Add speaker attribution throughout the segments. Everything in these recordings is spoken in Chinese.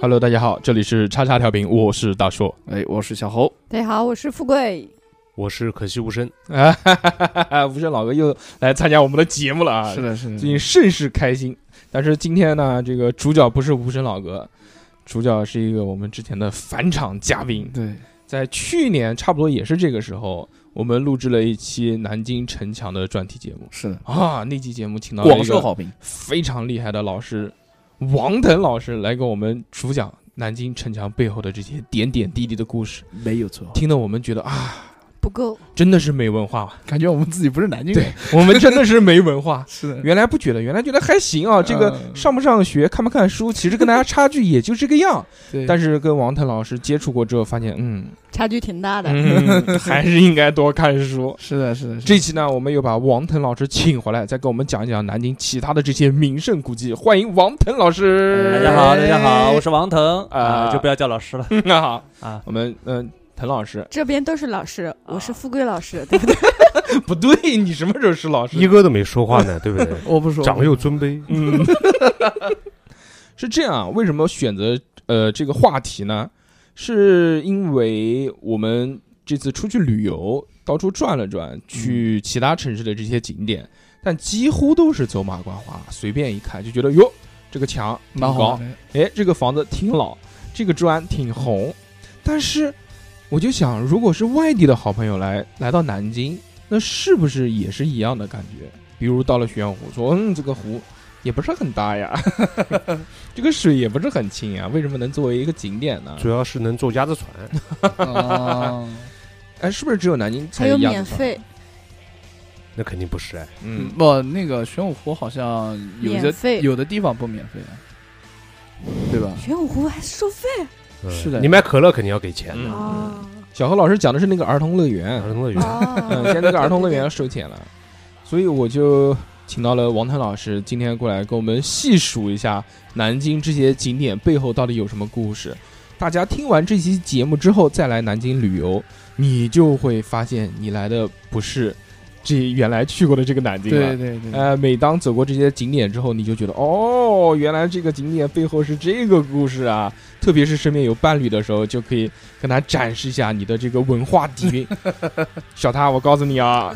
Speaker 1: Hello，大家好，这里是叉叉调频，我是大硕。
Speaker 2: 哎，我是小侯，
Speaker 3: 大家好，我是富贵。
Speaker 4: 我是可惜无声，
Speaker 1: 啊，哈哈哈哈 吴声老哥又来参加我们的节目了啊！
Speaker 2: 是的，是的，
Speaker 1: 最近甚是开心。但是今天呢，这个主角不是吴声老哥，主角是一个我们之前的返场嘉宾。
Speaker 2: 对，
Speaker 1: 在去年差不多也是这个时候，我们录制了一期南京城墙的专题节目
Speaker 2: 是的，
Speaker 1: 啊。那期节目请到了
Speaker 2: 广
Speaker 1: 一
Speaker 2: 受
Speaker 1: 个
Speaker 2: 好评。
Speaker 1: 非常厉害的老师王腾老师来给我们主讲南京城墙背后的这些点点滴滴的故事，
Speaker 2: 没有错，
Speaker 1: 听得我们觉得啊，
Speaker 3: 不够，
Speaker 1: 真的是没文化。
Speaker 2: 感觉我们自己不是南京
Speaker 1: 对
Speaker 2: 人。。
Speaker 1: 我们真的是没文化
Speaker 2: 是的，
Speaker 1: 原来不觉得，原来觉得还行啊。这个
Speaker 2: 嗯
Speaker 1: 上不上学、看不看书，其实跟大家差距也就这个样。
Speaker 2: 对
Speaker 1: 但
Speaker 2: 是
Speaker 1: 是跟王腾老师接触过之后，发现嗯，
Speaker 3: 差距挺大 的。
Speaker 1: 嗯还是应该多看书。
Speaker 2: 是的，是的，
Speaker 1: 这期呢，我们又把王腾老师请回来，再给我们讲一讲南京其他的这些名胜古迹。欢迎王腾老师，
Speaker 4: 哎大家 好，大家好，我是王腾
Speaker 1: 啊
Speaker 4: 啊，就不要叫老师了
Speaker 1: 是好，
Speaker 4: 啊，
Speaker 1: 我们嗯、腾老师
Speaker 3: 这边都是老师，我是富贵老师，对不对？
Speaker 1: 不对，你什么时候是老师？
Speaker 4: 一哥都没说话 呢，对不对？
Speaker 2: 我不说，
Speaker 4: 长幼尊卑，
Speaker 1: 嗯， 是这样啊，为什么选择呃这个话题呢？是因为我们这次出去旅游，到处转了转，去其他城市的这些景点，但几乎都是走马观花，随便一看就觉得哟，这个墙挺
Speaker 2: 蛮好
Speaker 1: 高
Speaker 2: 的，，
Speaker 1: 哎，这个房子挺老，这个砖
Speaker 4: 嗯
Speaker 1: 挺红，但是我就想，如果是外地的好朋友来来到南京，那是不是也是一样的感觉？比如到了玄武湖，说嗯，这个湖也不是很大呀， 这个水也不是很清呀，为什么能作为一个景点呢？
Speaker 4: 主要是能坐鸭子船，
Speaker 2: 啊，
Speaker 1: 哎，是不是只有南京才
Speaker 3: 还有
Speaker 1: 一样的
Speaker 3: 免
Speaker 1: 房
Speaker 3: 费，
Speaker 4: 那肯定不是哎，
Speaker 1: 嗯，
Speaker 2: 不，那个玄武湖好像有
Speaker 3: 免
Speaker 2: 的
Speaker 3: 费
Speaker 2: 有的地方不免费啊的，对吧？
Speaker 3: 玄武湖还收费
Speaker 4: 嗯
Speaker 2: 是的
Speaker 4: 你买可乐肯定要给钱的，
Speaker 3: 啊？
Speaker 1: 小何老师讲的是那个儿童乐园，
Speaker 4: 儿童乐园
Speaker 1: 嗯，
Speaker 3: 哦，
Speaker 1: 现在这个儿童乐园要收钱了，所以我就请到了王腾老师，今天过来跟我们细数一下南京这些景点背后到底有什么故事。大家听完这期节目之后再来南京旅游，你就会发现你来的不是这原来去过的这个南京了。
Speaker 2: 对对对，
Speaker 1: 呃，每当走过这些景点之后，你就觉得哦，原来这个景点背后是这个故事啊！特别是身边有伴侣的时候，就可以跟他展示一下你的这个文化底蕴。小他，我告诉你啊，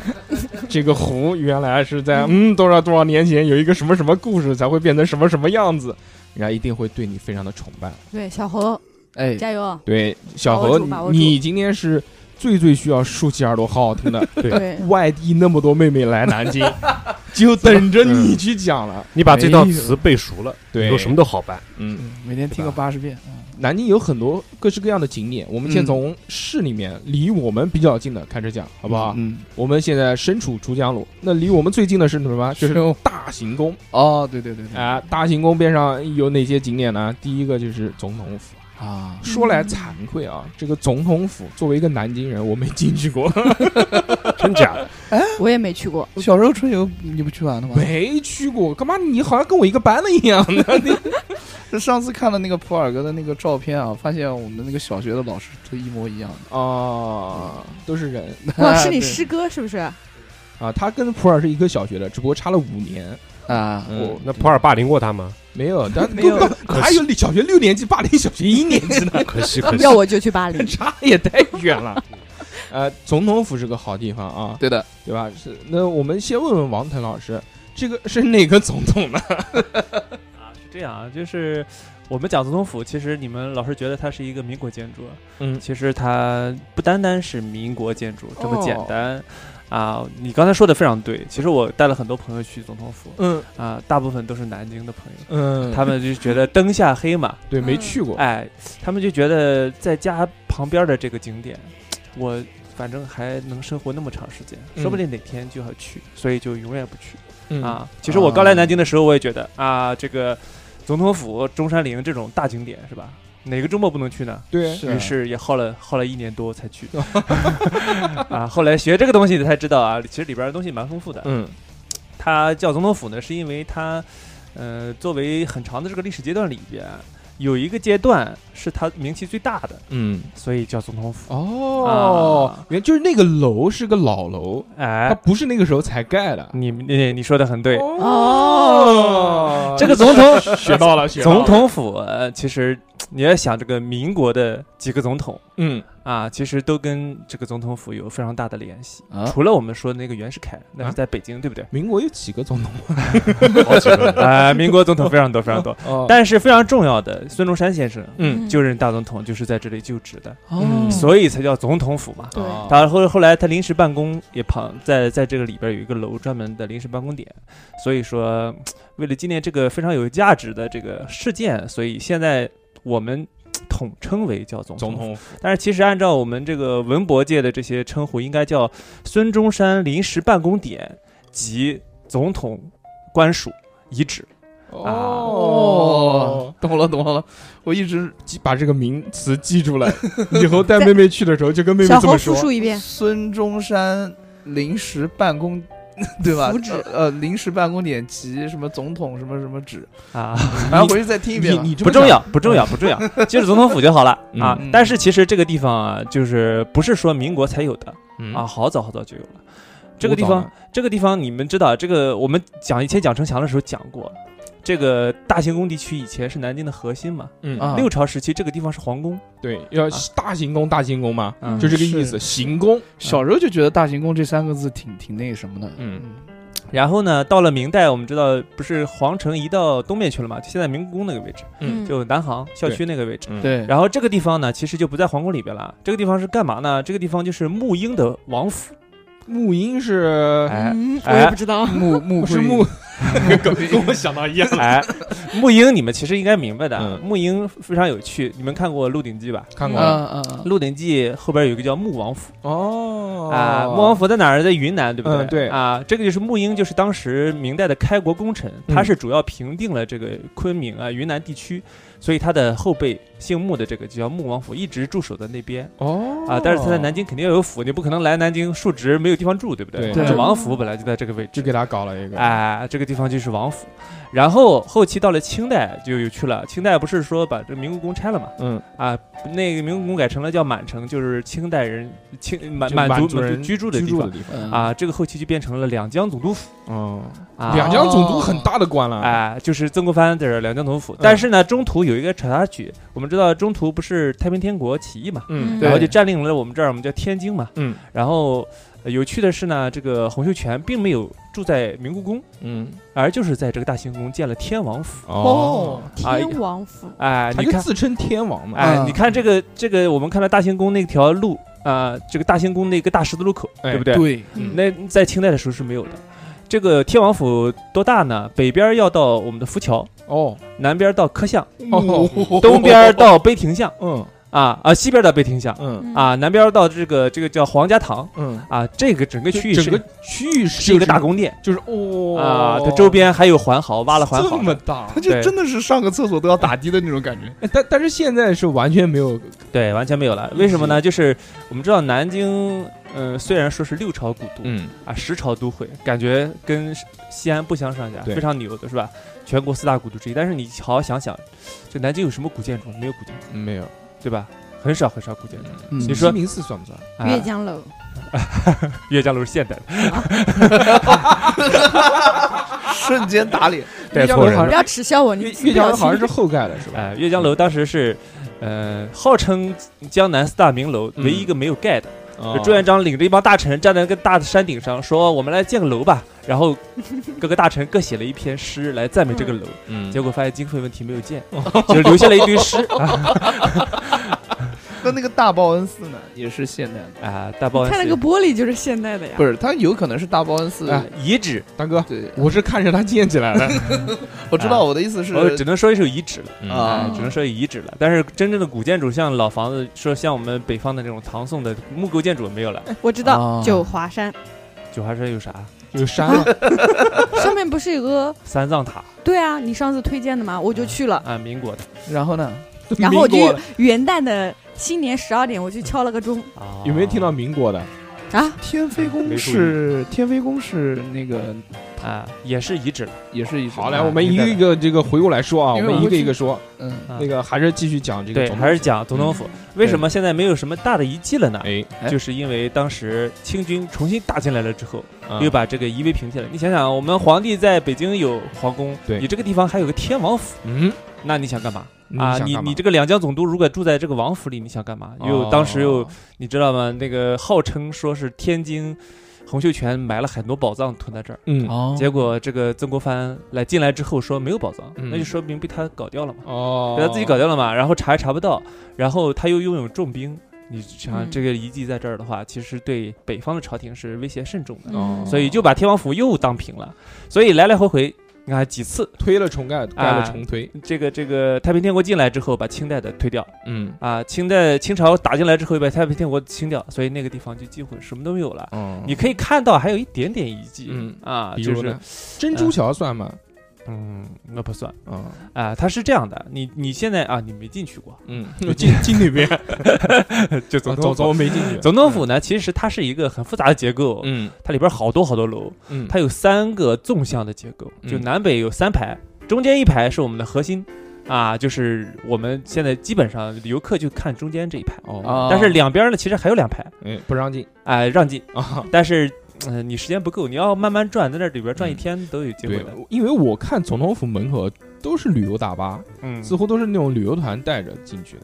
Speaker 1: 这个湖原来是在嗯多少多少年前有一个什么什么故事才会变成什么什么样子，人家一定会对你非常的崇拜。
Speaker 3: 对，小侯
Speaker 2: 哎，
Speaker 3: 加油！啊
Speaker 1: 对，小
Speaker 3: 把握
Speaker 1: 何
Speaker 3: 住把握，住
Speaker 1: 你今天是最最需要竖起耳朵好好听的。
Speaker 3: 对，
Speaker 1: 外地那么多妹妹来南京，就等着你去讲了。
Speaker 4: 你把这道词背熟了，以
Speaker 1: 对，
Speaker 4: 后什么都好办。
Speaker 1: 嗯，
Speaker 2: 嗯每天听个
Speaker 1: 对
Speaker 2: 八十遍，嗯
Speaker 1: 南京有很多各式各样的景点，我们先
Speaker 2: 嗯
Speaker 1: 从市里面离我们比较近的开始讲，好不好？
Speaker 2: 嗯，
Speaker 1: 我们现在身处珠江路，那离我们最近的是什么？就是
Speaker 2: 是
Speaker 1: 大行宫
Speaker 2: 哦，对对对对，
Speaker 1: 啊！大行宫边上有哪些景点呢？第一个就是总统府。
Speaker 2: 啊，
Speaker 1: 说来惭愧啊，这个总统府作为一个南京人，我没进去过，
Speaker 4: 真假的？
Speaker 3: 我也没 去过，
Speaker 2: 小时候春游你不去玩的吗？
Speaker 1: 没去过。干嘛？你好像跟我一个班的一样的。 你
Speaker 2: 上次看了那个普洱哥的那个照片啊，发现我们那个小学的老师都一模一样的。
Speaker 1: 哦，都是人
Speaker 3: 哇，是你
Speaker 2: 对
Speaker 3: 师哥是不是？
Speaker 1: 啊。他跟普洱是一个小学的，只不过差了五年。
Speaker 2: 啊，
Speaker 1: 嗯
Speaker 4: 我哦那普洱霸凌过他吗？
Speaker 1: 没有，但
Speaker 2: 没有
Speaker 1: 哪有小学六年级霸凌小学一年级 呢？
Speaker 4: 可惜可惜
Speaker 3: 要，我就去巴黎。
Speaker 1: 差也太远了。呃，总统府是个好地方啊，
Speaker 2: 对的，
Speaker 1: 对吧？是那我们先问问王腾老师，这个是哪个总统呢？
Speaker 5: 是这样啊，就是我们讲总统府，其实你们老是觉得它是一个民国建筑，
Speaker 1: 嗯
Speaker 5: 其实它不单单是民国建筑这么简
Speaker 1: 哦
Speaker 5: 单。啊，你刚才说的非常对。其实我带了很多朋友去总统府，
Speaker 1: 嗯
Speaker 5: 啊，大部分都是南京的朋友，
Speaker 1: 嗯，
Speaker 5: 他们就觉得灯下黑嘛，
Speaker 1: 对没去过，
Speaker 5: 哎，他们就觉得在家旁边的这个景点，我反正还能生活那么长时间，
Speaker 1: 嗯
Speaker 5: 说不定哪天就要去，所以就永远不去。
Speaker 1: 嗯
Speaker 5: 啊，其实我
Speaker 2: 啊
Speaker 5: 刚来南京的时候，我也觉得啊，这个总统府、中山陵这种大景点是吧？哪个周末不能去呢？
Speaker 1: 对，
Speaker 2: 是
Speaker 5: 于是也耗了耗了一年多才去 啊。后来学这个东西才知道啊，其实里边的东西蛮丰富的。
Speaker 1: 嗯
Speaker 5: 它叫总统府呢，是因为它，呃，作为很长的这个历史阶段里边，有一个阶段是它名气最大的，
Speaker 1: 嗯，
Speaker 5: 所以叫总统府。
Speaker 1: 哦
Speaker 5: 啊，
Speaker 1: 原来就是那个楼是个老楼，它
Speaker 5: 哎，
Speaker 1: 不是那个时候才盖的。哦
Speaker 5: 你你你说的很对，
Speaker 3: 哦
Speaker 5: 这个总统
Speaker 1: 学到了，学到了
Speaker 5: 总统府、呃、其实你要想这个民国的几个总统
Speaker 1: 嗯，
Speaker 5: 啊，其实都跟这个总统府有非常大的联系。
Speaker 2: 啊，
Speaker 5: 除了我们说的那个袁世凯，那
Speaker 1: 啊？
Speaker 5: 是在北京，对不对
Speaker 1: 民国有几个总统？
Speaker 4: 好几个，
Speaker 5: 啊，民国总统非常多，非常多。
Speaker 1: 哦，
Speaker 5: 但是非常重要的，孙中山先生
Speaker 1: 嗯，
Speaker 5: 就任大总统就是在这里就职的，嗯
Speaker 1: 哦
Speaker 2: 嗯
Speaker 5: 所以才叫总统府嘛。
Speaker 3: 对
Speaker 1: 哦
Speaker 5: 他后后来他临时办公也旁在在这个里边有一个楼专门的临时办公点，所以说为了纪念这个非常有价值的这个事件，所以现在我们统称为叫总
Speaker 1: 总
Speaker 5: 统府。
Speaker 1: 统
Speaker 5: 但是其实按照我们这个文博界的这些称呼，应该叫孙中山临时办公点及总统官署遗址。啊
Speaker 2: 哦，懂了懂了，我一直
Speaker 1: 记把这个名词记住了，以后带妹妹去的时候就跟妹妹
Speaker 3: 小
Speaker 1: 这
Speaker 3: 猴
Speaker 1: 么
Speaker 3: 复
Speaker 1: 说。
Speaker 3: 述一遍，
Speaker 2: 孙中山临时办公，对吧
Speaker 3: 福祉？
Speaker 2: 呃，呃临时办公点及什么总统什么什么指，
Speaker 5: 啊，
Speaker 2: 然后回去再听一
Speaker 1: 你
Speaker 2: 遍啊吧。
Speaker 1: 你这
Speaker 5: 不
Speaker 1: 么
Speaker 5: 重
Speaker 1: 讲
Speaker 5: 要，嗯不重要，不重要，就是总统府就好了啊
Speaker 2: 嗯。
Speaker 5: 但是其实这个地方啊，就是不是说民国才有的
Speaker 1: 嗯
Speaker 5: 啊，好早好早就有了。这个地
Speaker 1: 多早
Speaker 5: 方
Speaker 1: 呢，
Speaker 5: 这个地方你们知道，这个我们讲以前讲城墙的时候讲过，这个大行宫地区以前是南京的核心嘛。
Speaker 1: 嗯
Speaker 2: 啊
Speaker 5: 六朝时期，这个地方是皇宫，
Speaker 1: 对，要
Speaker 5: 啊
Speaker 1: 大行宫大行宫嘛，
Speaker 5: 嗯
Speaker 1: 就这个意思，行宫。
Speaker 2: 小时候就觉得“大行宫”这三个字挺挺那什么的，
Speaker 1: 嗯，
Speaker 5: 然后呢，到了明代，我们知道不是皇城移到东面去了嘛，就现在明故宫那个位置，
Speaker 1: 嗯
Speaker 5: 就南航校区那个位置。
Speaker 1: 嗯，
Speaker 2: 对，
Speaker 5: 然后这个地方呢，其实就不在皇宫里边了。这个地方是干嘛呢？这个地方就是沐英的王府。
Speaker 1: 沐英是
Speaker 5: 哎
Speaker 3: 嗯，我
Speaker 5: 哎
Speaker 3: 也不知道，
Speaker 2: 木木
Speaker 1: 是
Speaker 2: 会
Speaker 1: 沐，跟 跟我想到一样。
Speaker 5: 哎，沐英你们其实应该明白的
Speaker 1: 嗯，
Speaker 5: 沐英非常有趣。你们看过《鹿鼎记》吧？
Speaker 1: 看
Speaker 3: 嗯
Speaker 1: 过
Speaker 2: 啊
Speaker 1: 了
Speaker 2: 啊啊
Speaker 5: 《鹿鼎记》后边有一个叫沐王府
Speaker 1: 哦
Speaker 5: 啊，沐王府在哪儿？在云南，对不对？
Speaker 1: 嗯对
Speaker 5: 啊，这个就是沐英，就是当时明代的开国功臣，
Speaker 1: 嗯
Speaker 5: 他是主要平定了这个昆明啊云南地区，所以他的后辈姓穆的这个就叫穆王府，一直驻守在那边
Speaker 1: 哦
Speaker 5: 啊。但是他在南京肯定要有府，你不可能来南京述职没有地方住，对不
Speaker 1: 对
Speaker 5: 这王府本来就在这个位置
Speaker 1: 就，给他搞了一个，
Speaker 5: 哎，这个地方就是王府。然后后期到了清代就有趣了，清代不是说把这明故宫拆了嘛？
Speaker 1: 嗯
Speaker 5: 啊，那个明故宫改成了叫满城，就是清代人清满
Speaker 1: 就
Speaker 5: 满
Speaker 1: 满
Speaker 5: 族
Speaker 1: 族人
Speaker 5: 居住的
Speaker 1: 居
Speaker 5: 地
Speaker 1: 住
Speaker 5: 方
Speaker 1: 的。地方。
Speaker 2: 嗯
Speaker 5: 啊，这个后期就变成了两江总督府
Speaker 1: 哦，
Speaker 5: 啊，
Speaker 1: 两江总督很大的官了，
Speaker 5: 哎，就是曾国藩在这儿两江总督府。但是呢，中途有一个小插曲，我们知道中途不是太平天国起义嘛，
Speaker 1: 嗯，
Speaker 3: 嗯
Speaker 5: 然后
Speaker 2: 对
Speaker 5: 就占领了我们这儿，我们叫天津嘛。
Speaker 1: 嗯
Speaker 5: 然后呃有趣的是呢，这个洪秀全并没有住在明故宫，
Speaker 1: 嗯，
Speaker 5: 而就是在这个大行宫建了天王府。
Speaker 1: 哦，
Speaker 5: 哎
Speaker 3: 天王府，
Speaker 5: 哎，
Speaker 1: 他
Speaker 5: 你
Speaker 1: 就
Speaker 5: 看，
Speaker 1: 自称天王嘛，
Speaker 5: 哎，
Speaker 2: 嗯
Speaker 5: 你看这个这个，我们看到大行宫那条路啊、这个大行宫那个大十字路口，
Speaker 1: 哎
Speaker 5: 对不对？
Speaker 2: 对，
Speaker 3: 嗯
Speaker 5: 那在清代的时候是没有的。这个天王府多大呢？北边要到我们的浮桥，
Speaker 1: 哦，
Speaker 5: 南边到柯巷，
Speaker 1: 哦
Speaker 5: 东边到碑亭巷
Speaker 1: 嗯
Speaker 5: 啊啊，西边到碑亭巷
Speaker 1: 嗯
Speaker 5: 啊，南边到这个这个叫皇家堂
Speaker 1: 嗯，
Speaker 5: 啊，这个整个
Speaker 1: 就
Speaker 5: 区域
Speaker 1: 整
Speaker 5: 是
Speaker 1: 个区域
Speaker 5: 是一个大，宫殿
Speaker 1: 就是哦
Speaker 5: 啊，它周边还有环壕，挖了环
Speaker 1: 这
Speaker 5: 壕。
Speaker 1: 么大
Speaker 2: 他，就真的是上个厕所都要打的的那种感觉。
Speaker 1: 哎但但是现在是完全没有，
Speaker 5: 对，完全没有了。为什么呢？就是我们知道南京，嗯、虽然说是六朝古都、
Speaker 1: 嗯
Speaker 5: 啊，十朝都会，感觉跟西安不相上下，
Speaker 1: 对
Speaker 5: 非常牛的是吧？全国四大古都之一。但是你好好想想，这南京有什么古建筑？没有古建筑，
Speaker 1: 没有，
Speaker 5: 对吧？很少很少古建筑。
Speaker 2: 嗯
Speaker 5: 你说
Speaker 1: 鸡鸣寺算 不算？
Speaker 5: 啊
Speaker 3: 嗯岳江楼，
Speaker 5: 岳家楼是现代的，
Speaker 2: 瞬间打 脸，
Speaker 4: 带
Speaker 1: 岳家
Speaker 4: 错
Speaker 1: 楼好
Speaker 4: 人
Speaker 1: 像
Speaker 3: 不要耻笑我，你
Speaker 1: 岳岳家楼好像是后盖的是吧？
Speaker 5: 哎，岳江楼当时是，呃，号称江南四大名楼唯一一个没有盖的。
Speaker 1: 嗯哦，
Speaker 5: 就朱元璋领着一帮大臣站在那个大的山顶上，说：“我们来建个楼吧。”然后各个大臣各写了一篇诗来赞美这个楼，
Speaker 1: 嗯
Speaker 5: 结果发现经费问题没有建，
Speaker 1: 哦
Speaker 5: 就留下了一堆诗 啊、
Speaker 2: 那那个大报恩寺呢，也是现代的，
Speaker 5: 啊大报恩
Speaker 3: 看那个
Speaker 5: 寺
Speaker 3: 玻璃就是现代的呀
Speaker 2: 不，是？它有可能是大报恩寺。
Speaker 1: 哎
Speaker 5: 啊遗址，
Speaker 1: 大哥，
Speaker 2: 对，
Speaker 1: 我是看着他建起来 的，
Speaker 2: 我知道，我的意思是，
Speaker 5: 哎我呃只能说是有遗址了，
Speaker 2: 啊
Speaker 5: 哎，只能说有遗址了。但是真正的古建筑，像老房子，说像我们北方的那种唐宋的木构建筑没有了。
Speaker 1: 哎
Speaker 3: 我知
Speaker 2: 哦
Speaker 1: 啊
Speaker 3: 道九华山
Speaker 5: 九华山有啥？
Speaker 1: 有山，
Speaker 3: 上面不是有个。
Speaker 5: 三藏塔
Speaker 3: 对啊，你上次推荐的嘛，我
Speaker 1: 嗯
Speaker 3: 就去了。
Speaker 5: 啊，民国的
Speaker 2: 然后呢？
Speaker 3: 然后我就
Speaker 1: 民国的
Speaker 3: 元旦的新年十二点，我去敲了个钟
Speaker 5: 啊
Speaker 1: 有没有听到？民国的？
Speaker 3: 啊，
Speaker 2: 天妃宫
Speaker 5: 没注意
Speaker 2: 是天妃宫是那个
Speaker 5: 啊，也是遗址了。
Speaker 2: 也是一种啊
Speaker 1: 好嘞，
Speaker 5: 来
Speaker 1: 我们一个一个这个回过来说啊，我
Speaker 2: 因为
Speaker 1: 们
Speaker 2: 我
Speaker 1: 一个
Speaker 2: 会
Speaker 1: 一个说。
Speaker 2: 嗯，
Speaker 5: 啊
Speaker 1: 那个还是继续讲这个
Speaker 5: 对，
Speaker 1: 总统嗯
Speaker 5: 还是讲总统府为什么现在没有什么大的遗迹了呢？
Speaker 1: 哎，
Speaker 2: 哎
Speaker 5: 就是因为当时清军重新打进来了之后，
Speaker 1: 嗯
Speaker 5: 又把这个夷为平地了。你想想，我们皇帝在北京有皇宫，
Speaker 1: 对
Speaker 5: 你这个地方还有个天王府，
Speaker 1: 嗯
Speaker 5: 那你想干嘛
Speaker 1: 你
Speaker 5: 啊？
Speaker 1: 想
Speaker 5: 你
Speaker 1: 干嘛
Speaker 5: 你这个两江总督如果住在这个王府里，你想干嘛？又当时又
Speaker 1: 哦
Speaker 5: 你知道吗？那个号称说是天津洪秀全埋了很多宝藏囤在这儿，
Speaker 1: 嗯
Speaker 2: 哦
Speaker 5: 结果这个曾国藩来进来之后说没有宝藏，
Speaker 1: 嗯
Speaker 5: 那就说明被他搞掉了嘛。
Speaker 1: 哦，
Speaker 5: 被他自己搞掉了嘛，然后查也查不到，然后他又拥有重兵，你想
Speaker 3: 嗯
Speaker 5: 这个遗迹在这儿的话，其实对北方的朝廷是威胁甚重的，
Speaker 1: 哦
Speaker 3: 嗯
Speaker 5: 所以就把天王府又当平了，所以来来回回，你看几次
Speaker 1: 推了重
Speaker 5: 啊
Speaker 1: 盖，盖了重推，
Speaker 5: 这个这个太平天国进来之后，把清代的推掉
Speaker 1: 嗯
Speaker 5: 啊，清代清朝打进来之后，把太平天国清掉，所以那个地方就几乎什么都没有了。
Speaker 1: 嗯
Speaker 5: 你可以看到还有一点点遗迹，
Speaker 1: 嗯
Speaker 5: 啊，
Speaker 1: 比
Speaker 5: 就
Speaker 1: 如
Speaker 5: 是
Speaker 1: 呢，珍珠桥算吗？
Speaker 5: 嗯，那不算
Speaker 1: 啊
Speaker 5: 啊，它是这样的，你你现在啊，你没进去过，
Speaker 1: 嗯，我 进进那边，
Speaker 5: 就
Speaker 1: 啊
Speaker 5: 总
Speaker 1: 早
Speaker 5: 统
Speaker 1: 早我没进去，
Speaker 5: 总统府呢，其实它是一个很复杂的结构，
Speaker 1: 嗯
Speaker 5: 它里边好多好多楼，
Speaker 1: 嗯，
Speaker 5: 它有三个纵向的结构，
Speaker 1: 嗯
Speaker 5: 就南北有三排，中间一排是我们的核心，啊，就是我们现在基本上游客就看中间这一排，
Speaker 1: 哦，
Speaker 2: 啊，
Speaker 5: 但是两边呢其实还有两排，
Speaker 1: 哎，不让进
Speaker 5: 哎，让进，
Speaker 1: 啊。
Speaker 5: 但是嗯、呃你时间不够，你要慢慢转，在那里边转一
Speaker 1: 嗯
Speaker 5: 天都有机会
Speaker 1: 对
Speaker 5: 的，，
Speaker 1: 因为我看总统府门口都是旅游大巴，
Speaker 5: 嗯，
Speaker 1: 似乎都是那种旅游团带着进去的，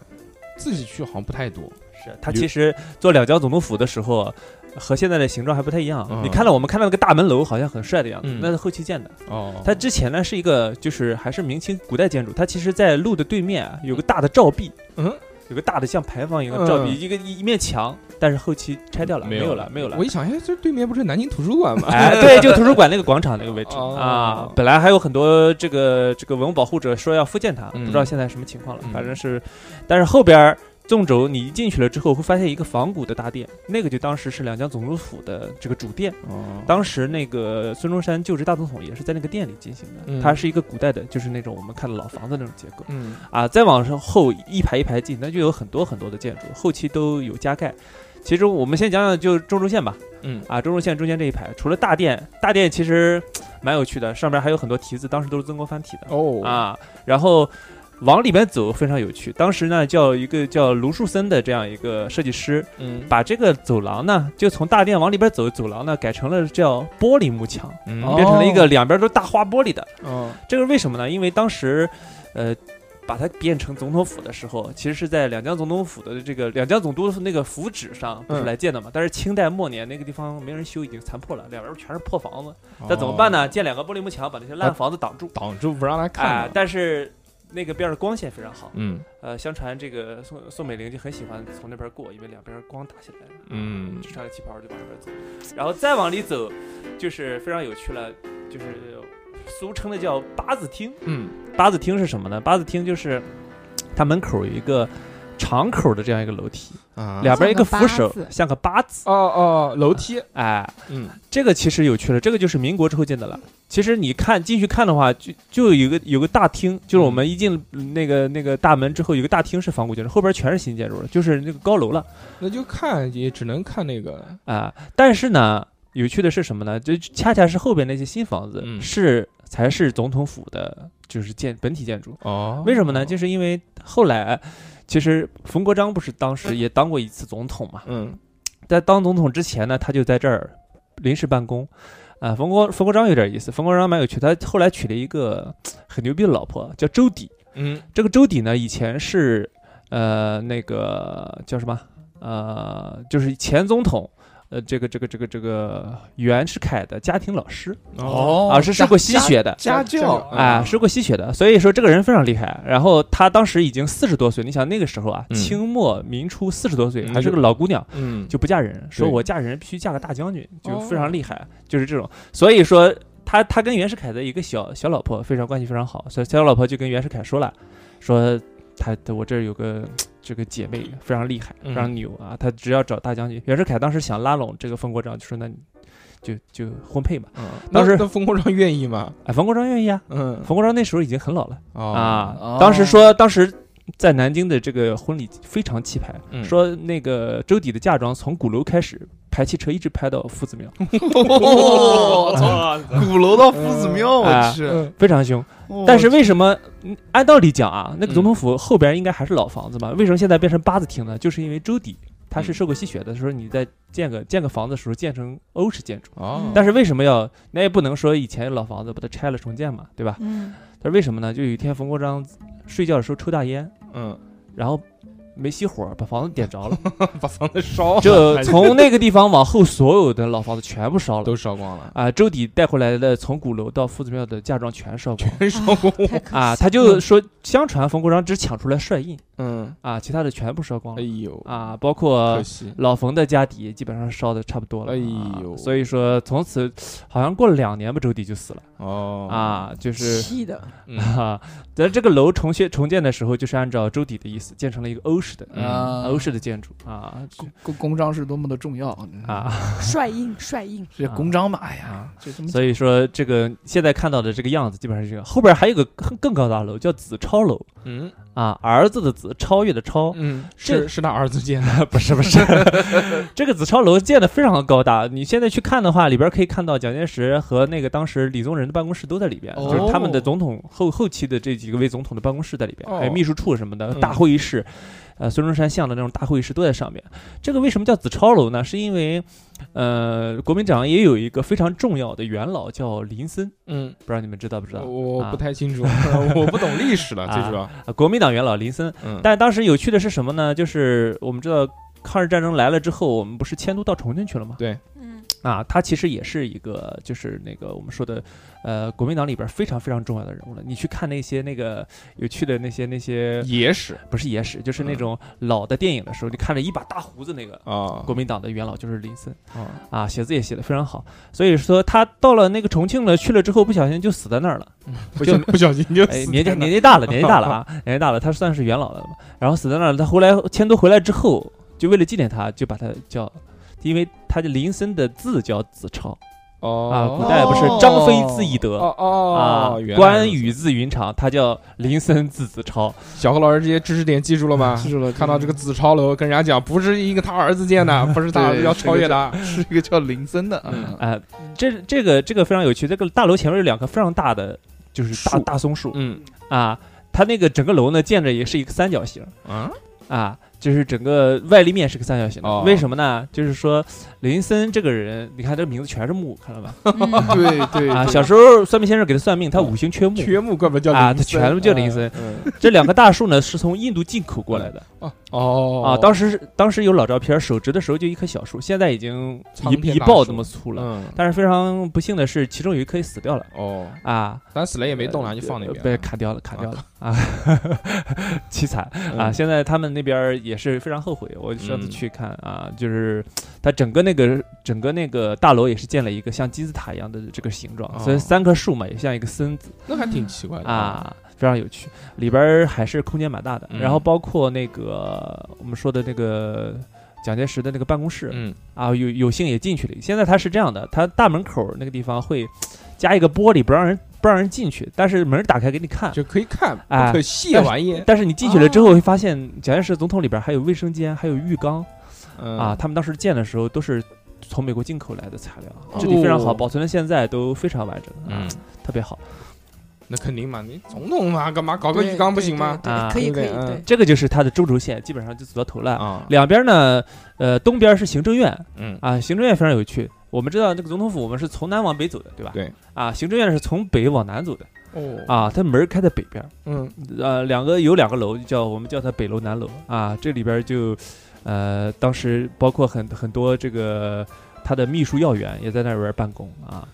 Speaker 1: 自己去好像不太多。
Speaker 5: 是它其实做两江总督府的时候。和现在的形状还不太一样，
Speaker 1: 嗯
Speaker 5: 你看到我们看到那个大门楼好像很帅的样子，
Speaker 1: 嗯
Speaker 5: 那是后期建的。
Speaker 1: 哦
Speaker 5: 它之前呢是一个就是还是明清古代建筑，它其实在路的对面啊有个大的照壁，
Speaker 1: 嗯，
Speaker 5: 有个大的像牌坊一样的照壁，
Speaker 1: 嗯
Speaker 5: 一个一一面墙，但是后期拆掉了，没有了，没有了
Speaker 1: 我。一想，哎，这对面不是南京图书馆 吗？
Speaker 5: 哎，对，就图书馆那个广场那个位置、
Speaker 1: 哦
Speaker 5: 啊，本来还有很多这个这个文物保护者说要复建它，
Speaker 1: 嗯
Speaker 5: 不知道现在什么情况了。
Speaker 1: 嗯
Speaker 5: 反正是，但是后边儿纵轴你一进去了之后，会发现一个仿古的大殿，那个就当时是两江总督府的这个主殿。
Speaker 1: 哦，
Speaker 5: 当时那个孙中山就职大总统也是在那个店里进行的，
Speaker 1: 嗯
Speaker 5: 它是一个古代的，就是那种我们看的老房子那种结构
Speaker 1: 嗯，
Speaker 5: 啊。再往上后一排一排进，那就有很多很多的建筑，后期都有加盖。其中我们先讲讲就中轴线吧，
Speaker 1: 嗯
Speaker 5: 啊，中轴线中间这一排，除了大殿，大殿其实嘖蛮有趣的，上面还有很多题字，当时都是曾国藩题的、
Speaker 1: 哦，
Speaker 5: 啊。然后往里边走非常有趣，当时呢叫一个叫卢树森的这样一个设计师，
Speaker 1: 嗯，
Speaker 5: 把这个走廊呢，就从大殿往里边走，走廊呢改成了叫玻璃幕墙，
Speaker 1: 嗯
Speaker 2: 哦
Speaker 5: 变成了一个两边都大花玻璃的。
Speaker 1: 哦，
Speaker 5: 这个是为什么呢？因为当时，呃，把它变成总统府的时候，其实是在两江总统府的这个两江总督那个府址上不是
Speaker 1: 嗯
Speaker 5: 来建的嘛。但是清代末年那个地方没人修，已经残破了，两边全是破房子。
Speaker 1: 哦
Speaker 5: 那怎么办呢？建两个玻璃幕墙，把那些烂房子挡住。
Speaker 1: 挡住不让他
Speaker 5: 哎、
Speaker 1: 啊看到。
Speaker 5: 但是那个边儿的光线非常好。
Speaker 1: 嗯
Speaker 5: 呃，相传这个宋宋美龄就很喜欢从那边过，因为两边光打下来了。
Speaker 1: 嗯
Speaker 5: 就穿着旗袍就往那边走，然后再往里走，就是非常有趣了，就是俗称的叫八字厅。
Speaker 1: 嗯
Speaker 5: 八字厅是什么呢？八字厅就是它门口有一个长口的这样一个楼梯，
Speaker 1: 啊
Speaker 5: 两边一个扶手
Speaker 3: 像个八字，
Speaker 5: 像个八字。
Speaker 1: 哦哦，楼梯，
Speaker 5: 哎，
Speaker 1: 嗯
Speaker 5: 这个其实有趣了，这个就是民国之后建的了。其实你看进去看的话，就就有个有个大厅，就是我们一进那个那个大门之后，有个大厅是仿古建筑，后边全是新建筑了，就是那个高楼了。
Speaker 1: 那就看也只能看那个了
Speaker 5: 啊、但是呢，有趣的是什么呢？就恰恰是后边那些新房子、
Speaker 1: 嗯
Speaker 5: 是才是总统府的，就是建本体建筑。
Speaker 1: 哦
Speaker 5: 为什么呢？就是因为后来，其实冯国璋不是当时也当过一次总统嘛，
Speaker 1: 嗯
Speaker 5: 在当总统之前呢，他就在这儿临时办公。啊，冯国冯国璋有点意思，冯国璋蛮有趣，他后来娶了一个很牛逼的老婆，叫周底。
Speaker 1: 嗯
Speaker 5: 这个周底呢，以前是呃那个叫什么呃，就是前总统呃这个这个这个这个袁世凯的家庭老师
Speaker 2: 哦
Speaker 5: 啊，是受过吸血的。
Speaker 2: 家教
Speaker 1: 哎
Speaker 5: 啊，受过吸血的，所以说这个人非常厉害。然后他当时已经四十多岁，你想那个时候啊，
Speaker 1: 嗯
Speaker 5: 清末民初四十多岁，
Speaker 1: 嗯
Speaker 5: 还是个老姑娘，
Speaker 1: 嗯
Speaker 5: 就不嫁人，说
Speaker 1: 对
Speaker 5: 我嫁人必须嫁个大将军，就
Speaker 1: 哦
Speaker 5: 非常厉害，就是这种。所以说他他跟袁世凯的一个小小老婆非常关系非常好，所以小老婆就跟袁世凯说了，说他我这儿有个这个姐妹非常厉害，非常
Speaker 1: 嗯
Speaker 5: 牛啊，他只要找大将军。袁世凯当时想拉拢这个冯国璋，就说那你就就婚配嘛，
Speaker 1: 嗯，
Speaker 5: 当时
Speaker 1: 那那冯国璋愿意吗？
Speaker 5: 哎，冯国璋愿意啊，
Speaker 1: 嗯
Speaker 5: 冯国璋那时候已经很老了。
Speaker 1: 哦
Speaker 5: 啊
Speaker 2: 哦，
Speaker 5: 当时说当时。在南京的这个婚礼非常气派，
Speaker 1: 嗯
Speaker 5: 说那个周底的嫁妆从鼓楼开始排气车一直拍到夫子庙，
Speaker 2: 我操，哦
Speaker 5: 啊
Speaker 2: 鼓楼到夫子庙，我去！
Speaker 1: 嗯
Speaker 5: 非常凶。
Speaker 2: 我
Speaker 5: 但是为什么？嗯按道理讲啊，那个总
Speaker 1: 嗯
Speaker 5: 统府后边应该还是老房子嘛，为什么现在变成八字厅呢？就是因为周底他是受过吸血的，说你在建个建个房子的时候建成欧式建筑。
Speaker 1: 哦，
Speaker 5: 但是为什么要？那也不能说以前老房子把它拆了重建嘛，对吧？
Speaker 3: 嗯，
Speaker 5: 但是为什么呢？就有一天冯国璋睡觉的时候抽大烟，
Speaker 1: 嗯，
Speaker 5: 然后没熄火，把房子点着了。
Speaker 1: 把房 子烧 了，
Speaker 5: 这从那个地方往后，所有的老房子全部烧了。
Speaker 1: 都烧光了，
Speaker 5: 啊，周底带回来的从鼓楼到夫子庙的嫁妆 全烧光
Speaker 1: 真烧光。
Speaker 3: 太可惜
Speaker 5: 啊！他就说，相传冯国璋只抢出来帅印
Speaker 1: 嗯，
Speaker 5: 啊，其他的全部烧光
Speaker 1: 哎
Speaker 5: 了
Speaker 1: 呦，
Speaker 5: 啊，包括
Speaker 1: 可惜，
Speaker 5: 老冯的家底基本上烧的差不多了。
Speaker 1: 哎
Speaker 5: 啊
Speaker 1: 呦
Speaker 5: 所以说从此好像过了两年吧，周底就死了
Speaker 1: 哦，
Speaker 5: 啊，就是
Speaker 3: 气的，
Speaker 1: 嗯
Speaker 5: 啊，咱这个楼重建重建的时候，就是按照周底的意思建成了一个欧式的
Speaker 1: 嗯
Speaker 2: 啊，
Speaker 5: 欧式的建筑啊
Speaker 2: 公公公章是多么的重要嗯
Speaker 5: 啊！
Speaker 3: 帅硬帅硬，
Speaker 2: 这
Speaker 5: 啊
Speaker 2: 公章嘛，哎呀
Speaker 5: 啊，
Speaker 2: 就这么
Speaker 5: 所以说，这个现在看到的这个样子，基本上是这个。后边还有一个更更高大楼，叫子超楼
Speaker 1: 嗯
Speaker 5: 啊，儿子的子，超越的超，
Speaker 1: 嗯，
Speaker 5: 这
Speaker 1: 是是他儿子建的，
Speaker 5: 不是不是，这个子超楼建的非常高大。你现在去看的话，里边可以看到蒋介石和那个当时李宗仁的办公室都在里边，
Speaker 2: 哦
Speaker 5: 就是他们的总统后后期的这几个位总统的办公室在里边，
Speaker 1: 哦
Speaker 5: 还有秘书处什么的，
Speaker 1: 嗯
Speaker 5: 大会议室，呃，孙中山像的那种大会议室都在上面。这个为什么叫子超楼呢？是因为，呃，国民党也有一个非常重要的元老叫林森。
Speaker 1: 嗯，
Speaker 5: 不知道你们知道不知道？
Speaker 1: 我
Speaker 5: 啊
Speaker 1: 不太清楚， 我不懂历史了，最主要，
Speaker 5: 啊国民党元老林森。
Speaker 1: 嗯，
Speaker 5: 但当时有趣的是什么呢？就是我们知道抗日战争来了之后，我们不是迁都到重庆去了吗？
Speaker 3: 嗯，
Speaker 5: 啊，他其实也是一个，就是那个我们说的，呃，国民党里边非常非常重要的人物了。你去看那些那个有趣的那些那些，
Speaker 1: 野史
Speaker 5: 不是野史，就是那种老的电影的时候，你看着一把大胡子那个。
Speaker 1: 啊，
Speaker 5: 国民党的元老就是林森
Speaker 1: 啊
Speaker 5: 啊，写字也写得非常好，所以说他到了那个重庆了，去了之后不小心就死在那儿了。
Speaker 1: 不小不小心 就
Speaker 5: 哎，
Speaker 1: 死
Speaker 5: 年纪
Speaker 1: 在那
Speaker 5: 年纪大了，年纪大了啊，年纪大了，他算是元老了嘛。然后死在那儿，他回来迁都回来之后，就为了纪念他，就把他叫，因为他的林森的字叫子超
Speaker 1: 哦
Speaker 5: 啊，古代不是张飞字翼德。
Speaker 1: 哦哦
Speaker 5: 啊
Speaker 1: 原来，
Speaker 5: 关
Speaker 1: 如此
Speaker 5: 羽字云长，他叫林森字子超
Speaker 1: 小何老师这些知识点记住了 吗？
Speaker 2: 记住了，
Speaker 1: 看到这个子超楼，跟人家讲不是一个他儿子建的，
Speaker 5: 嗯
Speaker 1: 不是他儿子要超越的，
Speaker 2: 是一个叫林森的，
Speaker 1: 嗯
Speaker 2: 啊，
Speaker 5: 啊、这这个这个非常有趣。这个大楼前面有两棵非常大的，就是大
Speaker 1: 树
Speaker 5: 大松树
Speaker 1: 嗯
Speaker 5: 啊，它那个整个楼呢建着也是一个三角形，
Speaker 1: 啊
Speaker 5: 啊，就是整个外立面是个三角形的。
Speaker 1: 哦
Speaker 5: 为什么呢？就是说林森这个人，你看这名字全是木，看到吧？
Speaker 3: 嗯
Speaker 2: 对对
Speaker 5: 啊，小时候算命先生给他算命，他五行缺木。
Speaker 1: 缺木怪不得叫
Speaker 5: 啊，
Speaker 1: 林
Speaker 5: 他
Speaker 1: 森
Speaker 5: 全部叫林森。
Speaker 1: 嗯
Speaker 5: 这两个大树呢，是从印度进口过来的
Speaker 1: 哦哦
Speaker 5: 啊。当时是当时有老照片，手植的时候就一棵小树，现在已经
Speaker 1: 苍
Speaker 5: 一
Speaker 1: 天
Speaker 5: 一
Speaker 1: 大
Speaker 5: 抱
Speaker 1: 树
Speaker 5: 这么粗了。
Speaker 1: 嗯
Speaker 5: 但是非常不幸的是，其中有一棵死掉了
Speaker 1: 哦，
Speaker 5: 啊，
Speaker 1: 咱死了也没动了，就放那
Speaker 5: 呃
Speaker 1: 边
Speaker 5: 被砍掉了，砍掉了啊， 凄惨。啊，现在他们那边儿也是非常后悔。我上次
Speaker 1: 嗯
Speaker 5: 去看啊，就是它整个那个整个那个大楼也是建了一个像金字塔一样的这个形状，所以
Speaker 1: 哦
Speaker 5: 三棵树嘛，也像一个森子
Speaker 1: 那还挺奇怪的，
Speaker 5: 啊，非常有趣。里边儿还是空间蛮大的，然后
Speaker 1: 嗯
Speaker 5: 包括那个我们说的那个。蒋介石的那个办公室、
Speaker 1: 嗯
Speaker 5: 啊，有有幸也进去了。现在它是这样的，它大门口那个地方会加一个玻璃，不让人不让人进去，但是门打开给你看，
Speaker 1: 就可以看，
Speaker 5: 哎
Speaker 1: 不可亵玩焉
Speaker 5: 但是你进去了之后，会发现蒋介石总统里边还有卫生间，还有浴缸啊。
Speaker 1: 啊
Speaker 5: 他们当时建的时候都是从美国进口来的材料，
Speaker 1: 哦
Speaker 5: 质地非常好，保存到现在都非常完整，
Speaker 1: 嗯
Speaker 5: 啊，，特别好。
Speaker 1: 那肯定嘛，你总统嘛，干嘛搞个浴缸不行吗？
Speaker 3: 对
Speaker 5: 啊
Speaker 3: 对对可以可
Speaker 1: 对不
Speaker 3: 以，
Speaker 1: 对
Speaker 3: 对，
Speaker 5: 这个就是它的中轴线，基本上就走到头了。
Speaker 1: 啊，
Speaker 5: 两边呢，呃，东边是行政院
Speaker 1: 嗯
Speaker 5: 啊，行政院非常有趣。我们知道那个总统府，我们是从南往北走的，对吧？
Speaker 1: 对。
Speaker 5: 啊，行政院是从北往南走的
Speaker 1: 哦
Speaker 5: 啊，它门儿开在北边，
Speaker 1: 嗯
Speaker 5: 呃，两个有两个楼，叫我们叫它北楼南楼啊。这里边儿就，呃，当时包括很很多这个他的秘书要员也在那边儿办公啊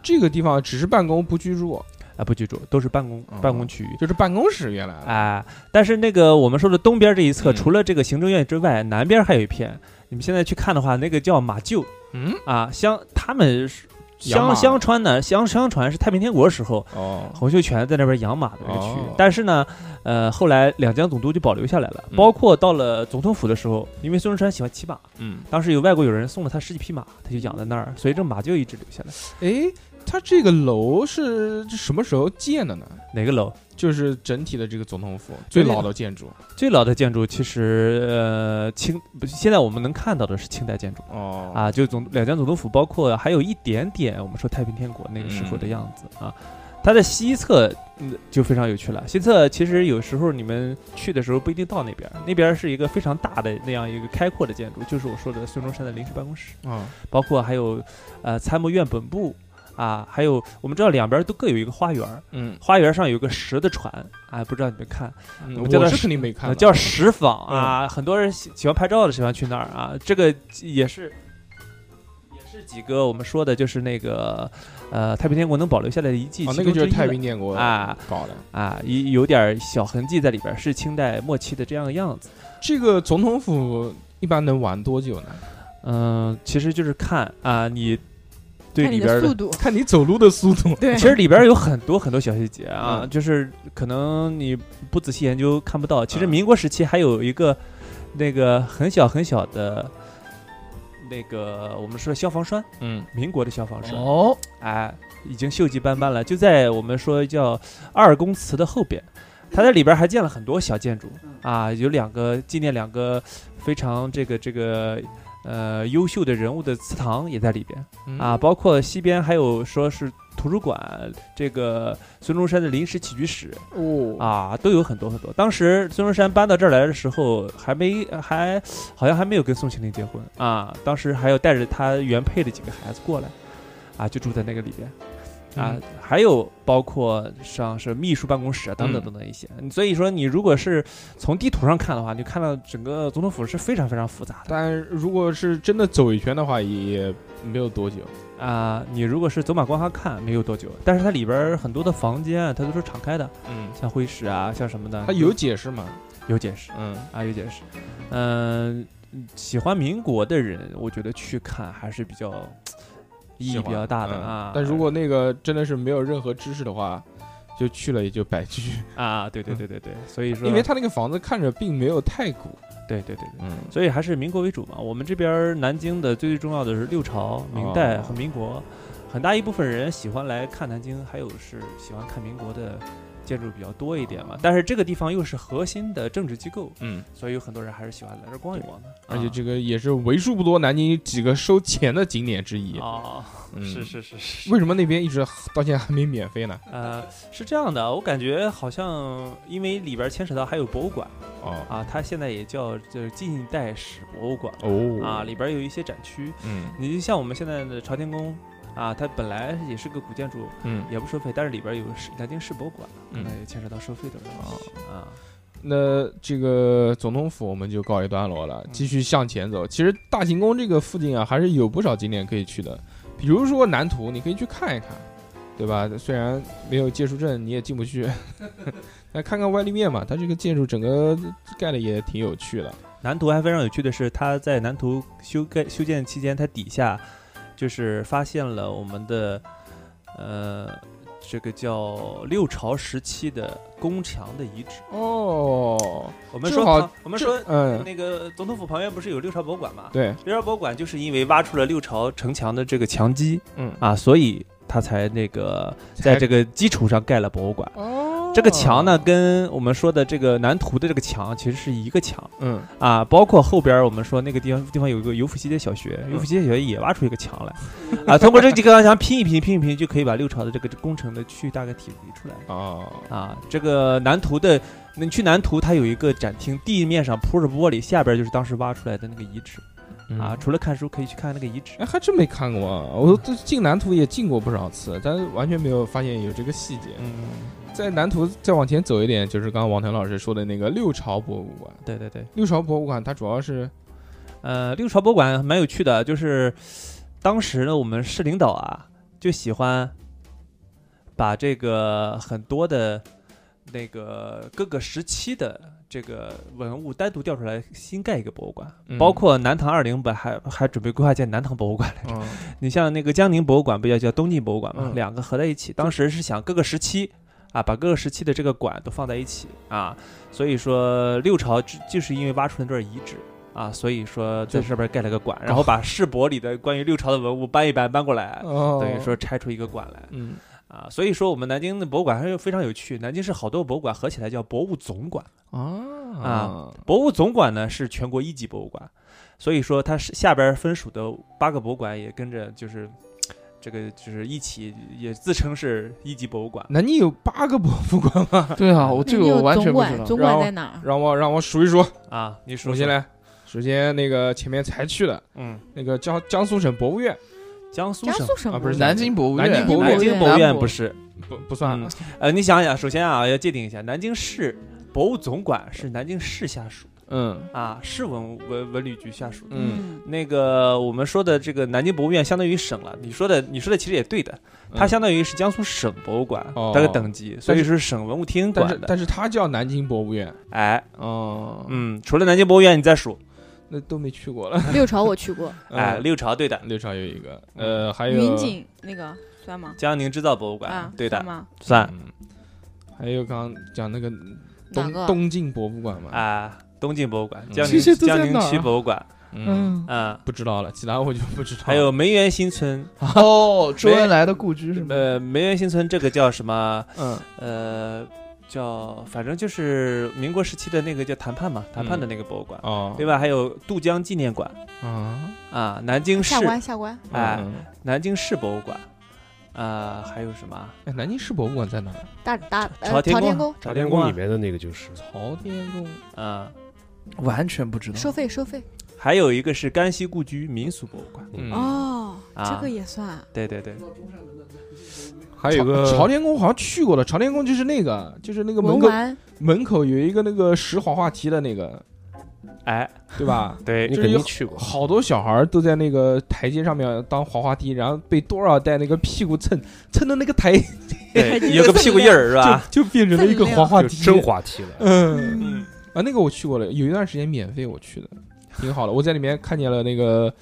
Speaker 1: 这个地方只是办公不居住，
Speaker 5: 啊，不居住，都是办公
Speaker 1: 哦
Speaker 5: 办公区域。
Speaker 1: 就是办公室原来
Speaker 5: 啊，但是那个我们说的东边这一侧，
Speaker 1: 嗯
Speaker 5: 除了这个行政院之外，南边还有一片。你们现在去看的话，那个叫马厩
Speaker 1: 嗯
Speaker 5: 啊，相他们是
Speaker 1: 养马
Speaker 5: 相相传呢，相相传是太平天国时候
Speaker 1: 哦
Speaker 5: 洪秀全在那边养马的那个区域。
Speaker 1: 哦
Speaker 5: 但是呢，呃，后来两江总督就保留下来了，
Speaker 1: 嗯
Speaker 5: 包括到了总统府的时候，因为孙中山喜欢骑马，
Speaker 1: 嗯，
Speaker 5: 当时有外国友人送了他十几匹马，他就养在那儿，所以这马就一直留下来。
Speaker 1: 哎，它这个楼是什么时候建的呢？
Speaker 5: 哪个楼？
Speaker 1: 就是整体的这个总统府最老的建筑
Speaker 5: 最老的建筑其实呃清，不是现在我们能看到的是清代建筑
Speaker 1: 哦
Speaker 5: 啊，就总两江总督府，包括还有一点点我们说太平天国那个时候的样子啊。它的西侧嗯就非常有趣了，西侧其实有时候你们去的时候不一定到那边儿，那边儿是一个非常大的那样一个开阔的建筑，就是我说的孙中山的临时办公室。
Speaker 1: 啊
Speaker 5: 包括还有呃参谋院本部啊，还有我们知道两边都各有一个花园儿，
Speaker 1: 嗯，
Speaker 5: 花园上有一个石的船啊，不知道你们看，
Speaker 1: 嗯
Speaker 5: 我叫它
Speaker 1: 我是肯定没看嗯
Speaker 5: 呃
Speaker 1: 的，
Speaker 5: 叫石坊啊，很多人喜喜欢拍照的喜欢去那儿啊，这个也是。也是几个我们说的就是那个，呃，太平天国能保留下来的遗迹，
Speaker 1: 哦
Speaker 5: 其
Speaker 1: 那个
Speaker 5: 中
Speaker 1: 就是
Speaker 5: 之一
Speaker 1: 太
Speaker 5: 了
Speaker 1: 平天国
Speaker 5: 啊
Speaker 1: 搞的。
Speaker 5: 啊，有有点儿小痕迹在里边儿，是清代末期的这样的样子。
Speaker 1: 这个总统府一般能玩多久呢？
Speaker 5: 嗯、其实就是看啊，你对
Speaker 3: 看
Speaker 5: 里
Speaker 3: 你
Speaker 5: 边
Speaker 3: 的
Speaker 5: 儿的
Speaker 3: 速度，
Speaker 1: 看你走路的速度。
Speaker 3: 对
Speaker 5: 其实里边儿有很多很多小细节啊，
Speaker 1: 嗯
Speaker 5: 就是可能你不仔细研究看不到。其实
Speaker 1: 嗯
Speaker 5: 民国时期还有一个那个很小很小的，那个我们说消防栓，
Speaker 1: 嗯，
Speaker 5: 民国的消防栓，
Speaker 2: 哦，
Speaker 5: 哎，已经锈迹斑斑了，就在我们说叫二宫祠的后边。它在里边儿还建了很多小建筑
Speaker 1: 嗯
Speaker 5: 啊，有两个纪念两个非常这个这个呃优秀的人物的祠堂也在里边。
Speaker 1: 嗯
Speaker 5: 啊，包括西边还有说是图书馆，这个孙中山的临时起居室
Speaker 2: 哦，
Speaker 5: 啊，都有很多很多。当时孙中山搬到这儿来的时候，还没还好像还没有跟宋庆龄结婚啊，当时还有带着他原配的几个孩子过来，啊，就住在那个里边。
Speaker 1: 嗯
Speaker 5: 啊，还有包括像是秘书办公室啊，等等
Speaker 1: 嗯
Speaker 5: 等等一些，所以说你如果是从地图上看的话，你就看到整个总统府是非常非常复杂的。
Speaker 1: 但如果是真的走一圈的话，也没有多久。
Speaker 5: 啊、你如果是走马观花看，没有多久，但是它里边儿很多的房间啊它都是敞开的，
Speaker 1: 嗯，
Speaker 5: 像会议室啊，像什么的，
Speaker 1: 它有解释吗？
Speaker 5: 有解释
Speaker 1: 嗯，
Speaker 5: 啊，有解释。嗯、喜欢民国的人，我觉得去看还是比较意义比较大的
Speaker 1: 嗯
Speaker 5: 啊。
Speaker 1: 但如果那个真的是没有任何知识的话，就去了也就白去，
Speaker 5: 啊，对对对对对，所以说，
Speaker 1: 因为它那个房子看着并没有太古。
Speaker 5: 对对对对。
Speaker 1: 嗯，
Speaker 5: 所以还是民国为主嘛。我们这边儿南京的最最重要的是六朝、明代
Speaker 1: 哦
Speaker 5: 和民国，很大一部分人喜欢来看南京，还有是喜欢看民国的建筑比较多一点嘛。但是这个地方又是核心的政治机构，
Speaker 1: 嗯，
Speaker 5: 所以有很多人还是喜欢来这儿逛一逛的。
Speaker 1: 而且啊这
Speaker 5: 个
Speaker 1: 个也是为数不多南京几个收钱的景点之一。
Speaker 5: 哦，
Speaker 1: 嗯
Speaker 5: 是。是是是，
Speaker 1: 为什么那边一直到现在还没免费呢？
Speaker 5: 呃，是这样的，我感觉好像因为里边儿牵扯到还有博物馆
Speaker 1: 哦
Speaker 5: 啊，它现在也叫就是近代史博物馆
Speaker 1: 哦
Speaker 5: 啊，里边儿有一些展区，
Speaker 1: 嗯
Speaker 5: 你就像我们现在的朝天宫啊，它本来也是个古建筑，
Speaker 1: 嗯，
Speaker 5: 也不收费，但是里边有市南京市博物馆，
Speaker 1: 嗯哦
Speaker 5: 那也牵扯到收费的问题啊。
Speaker 1: 那这个总统府我们就告一段落
Speaker 5: 嗯
Speaker 1: 了，继续向前走。其实大行宫这个附近啊，还是有不少景点可以去的，比如说南图，你可以去看一看，对吧？虽然没有借书证，你也进不去， 那看看外立面嘛，它这个建筑整个盖的也挺有趣的。
Speaker 5: 南图还非常有趣的是，它在南图修盖修建期间，它底下就是发现了我们的呃这个叫六朝时期的宫墙的遗址。
Speaker 1: 哦，
Speaker 5: 我们
Speaker 1: 正好
Speaker 5: 说旁，我们
Speaker 1: 这
Speaker 5: 说。
Speaker 1: 嗯，
Speaker 5: 那个总统府旁边不是有六朝博物馆吗？
Speaker 1: 对，
Speaker 5: 六朝博物馆就是因为挖出了六朝城墙的这个墙基，
Speaker 1: 嗯，
Speaker 5: 啊，所以他才那个在这个基础上盖了博物馆。
Speaker 1: 哦，
Speaker 5: 这个墙呢，，跟我们说的这个南图的这个墙其实是一个墙
Speaker 1: 嗯，
Speaker 5: 啊，包括后边我们说那个地方地方有一个尤夫西街小学，尤夫西街小学也挖出一个墙来，
Speaker 1: 嗯
Speaker 5: 啊，通过这几个墙拼一拼，拼一拼就可以把六朝的这个工程的区域大概体理出来
Speaker 1: 哦，
Speaker 5: 啊。这个南图的，你去南图，它有一个展厅，地面上铺着玻璃，下边就是当时挖出来的那个遗址啊。
Speaker 1: 嗯
Speaker 5: 除了看书，可以去看那个遗址。
Speaker 1: 哎，还真没看过啊！我这进南图也进过不少次，但是完全没有发现有这个细节。
Speaker 5: 嗯，
Speaker 1: 在南图再往前走一点，就是刚刚王腾老师说的那个六朝博物馆。
Speaker 5: 对对对。
Speaker 1: 六朝博物馆它主要是
Speaker 5: 呃，六朝博物馆蛮有趣的，就是当时呢，我们市领导啊就喜欢把这个很多的那个各个时期的这个文物单独调出来，新盖一个博物馆，
Speaker 1: 嗯
Speaker 5: 包括南唐二陵本还还准备规划建南唐博物馆来着。
Speaker 1: 嗯
Speaker 5: 你像那个江宁博物馆，不也叫东晋博物馆嘛，
Speaker 1: 嗯
Speaker 5: 两个合在一起，当时是想各个时期。啊，把各个时期的这个馆都放在一起啊，所以说六朝之就是因为挖出了这儿遗址，啊，所以说
Speaker 1: 就
Speaker 5: 在上面盖了个馆，然后把世博里的关于六朝的文物搬一搬搬过来，
Speaker 1: 哦
Speaker 5: 等于，说拆出一个馆来
Speaker 1: 嗯，
Speaker 5: 啊。所以说我们南京的博物馆还是非常有趣，南京市好多博物馆合起来叫博物总馆。
Speaker 1: 啊
Speaker 5: 啊，博物总馆呢是全国一级博物馆，所以说它是下边儿分属的八个博物馆也跟着就是这个就是一起也自称是一级博物馆。
Speaker 1: 南京有八个博物馆吗？
Speaker 2: 对啊，我这个
Speaker 3: 你有
Speaker 2: 我完全
Speaker 3: 总
Speaker 2: 不知
Speaker 3: 馆，
Speaker 2: 道。
Speaker 3: 总
Speaker 1: 然
Speaker 3: 馆
Speaker 1: 后
Speaker 3: 在哪儿？
Speaker 1: 让我让我数一数，
Speaker 5: 啊，你说
Speaker 1: 我先
Speaker 5: 说，
Speaker 1: 来。首先，那个前面才去的
Speaker 5: 嗯，
Speaker 1: 那个江江苏省博物院，
Speaker 5: 江苏
Speaker 3: 江
Speaker 5: 省
Speaker 3: 苏省
Speaker 1: 啊不是
Speaker 2: 南京博物院，
Speaker 1: 南京博物
Speaker 5: 南
Speaker 1: 院
Speaker 5: 京
Speaker 3: 博
Speaker 5: 博
Speaker 3: 物
Speaker 5: 物
Speaker 2: 院
Speaker 5: 院不是，
Speaker 1: 不不算啊
Speaker 5: 嗯呃，你想想，首先啊，要界定一下，南京市博物总馆是南京市下属
Speaker 1: 嗯
Speaker 5: 啊，市文文文旅局下属的。
Speaker 1: 嗯，
Speaker 5: 那个我们说的这个南京博物院相当于省了，你说的你说的其实也对的，它
Speaker 1: 嗯
Speaker 5: 相当于是江苏省博物馆
Speaker 1: 哦
Speaker 5: 这个等级，所以是省文物厅
Speaker 1: 但
Speaker 5: 管
Speaker 1: 是
Speaker 5: 的。
Speaker 1: 但是它叫南京博物院，
Speaker 5: 哎，
Speaker 1: 哦，
Speaker 5: 嗯，除了南京博物院，你再数，
Speaker 1: 那都没去过了。
Speaker 3: 嗯六朝我去过，
Speaker 5: 哎，嗯
Speaker 1: 嗯，
Speaker 5: 六朝对的，
Speaker 1: 六朝有一个，呃， 还有
Speaker 3: 云锦那个算吗？
Speaker 5: 江宁织造博物馆
Speaker 3: 啊，
Speaker 5: 对
Speaker 3: 算
Speaker 5: 的，
Speaker 3: 吗？
Speaker 5: 算
Speaker 1: 嗯还有刚刚讲那个
Speaker 3: 哪
Speaker 1: 东
Speaker 3: 个？
Speaker 1: 东晋博物馆嘛，
Speaker 5: 啊，东晋博物馆
Speaker 1: 嗯，
Speaker 5: 江
Speaker 1: 这
Speaker 5: 宁
Speaker 2: 些都在
Speaker 5: 江宁
Speaker 2: 哪儿
Speaker 5: 区
Speaker 2: 啊
Speaker 5: 博物馆，
Speaker 1: 嗯，
Speaker 5: 嗯，
Speaker 1: 不知道了，其他我就不知道了。
Speaker 5: 还有梅园新村，
Speaker 2: 哦，周恩来的故居是吗？
Speaker 5: 呃，梅园新村这个叫什么？
Speaker 2: 嗯，
Speaker 5: 呃，叫反正就是民国时期的那个叫谈判嘛，谈判的那个博物馆，
Speaker 1: 哦，
Speaker 5: 啊对吧？还有渡江纪念馆
Speaker 1: 啊，
Speaker 5: 啊，南京市
Speaker 3: 下关下关，
Speaker 5: 哎
Speaker 1: 嗯，
Speaker 5: 南京市博物馆，啊、还有什么啊？
Speaker 1: 哎，南京市博物馆在哪儿？
Speaker 3: 大大呃
Speaker 5: 朝天
Speaker 3: 朝
Speaker 5: 宫
Speaker 3: 天宫，
Speaker 5: 朝
Speaker 4: 朝天宫里面的那个就是
Speaker 1: 朝天宫
Speaker 5: 啊、
Speaker 2: 完全不知道。
Speaker 3: 收费收费
Speaker 5: 还有一个是甘溪故居民俗博物馆。
Speaker 1: 嗯
Speaker 3: 哦，
Speaker 5: 啊
Speaker 3: 这个也算
Speaker 5: 对对对，
Speaker 1: 还有个朝天宫好像去过了，朝天宫就是那个，就是那个
Speaker 3: 文
Speaker 1: 门口
Speaker 3: 玩
Speaker 1: 门口有一个那个石滑滑梯的那个，
Speaker 5: 哎，
Speaker 1: 对吧？
Speaker 5: 对
Speaker 4: 你
Speaker 1: 就
Speaker 4: 肯
Speaker 1: 是有
Speaker 4: 定去过，
Speaker 1: 好多小孩儿都在那个台阶上面当滑滑梯，然后被多少代那个屁股蹭 蹭的那个台
Speaker 5: 对，有个屁股印儿是吧？
Speaker 1: 就就变成了一个滑滑
Speaker 4: 就
Speaker 1: 梯，
Speaker 4: 真滑梯了。
Speaker 1: 嗯
Speaker 5: 嗯，
Speaker 1: 啊，那个我去过了，有一段时间免费我去的，挺好的。我在里面看见了那个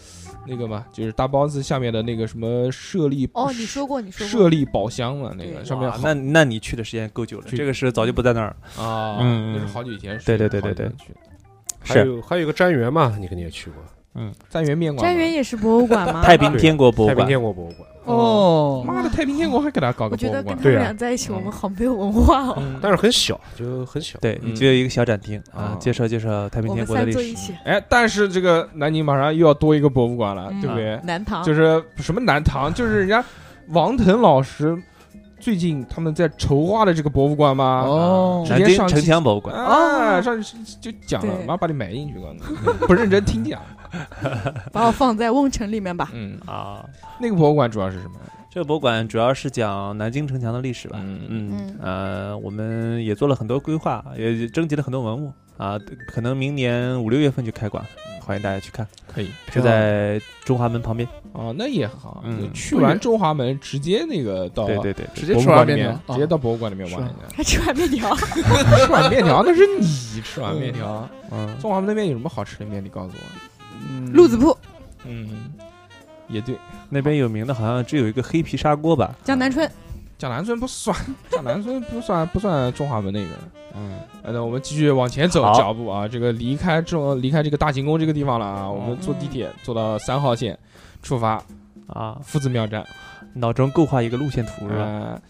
Speaker 1: 那个嘛，就是大包子下面的那个什么舍利
Speaker 3: 哦，你说过你说过
Speaker 1: 舍利宝箱嘛，那个
Speaker 3: 对
Speaker 1: 上面
Speaker 5: 哇
Speaker 1: 好
Speaker 5: 啊那那你去的时间够久了，
Speaker 1: 去
Speaker 5: 这个是早就不在那儿了。
Speaker 1: 啊，
Speaker 5: 嗯
Speaker 1: 那是
Speaker 5: 嗯
Speaker 1: 好久以前
Speaker 5: 对对对
Speaker 1: 好久
Speaker 5: 对
Speaker 1: 以
Speaker 5: 对
Speaker 1: 前去的。
Speaker 4: 还有还有一个瞻园嘛，你肯定也去过，
Speaker 1: 瞻园面馆嘛，
Speaker 3: 瞻园也是博物馆 吗？
Speaker 5: 太平天国博
Speaker 4: 太平
Speaker 5: 物馆，
Speaker 4: 天国博物馆。
Speaker 2: 哦，
Speaker 1: 妈的太平天国还给他搞
Speaker 3: 我
Speaker 1: 个博
Speaker 3: 觉得
Speaker 1: 物
Speaker 3: 跟
Speaker 1: 馆
Speaker 3: 他，
Speaker 4: 对
Speaker 3: 们
Speaker 4: 啊
Speaker 3: 俩在一起，我
Speaker 1: 嗯
Speaker 3: 们好没有文化哦。
Speaker 1: 嗯
Speaker 4: 但是很小，就很小。
Speaker 5: 对，
Speaker 1: 嗯
Speaker 5: 只有一个小展厅啊
Speaker 1: 哦，
Speaker 5: 介绍介绍太平
Speaker 3: 我们
Speaker 5: 天国的
Speaker 3: 三
Speaker 5: 历
Speaker 3: 坐一起
Speaker 5: 史。，
Speaker 1: 哎，但是这个南宁马上又要多一个博物馆了，
Speaker 3: 嗯
Speaker 1: 对不对？
Speaker 3: 南唐
Speaker 1: 就是什么南唐，就是人家王腾老师最近他们在筹划的这个博物馆嘛，
Speaker 2: 哦
Speaker 1: 直
Speaker 5: 南
Speaker 1: 接
Speaker 5: 京
Speaker 1: 上
Speaker 5: 城
Speaker 1: 去
Speaker 5: 墙博物馆，
Speaker 1: 啊，
Speaker 3: 哦
Speaker 1: 上去就讲了，
Speaker 3: 对
Speaker 1: 妈把你埋进去了，不认真听讲。
Speaker 3: 把我放在瓮城里面吧。
Speaker 1: 嗯，
Speaker 5: 啊，
Speaker 1: 那个博物馆主要是什么？
Speaker 5: 这个博物馆主要是讲南京城墙的历史吧。
Speaker 1: 嗯
Speaker 5: 嗯呃，我们也做了很多规划，也征集了很多文物啊，可能明年五六月份就开馆，
Speaker 1: 嗯
Speaker 5: 欢迎大家去看，
Speaker 1: 可以
Speaker 5: 就在中华门旁边。
Speaker 1: 哦，那也很好。
Speaker 5: 嗯
Speaker 1: 就去完中华门，直接那个到
Speaker 5: 对对对，
Speaker 2: 直接
Speaker 1: 博物
Speaker 2: 吃完
Speaker 1: 馆里面，
Speaker 2: 面条，哦
Speaker 1: 直接
Speaker 2: 到
Speaker 1: 到博物馆里面玩一下。
Speaker 3: 还吃碗面条，
Speaker 1: 吃碗面条那是你吃碗面条。
Speaker 5: 嗯，
Speaker 1: 中华门那边有什么好吃的面？你告诉我。
Speaker 3: 路子铺、
Speaker 1: 嗯，也对，
Speaker 5: 那边有名的好像只有一个黑皮砂锅吧。
Speaker 3: 江南春，
Speaker 1: 江南村不算，江南村不算不算中华门那个。
Speaker 5: 嗯，
Speaker 1: 呃那我们继续往前走
Speaker 5: 好
Speaker 1: 脚步啊，这个离开中离开这个大行宫这个地方了啊，我们坐地铁坐到三号线出发，
Speaker 5: 啊，
Speaker 1: 夫子庙站。
Speaker 5: 脑中构画一个路线图是吧？
Speaker 1: 呃，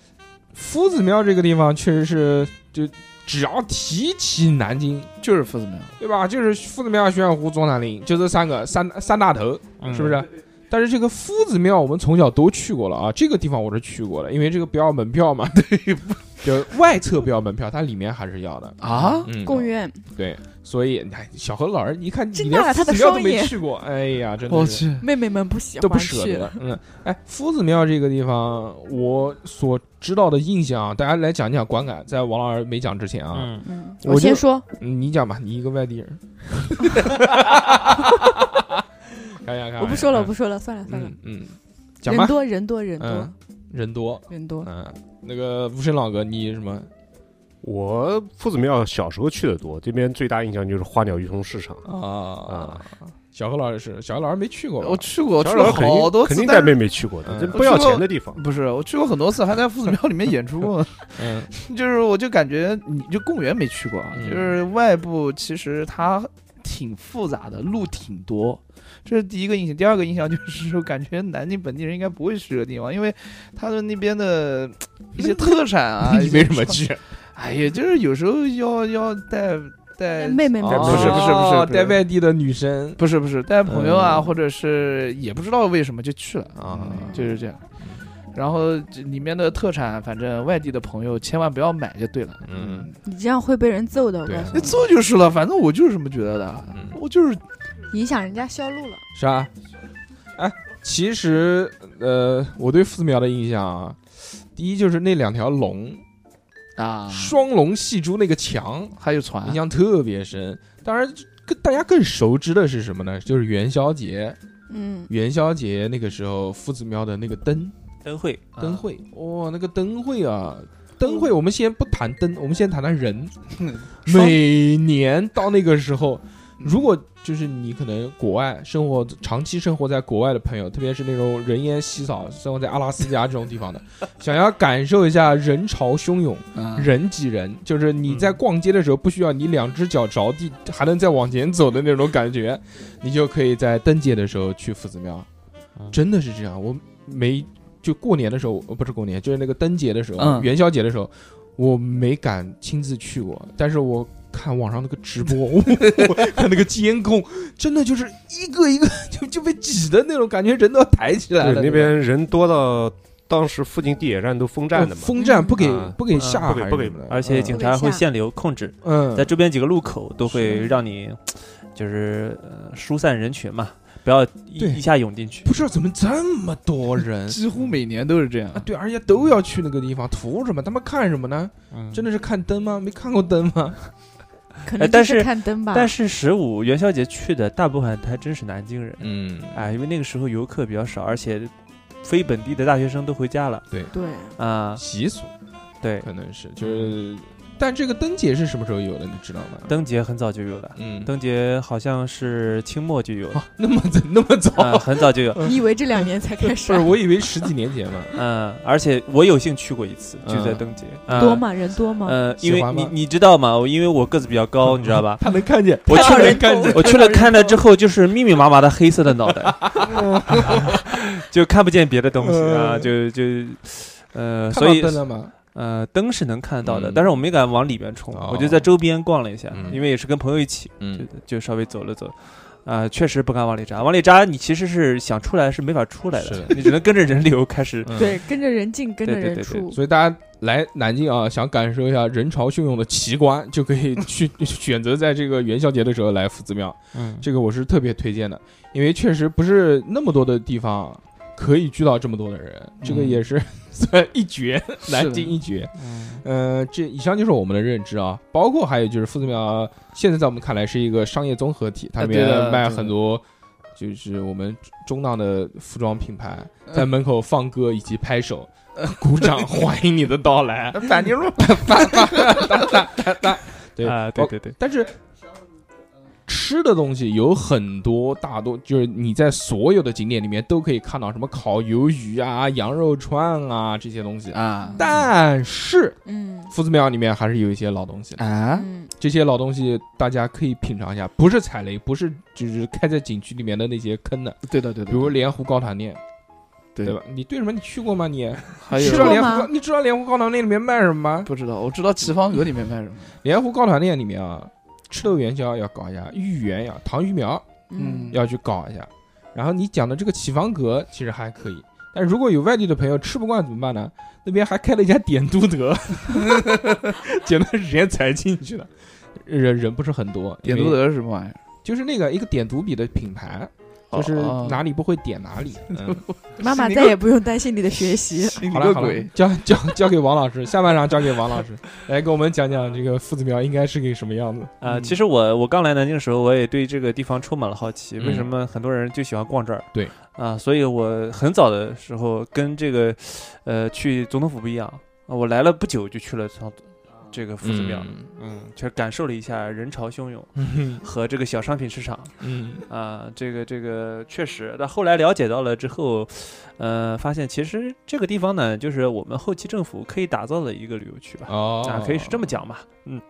Speaker 1: 夫子庙这个地方确实是，就只要提起南京，
Speaker 2: 就是夫子庙，
Speaker 1: 对吧？就是夫子庙、玄武湖、左南林，就这三个三三大头，
Speaker 5: 嗯
Speaker 1: 是不是？但是这个夫子庙我们从小都去过了啊，这个地方我是去过的，因为这个不要门票嘛， 对，就外侧不要门票，它里面还是要的
Speaker 2: 啊
Speaker 1: 嗯，
Speaker 3: 贡院，
Speaker 1: 对，所以哎，小何老师，你看你
Speaker 3: 睁
Speaker 1: 连
Speaker 3: 大了
Speaker 1: 夫
Speaker 3: 他
Speaker 1: 子
Speaker 3: 的
Speaker 1: 庙都
Speaker 3: 双
Speaker 1: 没
Speaker 3: 眼
Speaker 1: 去过，哎呀，真
Speaker 5: 哦
Speaker 2: 我
Speaker 1: 的是
Speaker 2: 去，
Speaker 3: 妹妹们不喜
Speaker 1: 都不
Speaker 3: 欢
Speaker 1: 舍
Speaker 3: 去。
Speaker 1: 得。嗯，哎，夫子庙这个地方，我所知道的印象啊，大家来讲讲观感。在王老师没讲之前啊，
Speaker 5: 嗯，
Speaker 3: 嗯，
Speaker 1: 我
Speaker 3: 我
Speaker 1: 就
Speaker 3: 先说，
Speaker 1: 嗯你讲吧，你一个外地 人。看一下，看一下
Speaker 3: 我不说了，我不说了，算了算了
Speaker 1: 嗯。嗯，讲吧
Speaker 3: 人。多人多人多
Speaker 1: 嗯，人多，
Speaker 3: 人多，
Speaker 1: 嗯，那个无声老哥，你什么？
Speaker 4: 我夫子庙小时候去的多，这边最大印象就是花鸟鱼虫市场。
Speaker 1: 啊，小何老师是小何老师没去过吧，
Speaker 2: 我去过，我去
Speaker 4: 小
Speaker 2: 过
Speaker 4: 时候肯定
Speaker 2: 好多
Speaker 4: 肯
Speaker 2: 次，
Speaker 4: 定带
Speaker 2: 但是
Speaker 4: 妹妹去过的，
Speaker 1: 嗯
Speaker 4: 这不要钱的地方。
Speaker 2: 不是我去过很多次，还在夫子庙里面演出过。
Speaker 1: 嗯
Speaker 2: 就是我就感觉你就公园没去过啊，
Speaker 1: 嗯
Speaker 2: 就是外部其实它。挺复杂的，路挺多，这是第一个印象。第二个印象就是 说，感觉南京本地人应该不会去这个地方，因为他们那边的嘖一些特产 啊，
Speaker 1: 你
Speaker 2: 一些
Speaker 1: 为什么？去？
Speaker 2: 哎呀，就是有时候要要带带
Speaker 3: 妹妹们
Speaker 2: 哦
Speaker 1: 不
Speaker 2: 不
Speaker 1: 是
Speaker 2: 是
Speaker 1: 不
Speaker 2: 不
Speaker 1: 是
Speaker 2: 是
Speaker 1: 不
Speaker 2: 不
Speaker 1: 是
Speaker 2: 是
Speaker 1: 带外地的女生
Speaker 2: 不是不是带朋友啊，
Speaker 1: 嗯
Speaker 2: 或者是也不知道为什么就去了，
Speaker 1: 啊，
Speaker 3: 嗯
Speaker 2: 就是这样。
Speaker 1: 嗯
Speaker 2: 然后这里面的特产，反正外地的朋友千万不要买就对了。
Speaker 1: 嗯，
Speaker 3: 你这样会被人揍的，我
Speaker 1: 对啊
Speaker 3: 告诉
Speaker 2: 那
Speaker 3: 你，
Speaker 2: 做就是了，反正我就是这么觉得的，
Speaker 1: 嗯
Speaker 2: 我就是
Speaker 3: 影响人家销路了。
Speaker 1: 是吧？哎，其实呃，我对寺庙的印象啊，第一就是那两条龙，
Speaker 2: 啊，
Speaker 1: 双龙戏珠那个墙，
Speaker 2: 还有船
Speaker 1: 印象特别深。当然，跟大家更熟知的是什么呢？就是元宵节，
Speaker 3: 嗯，
Speaker 1: 元宵节那个时候夫子庙的那个灯
Speaker 5: 灯会
Speaker 1: 灯会，哇、那个灯会啊！灯会，我们先不谈灯，我们先谈谈人。 每年到那个时候，如果就是你可能国外生活长期生活在国外的朋友，特别是那种人烟稀少、生活在阿拉斯加这种地方的，想要感受一下人潮汹涌、
Speaker 2: 啊
Speaker 1: 人挤人，就是你在逛街的时候不需要你两只脚着地还能再往前走的那种感觉，你就可以在灯节的时候去夫子庙，
Speaker 5: 嗯
Speaker 1: 真的是这样。我没就过年的时候，呃不是过年，就是那个灯节的时候，
Speaker 2: 嗯
Speaker 1: 元宵节的时候，我没敢亲自去过，但是我。看网上那个直播，我我看那个监控，真的就是一个一个 就就被挤的那种感觉，人都要抬起来
Speaker 4: 对，
Speaker 1: 了。
Speaker 4: 那
Speaker 1: 种
Speaker 4: 边人多到当时附近地铁站都封站的嘛，
Speaker 1: 封站不给
Speaker 4: 嗯
Speaker 1: 不给
Speaker 5: 嗯
Speaker 1: 下
Speaker 4: 不给
Speaker 1: 还是
Speaker 4: 不给
Speaker 1: 什么的，
Speaker 5: 而且
Speaker 1: 嗯
Speaker 5: 警察会限流控制，
Speaker 1: 嗯
Speaker 5: 在周边几个路口都会
Speaker 1: 是
Speaker 5: 让你就是呃疏散人群嘛，不要一
Speaker 1: 对
Speaker 5: 一下涌进去。
Speaker 1: 不知道怎么这么多人
Speaker 2: 几乎每年都是这样
Speaker 1: 啊！。对，而且都要去那个地方，图什么？他们看什么呢？真
Speaker 5: 的，
Speaker 1: 的是看灯吗？没看过灯吗？
Speaker 3: 可
Speaker 5: 哎
Speaker 3: 能
Speaker 5: 但
Speaker 3: 就是看灯吧。
Speaker 5: 但是十五元宵节去的大部分还真是南京人，
Speaker 1: 嗯，
Speaker 5: 哎，因为那个时候游客比较少，而且非本地的大学生都回家了
Speaker 3: 对，
Speaker 5: 啊。
Speaker 1: 习俗
Speaker 5: 对，
Speaker 1: 可能是就是，但这个灯节是什么时候有的？你知道吗？
Speaker 5: 灯节很早就有了，
Speaker 1: 嗯，
Speaker 5: 灯节好像是清末就有了，
Speaker 1: 啊，那么早那么早，
Speaker 5: 啊，很早就有。
Speaker 3: 你以为这两年才开始
Speaker 1: 不
Speaker 3: 啊
Speaker 1: 是？？我以为十几年前嘛。
Speaker 5: 嗯，而且我有幸去过一次，
Speaker 1: 嗯
Speaker 5: 就在灯节。 嗯
Speaker 3: 多？吗？人多吗？
Speaker 5: 呃，因
Speaker 1: 喜
Speaker 5: 为
Speaker 1: 欢吗
Speaker 5: 你你知道吗？我因为我个子比较高，你知道吧？
Speaker 1: 他能看见，
Speaker 5: 我去
Speaker 1: 他
Speaker 5: 了
Speaker 1: 能看见，
Speaker 5: 我去了看了之后，就是密密麻麻的黑色 的脑袋，就看不见别的东西啊，
Speaker 1: 嗯
Speaker 5: 就就呃，
Speaker 1: 看
Speaker 5: 所
Speaker 1: 到
Speaker 5: 以
Speaker 1: 灯了吗？
Speaker 5: 呃，灯是能看得到的
Speaker 1: 嗯，
Speaker 5: 但是我没敢往里边冲，
Speaker 1: 哦
Speaker 5: 我就在周边逛了一下，
Speaker 1: 嗯
Speaker 5: 因为也是跟朋友一起，就
Speaker 1: 嗯，
Speaker 5: 就稍微走了走。啊、确实不敢往里扎，往里扎你其实是想出来是没法出来
Speaker 1: 是
Speaker 5: 的，你只能跟着人流开始。
Speaker 1: 嗯
Speaker 3: 对，。跟着人进，跟着
Speaker 5: 对对
Speaker 3: 人
Speaker 5: 对对
Speaker 3: 出。
Speaker 1: 所以大家来南京啊，想感受一下人潮汹涌的奇观，就可以去 选择在这个元宵节的时候来夫子庙。
Speaker 5: 嗯，
Speaker 1: 这个我是特别推荐的，因为确实不是那么多的地方可以聚到这么多的
Speaker 2: 嗯
Speaker 1: 人，这个也是 算一绝，南京一绝。
Speaker 5: 嗯
Speaker 1: 呃，这以上就是我们的认知啊，包括还有就是夫子庙，现在在我们看来是一个商业综合体，它里
Speaker 2: 啊对的
Speaker 1: 面卖
Speaker 2: 对的
Speaker 1: 很多。就是我们中档的服装品牌
Speaker 2: 嗯
Speaker 1: 在门口放歌以及拍手、鼓掌，欢迎你的到来。
Speaker 2: 反正
Speaker 1: 对哦
Speaker 5: 啊、对对对，
Speaker 1: 但是吃的东西有很多，大多就是你在所有的景点里面都可以看到什么烤鱿鱼啊、羊肉串啊这些东西。
Speaker 2: 啊
Speaker 1: 但是
Speaker 3: 嗯
Speaker 1: 夫子庙里面还是有一些老东西的，
Speaker 2: 啊，
Speaker 3: 嗯，
Speaker 1: 这些老东西大家可以品尝一下，不是踩雷，不是就是开在景区里面的那些坑的，
Speaker 2: 对的对的，
Speaker 1: 比如莲湖高糖店，
Speaker 2: 对
Speaker 1: 对吧？你对什么？你去过吗？你
Speaker 2: 还
Speaker 1: 你
Speaker 2: 有
Speaker 1: 知
Speaker 3: 吃
Speaker 1: 道
Speaker 3: 过
Speaker 1: 莲
Speaker 3: 吗
Speaker 1: 湖高，你知道莲湖高糖店里面卖什么吗？
Speaker 2: 不知道，我知道齐方阁里面卖什么，
Speaker 1: 莲湖高糖店里面啊，赤豆元宵要搞一下，芋圆呀，糖芋苗。
Speaker 3: 嗯
Speaker 2: 嗯，
Speaker 1: 要去搞一下。然后你讲的这个启房阁其实还可以，但如果有外地的朋友吃不惯怎么办呢？那边还开了一家点都德， 前段时间才进去的，人人不是很多。
Speaker 2: 点都德是什么玩意儿？
Speaker 1: 就是那个一个点读笔的品牌，就是
Speaker 2: 哦
Speaker 1: 哪里不会点哪 里。嗯
Speaker 3: 妈妈
Speaker 2: 是
Speaker 3: 再也不用担心你的 学习。
Speaker 2: 信
Speaker 1: 好
Speaker 2: 你
Speaker 1: 了
Speaker 2: 个
Speaker 1: 好了
Speaker 2: 鬼，，
Speaker 1: 交交交给王老师，下半场交给王老师来给我们讲讲这个夫子庙应该是个什么样子。
Speaker 5: 啊、
Speaker 2: 嗯
Speaker 5: 其实我我刚来南京的时候，我也对这个地方充满了好奇，
Speaker 1: 嗯
Speaker 5: 为什么很多人就喜欢逛这儿？
Speaker 1: 对
Speaker 5: 啊、所以我很早的时候跟这个，呃，去总统府不一样，啊我来了不久就去了上这个夫子庙，嗯，去、感受了一下人潮汹涌
Speaker 1: 嗯
Speaker 5: 和这个小商品市场
Speaker 1: 嗯
Speaker 5: 啊、这个这个确实，但后来了解到了之后，呃，发现其实这个地方呢，就是我们后期政府可以打造的一个旅游区吧，
Speaker 1: 哦
Speaker 5: 啊，可以是这么讲吧，嗯，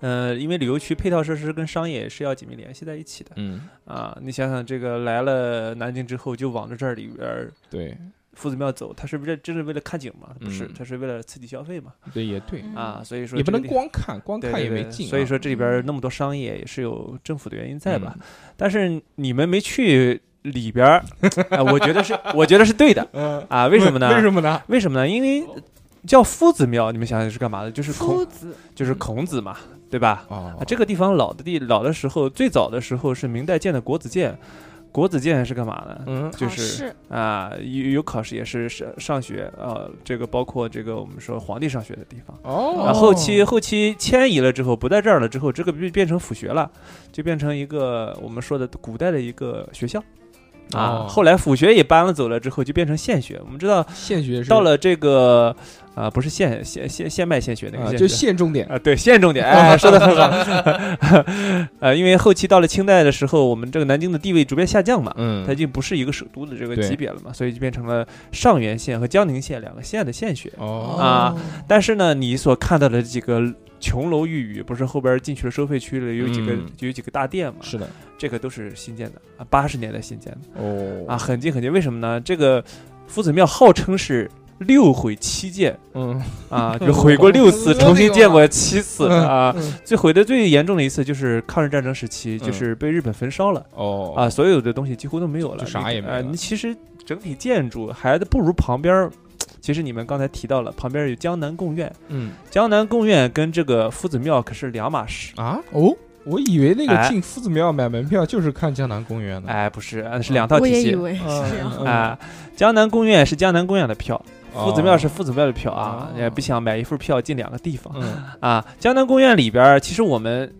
Speaker 5: 呃，因为旅游区配套设施跟商业是要紧密联系在一起的
Speaker 1: 嗯，
Speaker 5: 啊。你想想，这个来了南京之后就往着这里边儿
Speaker 1: 对
Speaker 5: 夫子庙走，他是不是真是为了看景嘛？不是，
Speaker 1: 嗯
Speaker 5: 他是为了刺激消费嘛？
Speaker 1: 对也对，
Speaker 3: 嗯
Speaker 5: 啊，所以说
Speaker 1: 也不
Speaker 5: 这个
Speaker 1: 能
Speaker 5: 地
Speaker 1: 光看，光
Speaker 5: 对
Speaker 1: 看
Speaker 5: 对
Speaker 1: 也没
Speaker 5: 对
Speaker 1: 劲啊。嗯
Speaker 5: 所以说嗯这里边儿那么多商业也是有政府的原因在吧？但是你们没去里边儿，哎我觉得是，我觉得是对的
Speaker 1: 嗯，
Speaker 5: 啊。
Speaker 1: 为
Speaker 5: 为什么呢？
Speaker 1: 为什么呢？
Speaker 5: 为什么呢？因为叫夫子庙，你们想想是干嘛的？就是
Speaker 3: 夫
Speaker 5: 孔，
Speaker 3: 子，
Speaker 5: 就是孔子嘛，对吧？
Speaker 1: 哦
Speaker 5: 啊，这个地方老的地老的时候，最早的时候是明代建的国子监，国子监是干嘛的？
Speaker 1: 嗯
Speaker 5: 就
Speaker 3: 考
Speaker 5: 是
Speaker 3: 试
Speaker 5: 啊，有有考试也是上上学啊，这个包括这个我们说皇帝上学的地方。
Speaker 1: 哦
Speaker 5: 啊，后期后期迁移了之后，不在这儿了之后，这个变变成府学了，就变成一个我们说的古代的一个学校啊。
Speaker 1: 哦
Speaker 5: 后来府学也搬了走了之后，就变成县学。我们知道
Speaker 1: 县学是
Speaker 5: 到了这个啊、不是县县县县卖县学那
Speaker 1: 啊，
Speaker 5: 个
Speaker 1: 就
Speaker 5: 县学。
Speaker 1: 县重点
Speaker 5: 啊，对，县重点，哎，说的很好。 呃，因为后期到了清代的时候，我们这个南京的地位逐渐下降嘛，
Speaker 1: 嗯
Speaker 5: 它已经不是一个首都的这个
Speaker 1: 对
Speaker 5: 级别了嘛，所以就变成了上元县和江宁县两个县的县学。
Speaker 1: 哦
Speaker 5: 啊，但是呢，你所看到的几个琼楼玉宇，不是后边进去了收费区里有几个、
Speaker 1: 嗯
Speaker 5: 有几个大殿嘛？
Speaker 1: 是的
Speaker 5: 这个都是新建的啊，八十年代新建的
Speaker 1: 哦
Speaker 5: 啊，很近很近。为什么呢？这个夫子庙号称是六毁七建
Speaker 1: 嗯
Speaker 5: 啊，就毁过六次，重新建过七次
Speaker 1: 嗯
Speaker 5: 啊。
Speaker 1: 嗯
Speaker 5: 最毁的最严重的一次就是抗日战争时期，就是被日本焚烧了。
Speaker 1: 哦
Speaker 5: 啊，所有的东西几乎都没有了，
Speaker 1: 就啥
Speaker 5: 你
Speaker 1: 也没了
Speaker 5: 呃你其实整体建筑还不如旁边儿。其实你们刚才提到了，旁边有江南贡院，
Speaker 1: 嗯
Speaker 5: 江南贡院跟这个夫子庙可是两码事。
Speaker 1: 啊哦，我以为那个
Speaker 5: 哎
Speaker 1: 进夫子庙买门票就是看江南公园的，
Speaker 5: 哎，不是，呃是两套
Speaker 3: 我
Speaker 5: 体
Speaker 3: 也以
Speaker 5: 系。
Speaker 3: 为是这样。
Speaker 1: 嗯
Speaker 5: 啊、江南贡院是江南贡院的票，
Speaker 1: 哦
Speaker 5: 夫子庙是夫子庙的票啊，
Speaker 1: 哦
Speaker 5: 也不想买一副票进两个地方
Speaker 1: 嗯
Speaker 5: 啊。江南贡院里边儿，其实我们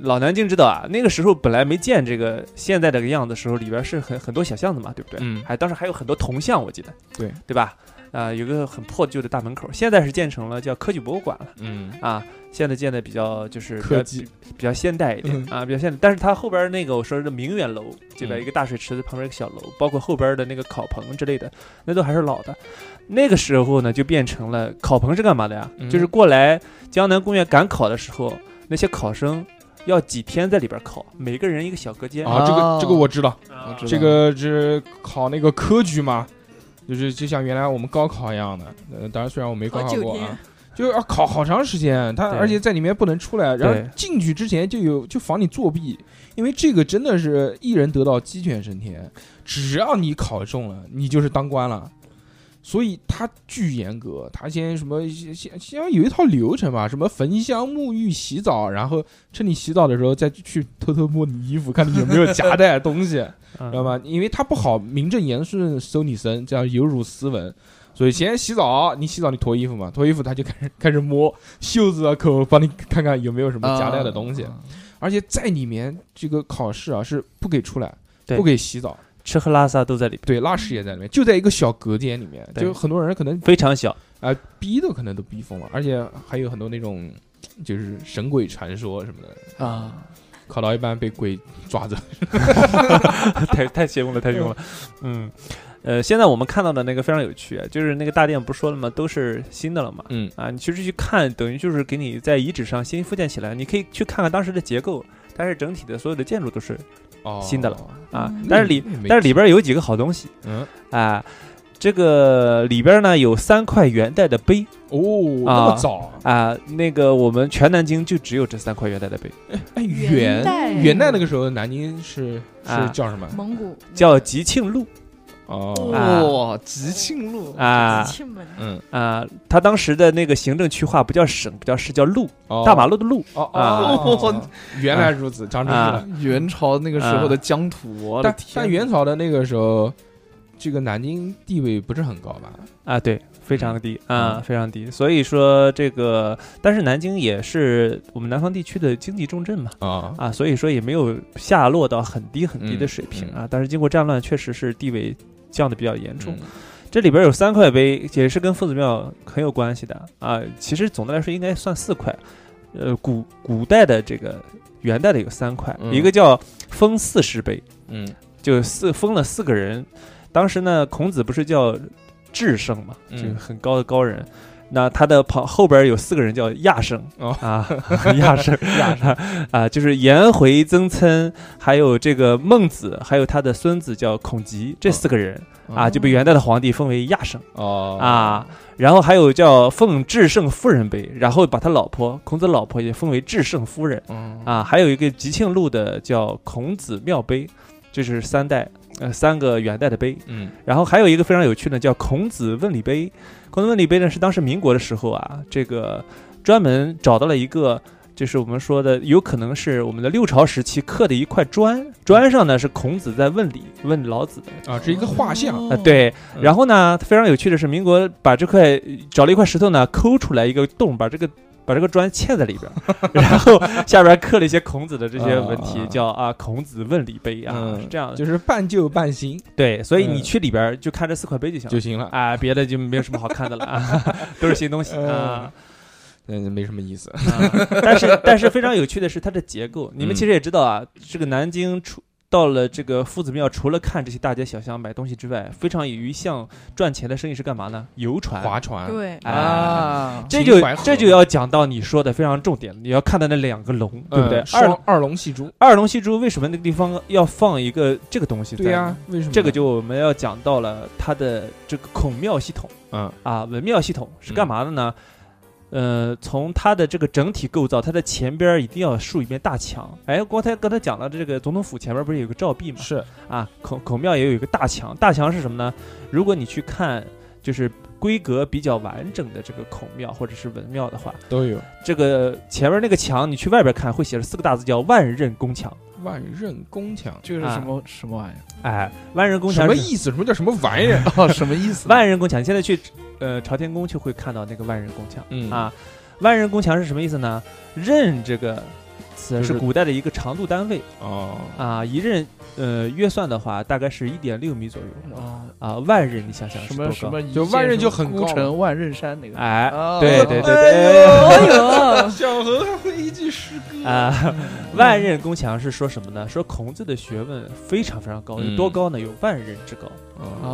Speaker 5: 老南京知道啊，那个时候本来没建这个现在这个样子的时候，里边儿是很很多小巷子嘛，对不对？
Speaker 1: 嗯
Speaker 5: 还当时还有很多铜像，我记得。
Speaker 1: 对
Speaker 5: 对吧？啊、有个很破旧的大门口，现在是建成了叫科举博物馆了。
Speaker 1: 嗯
Speaker 5: 啊，现在建的比较就是比
Speaker 1: 科
Speaker 5: 较
Speaker 1: 技
Speaker 5: 比比较现代一点、
Speaker 1: 嗯
Speaker 5: 啊，比较现代。但是它后边儿那个我说的明远楼这边
Speaker 1: 嗯
Speaker 5: 一个大水池子旁边一个小楼，包括后边儿的那个烤棚之类的，那都还是老的。那个时候呢，就变成了烤棚是干嘛的呀？
Speaker 1: 嗯
Speaker 5: 就是过来江南公园赶考的时候，那些考生要几天在里边考，每个人一个小隔间。
Speaker 1: 啊，这
Speaker 3: 哦
Speaker 1: 个这个我知道，
Speaker 5: 啊
Speaker 2: 知道
Speaker 1: 这个是考那个科举嘛，就是就像原来我们高考一样的，呃，当然虽然我没高
Speaker 3: 考
Speaker 1: 考
Speaker 3: 九
Speaker 1: 过
Speaker 3: 天
Speaker 1: 啊，就是要考好长时间，他
Speaker 5: 对
Speaker 1: 而且在里面不能出来，然
Speaker 5: 对
Speaker 1: 后进去之前就有就防你作弊，因为这个真的是一人得道鸡犬升天，只要你考中了，你就是当官了。所以他巨严格，他先什么先先先有一套流程吧，什么焚香、沐浴、洗澡，然后趁你洗澡的时候再去偷偷摸你衣服，看你有没有夹带东西。
Speaker 5: 嗯
Speaker 1: 知道吧？因为他不好名正言顺收你身，这样有辱斯文。所以先洗澡，你洗澡你脱衣服嘛，脱衣服他就开始开始摸袖子啊、口，帮你看看有没有什
Speaker 2: 啊
Speaker 1: 么夹带的东西。
Speaker 5: 嗯
Speaker 1: 而且在里面这个考试啊是不给出来，
Speaker 5: 对
Speaker 1: 不给洗澡，
Speaker 5: 吃喝拉撒都在里边，
Speaker 1: 对，拉屎也在里面，就在一个小隔间里面，
Speaker 5: 对
Speaker 1: 就很多人可能
Speaker 5: 非常 小。
Speaker 1: 啊、逼都可能都逼疯了，而且还有很多那种就是神鬼传说什么的，
Speaker 5: 啊，
Speaker 1: 考到一半被鬼抓着。
Speaker 5: 太太邪乎了，太凶了。嗯，呃，现在我们看到的那个非常有趣，啊就是那个大殿不是说了吗？都是新的了嘛。
Speaker 1: 嗯
Speaker 5: 啊，你其实去看，等于就是给你在遗址上新复建起来，你可以去看看当时的结构，但是整体的所有的建筑都是
Speaker 1: 哦，
Speaker 5: 新的了啊
Speaker 3: 嗯，
Speaker 5: 但是里
Speaker 1: 那也没
Speaker 5: 但是里边有几个好东西
Speaker 1: 嗯
Speaker 5: 啊，这个里边呢有三块元代的碑
Speaker 1: 哦，那么
Speaker 5: 啊
Speaker 1: 早啊
Speaker 5: 啊，那个我们全南京就只有这三块元代的碑，
Speaker 1: 哎，
Speaker 3: 元
Speaker 1: 元
Speaker 3: 代
Speaker 1: 元代那个时候，南京是
Speaker 5: 啊
Speaker 1: 是叫什么？
Speaker 3: 蒙 古
Speaker 5: 叫吉庆路
Speaker 1: 哦，
Speaker 2: 哇，吉庆路，
Speaker 5: 啊
Speaker 3: 庆门
Speaker 1: 嗯，
Speaker 5: 啊，它当时的那个行政区划不叫省，不叫市，叫路，
Speaker 1: 哦
Speaker 5: 大马路的路。
Speaker 1: 哦
Speaker 5: 啊
Speaker 1: 哦，原来如此，长知识了
Speaker 5: 啊。
Speaker 2: 元朝那个时候的疆土，我的
Speaker 1: 但
Speaker 2: 天，
Speaker 1: 但元朝的那个时候，这个南京地位不是很高吧？
Speaker 5: 啊，对，非常
Speaker 1: 嗯
Speaker 5: 低啊，非常低。所以说这个，但是南京也是我们南方地区的经济重镇嘛，
Speaker 1: 啊，
Speaker 5: 啊，所以说也没有下落到很低很低的
Speaker 1: 嗯
Speaker 5: 水平
Speaker 1: 嗯
Speaker 5: 啊。但是经过战乱，确实是地位降的比较严重。
Speaker 1: 嗯
Speaker 5: 这里边有三块碑，也是跟夫子庙很有关系的啊。其实总的来说应该算四块，呃，古古代的这个元代的有三块，
Speaker 1: 嗯
Speaker 5: 一个叫封四师碑，
Speaker 1: 嗯
Speaker 5: 就四封了四个人。当时呢，孔子不是叫智圣嘛，
Speaker 1: 嗯
Speaker 5: 就是很高的高人。那他的旁后边有四个人叫亚圣、
Speaker 1: 哦
Speaker 5: 啊， 亚圣亚圣 啊，就是颜回、曾参，还有这个孟子，还有他的孙子叫孔吉，这四个人、啊就被元代的皇帝封为亚圣。
Speaker 1: 哦
Speaker 5: 啊，然后还有叫奉至圣夫人碑，然后把他老婆孔子老婆也封为至圣夫人
Speaker 1: 嗯
Speaker 5: 啊，还有一个吉庆路的叫孔子庙碑，这是三代呃三个元代的碑，
Speaker 1: 嗯
Speaker 5: 然后还有一个非常有趣的叫孔子问礼碑，孔子问礼碑呢是当时民国的时候啊，这个专门找到了一个。就是我们说的，有可能是我们的六朝时期刻的一块砖，砖上呢是孔子在问礼，问老子的
Speaker 1: 啊，这一个画像，
Speaker 5: 啊，对。然后呢，非常有趣的是，民国把这块找了一块石头呢，抠出来一个洞，把这个把这个砖嵌在里边儿，然后下边刻了一些孔子的这些文
Speaker 1: 啊
Speaker 5: 题，叫啊“孔子问礼碑”啊，
Speaker 1: 嗯
Speaker 5: 是这样的。
Speaker 1: 就是半就半行
Speaker 5: 对，所以
Speaker 1: 嗯
Speaker 5: 你去里边儿就看这四块碑就行了
Speaker 1: 就行了，
Speaker 5: 啊，别的就没有什么好看的了啊， 都是新东西啊。
Speaker 1: 嗯，没什么意思。
Speaker 5: 啊 但是但是非常有趣的是它的结构，你
Speaker 1: 嗯
Speaker 5: 们其实也知道啊，这个南京除到了这个夫子庙，除了看这些大街小巷买东西之外，非常有一项赚钱的生意是干嘛呢？游船。
Speaker 1: 划船，
Speaker 3: 对，
Speaker 5: 哎
Speaker 2: 啊，
Speaker 5: 这
Speaker 1: 秦
Speaker 5: 就
Speaker 1: 淮河
Speaker 5: 这就要讲到你说的非常重点，你要看到那两个龙，对不对
Speaker 1: 嗯？双
Speaker 5: 二
Speaker 1: 二龙戏珠，
Speaker 5: 二龙戏珠为什么那个地方要放一个这个东西在？
Speaker 1: 对呀，为什么
Speaker 5: 这个就我们要讲到了它的这个孔庙系统。
Speaker 1: 嗯
Speaker 5: 啊，文庙系统是干嘛的呢？呃，从它的这个整体构造，它的前边儿一定要竖一面大墙。哎，刚才刚才讲了，这个总统府前面不是有个照壁吗？
Speaker 1: 是
Speaker 5: 啊，孔孔庙也有一个大墙，大墙是什么呢？如果你去看，就是规格比较完整的这个孔庙或者是文庙的话，
Speaker 1: 都有
Speaker 5: 这个前面那个墙，你去外边看会写着四个大字叫“万仞宫墙
Speaker 1: 万仞宫墙，
Speaker 2: 这个是什
Speaker 1: 啊
Speaker 2: 么什么玩意”。
Speaker 5: 哎，万仞宫
Speaker 1: 什
Speaker 5: 墙
Speaker 1: 么
Speaker 5: 是
Speaker 1: 意思？什么叫什么玩意儿？
Speaker 2: 儿？哦，什么意思？
Speaker 5: 万人宫墙，你现在去呃朝天宫就会看到那个万人宫墙、
Speaker 1: 嗯
Speaker 5: 啊。万人宫墙是什么意思呢？仞这个词
Speaker 1: 就是是
Speaker 5: 古代的一个长度单位
Speaker 1: 哦，
Speaker 5: 啊，一仞呃约算的话大概是一点六米左右
Speaker 2: 哦，
Speaker 5: 啊，万仞你想想是
Speaker 2: 什
Speaker 5: 多
Speaker 2: 么
Speaker 5: 高？
Speaker 2: 什么一
Speaker 1: 就
Speaker 2: 见
Speaker 1: 万仞
Speaker 2: 什么
Speaker 1: 就很
Speaker 2: 孤
Speaker 1: 高
Speaker 2: 城万仞山那个，
Speaker 5: 哎，
Speaker 2: 哦
Speaker 5: 对对对
Speaker 1: 啊哎呦
Speaker 3: 哎呦，
Speaker 1: 小何还会一句诗歌
Speaker 5: 啊， 万仞宫墙是说什么呢？说孔子的学问非常非常高，有多
Speaker 1: 嗯
Speaker 5: 高呢？有万仞之高
Speaker 1: 啊！
Speaker 2: 啊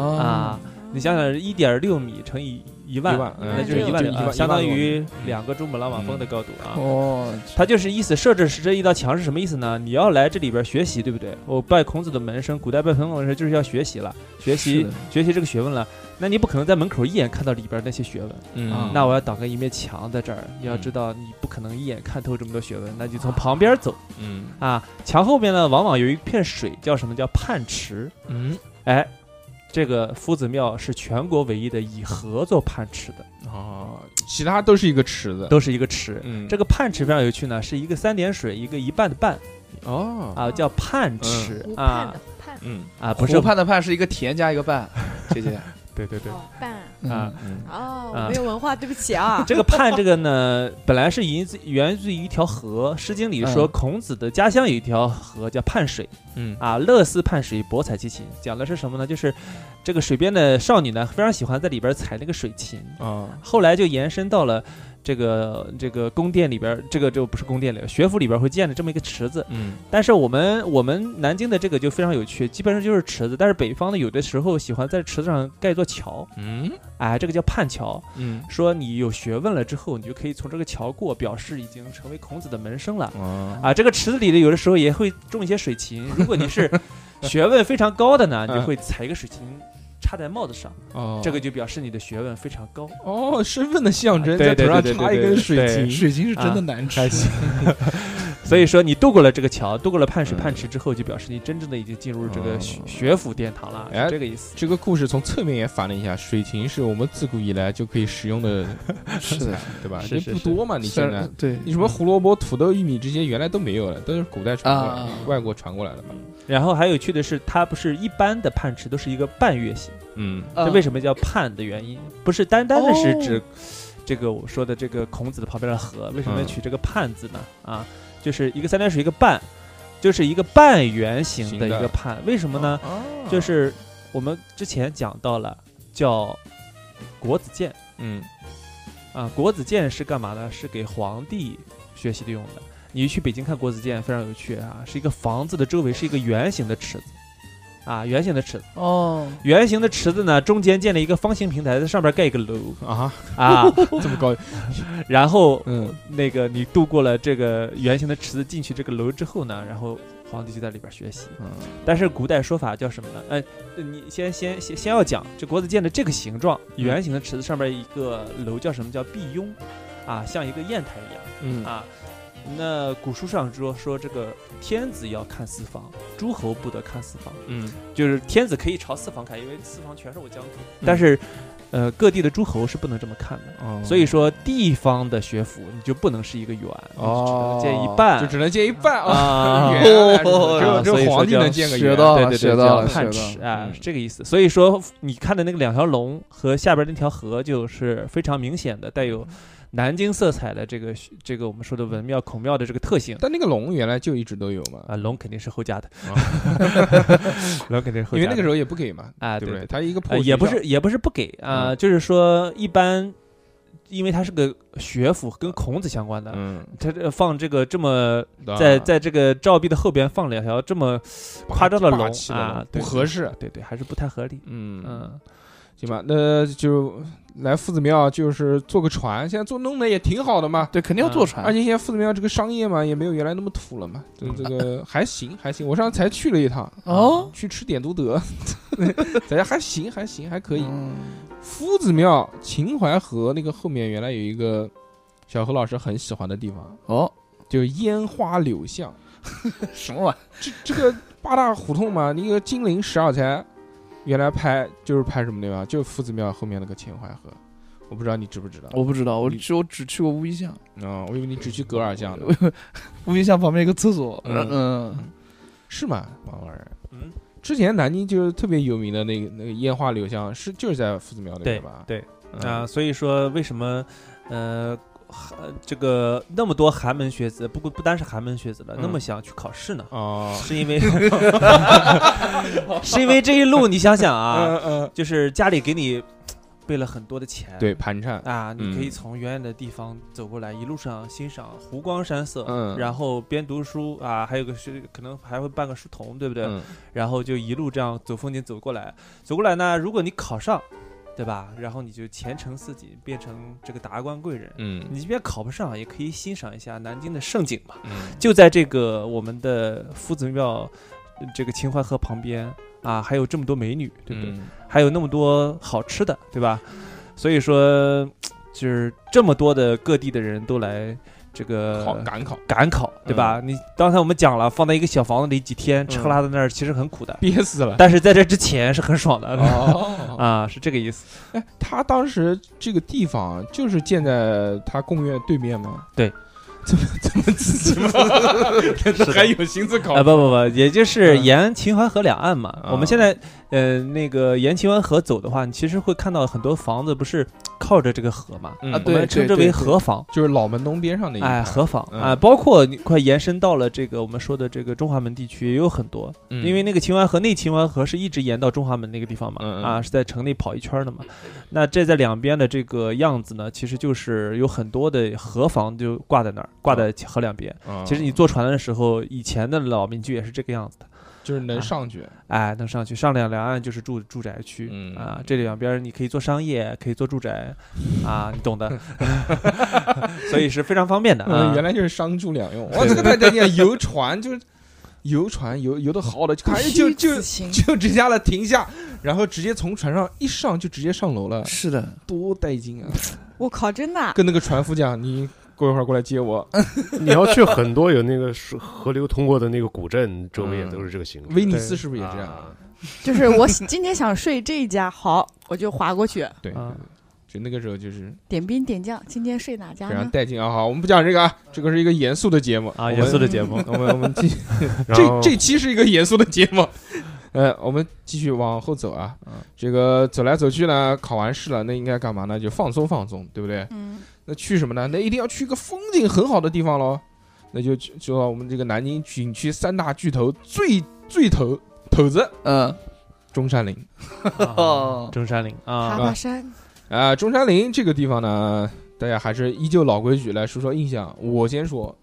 Speaker 5: 啊！你想想，一点六米乘以一万
Speaker 1: 一万，嗯
Speaker 5: 那就是
Speaker 3: 就
Speaker 5: 一万
Speaker 1: 就
Speaker 5: 两
Speaker 1: 一万
Speaker 5: 啊，相当
Speaker 1: 一万嗯多
Speaker 5: 于两个珠穆朗玛峰的高度啊！
Speaker 2: 哦，
Speaker 5: 他就是意思设置是这一道墙是什么意思呢？你要来这里边学习，对不对？我拜孔子的门生，古代拜孔子的门生就是要学习了，学
Speaker 2: 是
Speaker 5: 习
Speaker 2: 的
Speaker 5: 学习这个学问了。那你不可能在门口一眼看到里边那些学问，
Speaker 1: 嗯，
Speaker 5: 那我要挡个一面墙在这儿。你要知道，你不可能一眼看透这么多学问，那就从旁边走
Speaker 1: 嗯
Speaker 5: 啊。墙后边呢，往往有一片水，叫什么叫泮池？
Speaker 1: 嗯
Speaker 5: 哎，这个夫子庙是全国唯一的以河做泮池的，
Speaker 1: 哦，其他都是一个池子，
Speaker 5: 都是一个池。
Speaker 1: 嗯
Speaker 5: 这个泮池非常有趣呢，是一个三点水，一个一半的半。
Speaker 1: 哦
Speaker 5: 啊，叫泮池
Speaker 3: 湖畔
Speaker 5: 啊
Speaker 3: 的畔，
Speaker 1: 嗯
Speaker 5: 啊，
Speaker 2: 嗯
Speaker 5: 不
Speaker 2: 不
Speaker 5: 是
Speaker 2: 是，盼的盼是一个田加一个半，姐 姐
Speaker 5: 对对对
Speaker 3: 哦伴
Speaker 5: 啊。
Speaker 1: 嗯
Speaker 3: 哦，
Speaker 5: 啊
Speaker 3: 我没有文化，对不 起啊。
Speaker 5: 这个泮这个呢，本来是源自源自于一条河，《诗经》里说
Speaker 2: 嗯
Speaker 5: 孔子的家乡有一条河叫泮水
Speaker 1: 嗯
Speaker 5: 啊，乐思泮水，博采其琴。讲的是什么呢？就是这个水边的少女呢，非常喜欢在里边采那个水芹，
Speaker 1: 啊
Speaker 5: 后来就延伸到了这个这个宫殿里边，这个就不是宫殿里，学府里边会建的这么一个池子。
Speaker 1: 嗯
Speaker 5: 但是我们我们南京的这个就非常有趣，基本上就是池子，但是北方的有的时候喜欢在池子上盖一座桥，
Speaker 1: 嗯
Speaker 5: 哎，这个叫泮桥。
Speaker 1: 嗯
Speaker 5: 说你有学问了之后，你就可以从这个桥过，表示已经成为孔子的门生了
Speaker 1: 啊
Speaker 5: 啊。这个池子里的有的时候也会种一些水芹，如果你 是学问非常高的呢，你就会采一个水芹插在帽子上，
Speaker 1: 嗯哦
Speaker 5: 这个就表示你的学问非常 高。
Speaker 1: 哦，身份的象征，
Speaker 5: 啊
Speaker 1: 在
Speaker 5: 对
Speaker 1: 头上
Speaker 5: 对对对
Speaker 1: 插一根水啊
Speaker 5: 对
Speaker 1: 芹，
Speaker 2: 水晶是真的难吃，
Speaker 5: 所以说你度过了这个桥，度过了泮水泮
Speaker 1: 嗯
Speaker 5: 池之后，就表示你真正的已经进入这个学
Speaker 1: 哦
Speaker 5: 学府殿堂了，
Speaker 1: 哎
Speaker 5: 是这个意思。
Speaker 1: 这个故事从侧面也反了一下，水芹是我们自古以来就可以使用的食材，对吧？
Speaker 5: 是
Speaker 1: 这
Speaker 5: 是
Speaker 1: 不
Speaker 5: 是
Speaker 1: 多嘛，你现在
Speaker 2: 对
Speaker 1: 你什
Speaker 5: 嗯
Speaker 1: 么胡萝卜、土豆、玉米这些原来都没有了，都是古代传过来
Speaker 2: 啊
Speaker 1: 的，外国传过来的嘛。
Speaker 5: 然后还有趣的是，它不是一般的泮池都是一个半月形，
Speaker 1: 嗯
Speaker 5: 这为什么叫泮的原因，不是单单的是指
Speaker 2: 哦
Speaker 5: 这个我说的这个孔子的旁边的河，为什么
Speaker 1: 嗯
Speaker 5: 要取这个泮字呢？啊，就是一个三点水一个半，就是一个半圆形
Speaker 1: 形
Speaker 5: 的
Speaker 1: 的
Speaker 5: 一个泮，为什么呢？
Speaker 2: 哦
Speaker 5: 就是我们之前讲到了叫国子监
Speaker 1: 嗯
Speaker 5: 啊，国子监是干嘛呢？是给皇帝学习的用的。你去北京看国子监非常有趣啊，是一个房子的周围是一个圆形的池子。啊，圆形的池子，
Speaker 2: 哦，
Speaker 5: 圆形的池子呢，中间建了一个方形平台，在上边盖一个楼
Speaker 1: 啊，
Speaker 5: 啊，
Speaker 1: 这么高，
Speaker 5: 然后
Speaker 1: 嗯，
Speaker 5: 那个你度过了这个圆形的池子进去这个楼之后呢，然后皇帝就在里边学习。
Speaker 1: 嗯
Speaker 5: 但是古代说法叫什么呢？呃，你先先先先要讲这国子监的这个形状，圆形的池子上面一个楼叫什么叫壁庸，啊，像一个砚台一样。
Speaker 1: 嗯
Speaker 5: 啊。那古书上说说这个天子要看四方，诸侯不得看四方，
Speaker 1: 嗯
Speaker 5: 就是天子可以朝四方看，因为四方全是我疆土。但是，呃，各地的诸侯是不能这么看的。
Speaker 1: 哦
Speaker 5: 所以说，地方的学府你就不能是一个圆，
Speaker 1: 哦，
Speaker 5: 你只能建一半
Speaker 1: 就只能建一半啊。
Speaker 5: 啊
Speaker 1: 原来如此
Speaker 2: 哦
Speaker 1: 只有只
Speaker 5: 所以
Speaker 1: 有
Speaker 5: 说
Speaker 1: 皇帝
Speaker 5: 叫
Speaker 1: 能建个
Speaker 2: 学
Speaker 1: 圆
Speaker 2: 到
Speaker 5: 对
Speaker 2: 了
Speaker 5: 对
Speaker 2: 学
Speaker 5: 对，
Speaker 2: 到
Speaker 5: 叫
Speaker 2: 了，
Speaker 5: 探
Speaker 2: 学
Speaker 5: 池
Speaker 2: 到了
Speaker 5: 啊，
Speaker 1: 嗯
Speaker 5: 是这个意思。所以说，你看的那个两条龙和下边那条河，就是非常明显的带有南京色彩的这个这个我们说的文庙、孔庙的这个特性。
Speaker 1: 但那个龙原来就一直都有嘛，
Speaker 5: 啊，龙肯定是后加的， 龙肯定是
Speaker 1: 哦
Speaker 5: 后加的，
Speaker 1: 因为那个时候也不给嘛，
Speaker 5: 啊，
Speaker 1: 对
Speaker 5: 对
Speaker 1: 不对？
Speaker 5: 对
Speaker 1: 它一个破
Speaker 5: 呃，
Speaker 1: 学
Speaker 5: 也不
Speaker 1: 校
Speaker 5: 是也不是不给啊，
Speaker 1: 嗯
Speaker 5: 就是说一般，因为它是个学府，跟孔子相关的，
Speaker 1: 嗯，
Speaker 5: 它这放这个这么
Speaker 1: 啊
Speaker 5: 在在这个照壁的后边放两条这么夸张的
Speaker 1: 霸
Speaker 5: 龙
Speaker 1: 气的
Speaker 5: 啊，
Speaker 1: 不
Speaker 5: 对
Speaker 1: 合，适。
Speaker 5: 对对对，还是不太合理。
Speaker 1: 嗯
Speaker 5: 嗯，
Speaker 1: 行吧，那就来夫子庙，就是坐个船，现在坐弄的也挺好的嘛。
Speaker 2: 对，肯定要坐船
Speaker 1: 而，且现在夫子庙这个商业嘛，也没有原来那么土了嘛，就
Speaker 2: 嗯
Speaker 1: 这个 还行还行。我上次才去了一趟，啊
Speaker 2: 哦，
Speaker 1: 去吃点都 德，大家还行还行还可以。
Speaker 2: 嗯
Speaker 1: 夫子庙秦淮河那个后面原来有一个小何老师很喜欢的地方，
Speaker 2: 哦，
Speaker 1: 就是烟花柳巷。
Speaker 2: 什么玩意？
Speaker 1: 这这个八大胡同嘛，那个金陵十二钗，原来拍就是拍什么地方？就是夫子庙后面那个秦淮河。我不知道你知不知道？
Speaker 2: 我不知道，我
Speaker 1: 你
Speaker 2: 只我只去过乌衣巷，
Speaker 1: 哦，我以为你只去格尔巷呢。
Speaker 2: 乌衣巷旁边有个厕所，
Speaker 1: 嗯
Speaker 2: 嗯，
Speaker 1: 是吗？王老师，
Speaker 5: 嗯，
Speaker 1: 之前南京就是特别有名的那个那个烟花柳巷，是就是在夫子庙那
Speaker 5: 对
Speaker 1: 边吧？
Speaker 5: 对
Speaker 1: 嗯
Speaker 5: 啊，，所以说为什么呃。寒这个那么多寒门学子，不过不单是寒门学子了，那
Speaker 1: 嗯
Speaker 5: 么想去考 试呢？
Speaker 1: 哦，
Speaker 5: 是因为 是因为这一路，你想想啊，
Speaker 1: 嗯嗯，
Speaker 5: 就是家里给你备了很多的钱，
Speaker 1: 对，盘缠，
Speaker 5: 啊，你可以
Speaker 1: 嗯
Speaker 5: 从远远的地方走过来，一路上欣赏湖光山色，
Speaker 1: 嗯
Speaker 5: 然后边读书啊，还有个是可能还会办个书童，对不对？
Speaker 1: 嗯
Speaker 5: 然后就一路这样走风景走过来，走过来呢，如果你考上，对吧？然后你就前程似锦，变成这个达官贵人。
Speaker 1: 嗯
Speaker 5: 你即便考不上，也可以欣赏一下南京的盛景嘛。
Speaker 1: 嗯，
Speaker 5: 就在这个我们的夫子庙，呃这个秦淮河旁边啊，还有这么多美女，对不对？
Speaker 1: 嗯
Speaker 5: 还有那么多好吃的，对吧？所以说，就是这么多的各地的人都来这个
Speaker 1: 考赶考，
Speaker 5: 赶考，对吧？你刚才我们讲了，放在一个小房子里几天，吃喝
Speaker 1: 嗯
Speaker 5: 拉撒那儿其实很苦的，
Speaker 1: 憋死了。
Speaker 5: 但是在这之前是很爽的。
Speaker 1: 哦，
Speaker 5: 啊，是这个 意思。
Speaker 1: 哎，他当时这个地方就是建在他贡院对面吗？
Speaker 5: 对，
Speaker 1: 怎么怎么自己吗？还有心思搞
Speaker 5: 啊，？不不不，也就是
Speaker 1: 嗯
Speaker 5: 沿秦淮河两岸嘛。我
Speaker 1: 啊
Speaker 5: 们现在，呃，那个沿秦淮河走的话，你其实会看到很多房子不是靠着这个河嘛，
Speaker 1: 嗯
Speaker 2: 啊
Speaker 5: 我
Speaker 2: 对
Speaker 5: 们称之为河坊。
Speaker 1: 就是老门东边上那一
Speaker 5: 哎，
Speaker 1: 排
Speaker 5: 河坊
Speaker 1: 嗯
Speaker 5: 啊，包括你快延伸到了这个我们说的这个中华门地区也有很多，
Speaker 1: 嗯
Speaker 5: 因为那个秦淮河内秦淮河是一直延到中华门那个地方嘛，
Speaker 1: 嗯嗯
Speaker 5: 啊，是在城内跑一圈儿的嘛。那这在两边的这个样子呢，其实就是有很多的河房就挂在那儿，挂在河两边。
Speaker 1: 啊
Speaker 5: 其实你坐船的时候，以前的老民居也是这个样子的，
Speaker 1: 就是能上去，
Speaker 5: 哎，能上去上两两岸就是住住宅区。
Speaker 1: 嗯
Speaker 5: 啊，这两边你可以做商业，可以做住宅，啊，你懂的， 所以是非常方便的啊
Speaker 1: 嗯，。原来就是商住两用。哇，
Speaker 5: 对
Speaker 1: 这个太太厉害！游船就是游船游游的好好的，就 看哎就就
Speaker 3: 虚此行
Speaker 1: 就直下了停下，然后直接从船上一上就直接上楼了，
Speaker 2: 是的，
Speaker 1: 多带劲啊！
Speaker 3: 我靠，真的啊，
Speaker 1: 跟那个船夫讲，你过一会儿过来接我。
Speaker 4: 你要去很多有那个水河流通过的那个古镇，周围也都是这个形状。
Speaker 1: 威尼斯嗯是不是也这样？
Speaker 4: 啊？
Speaker 3: 就是我今天想睡这一家，好，我就划过去，
Speaker 1: 对，
Speaker 5: 啊
Speaker 1: 就那个时候就是
Speaker 3: 点兵点将，今天睡哪家
Speaker 1: 非常
Speaker 3: 呢？
Speaker 1: 带劲啊！好，我们不讲这个啊，这个是一个严肃的节目
Speaker 5: 啊，严肃的节目。
Speaker 1: 目。我们我们继
Speaker 4: 然
Speaker 1: 这
Speaker 4: 后
Speaker 1: 这期是一个严肃的节目， 呃，我们继续往后走啊。这个走来走去呢，考完试了，那应该干嘛呢？就放松放松，对不对？
Speaker 3: 嗯，
Speaker 1: 那去什么呢？那一定要去一个风景很好的地方喽。那就去就到我们这个南京景区三大巨头最最头头子
Speaker 2: 嗯，
Speaker 1: 中山陵
Speaker 2: 哦
Speaker 5: 啊中山陵
Speaker 3: 爬
Speaker 5: 啊，
Speaker 3: 爬山，
Speaker 1: 啊、中山陵这个地方呢，大家还是依旧老规矩来说说印象。我先说，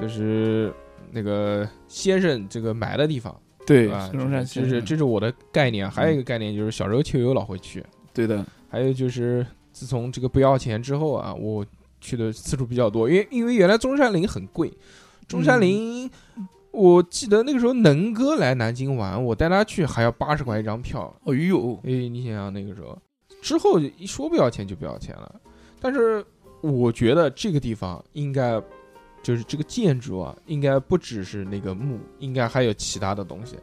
Speaker 1: 就是那个先生这个埋的地方，
Speaker 2: 对
Speaker 1: 啊
Speaker 2: 孙中山先
Speaker 1: 这
Speaker 2: 生
Speaker 1: 是这是我的概念。还有一个概念就是小时候秋游老会去，
Speaker 2: 对的，
Speaker 1: 还有就是自从这个不要钱之后啊，我去的次数比较多，因为因为原来中山陵很贵，中山陵。
Speaker 2: 嗯
Speaker 1: 我记得那个时候能哥来南京玩，我带他去还要八十块一张票，
Speaker 2: 哦呦，
Speaker 1: 哎，你想想那个时候，之后一说不要钱就不要钱了。但是我觉得这个地方应该，就是这个建筑啊，应该不只是那个墓，应该还有其他的东西。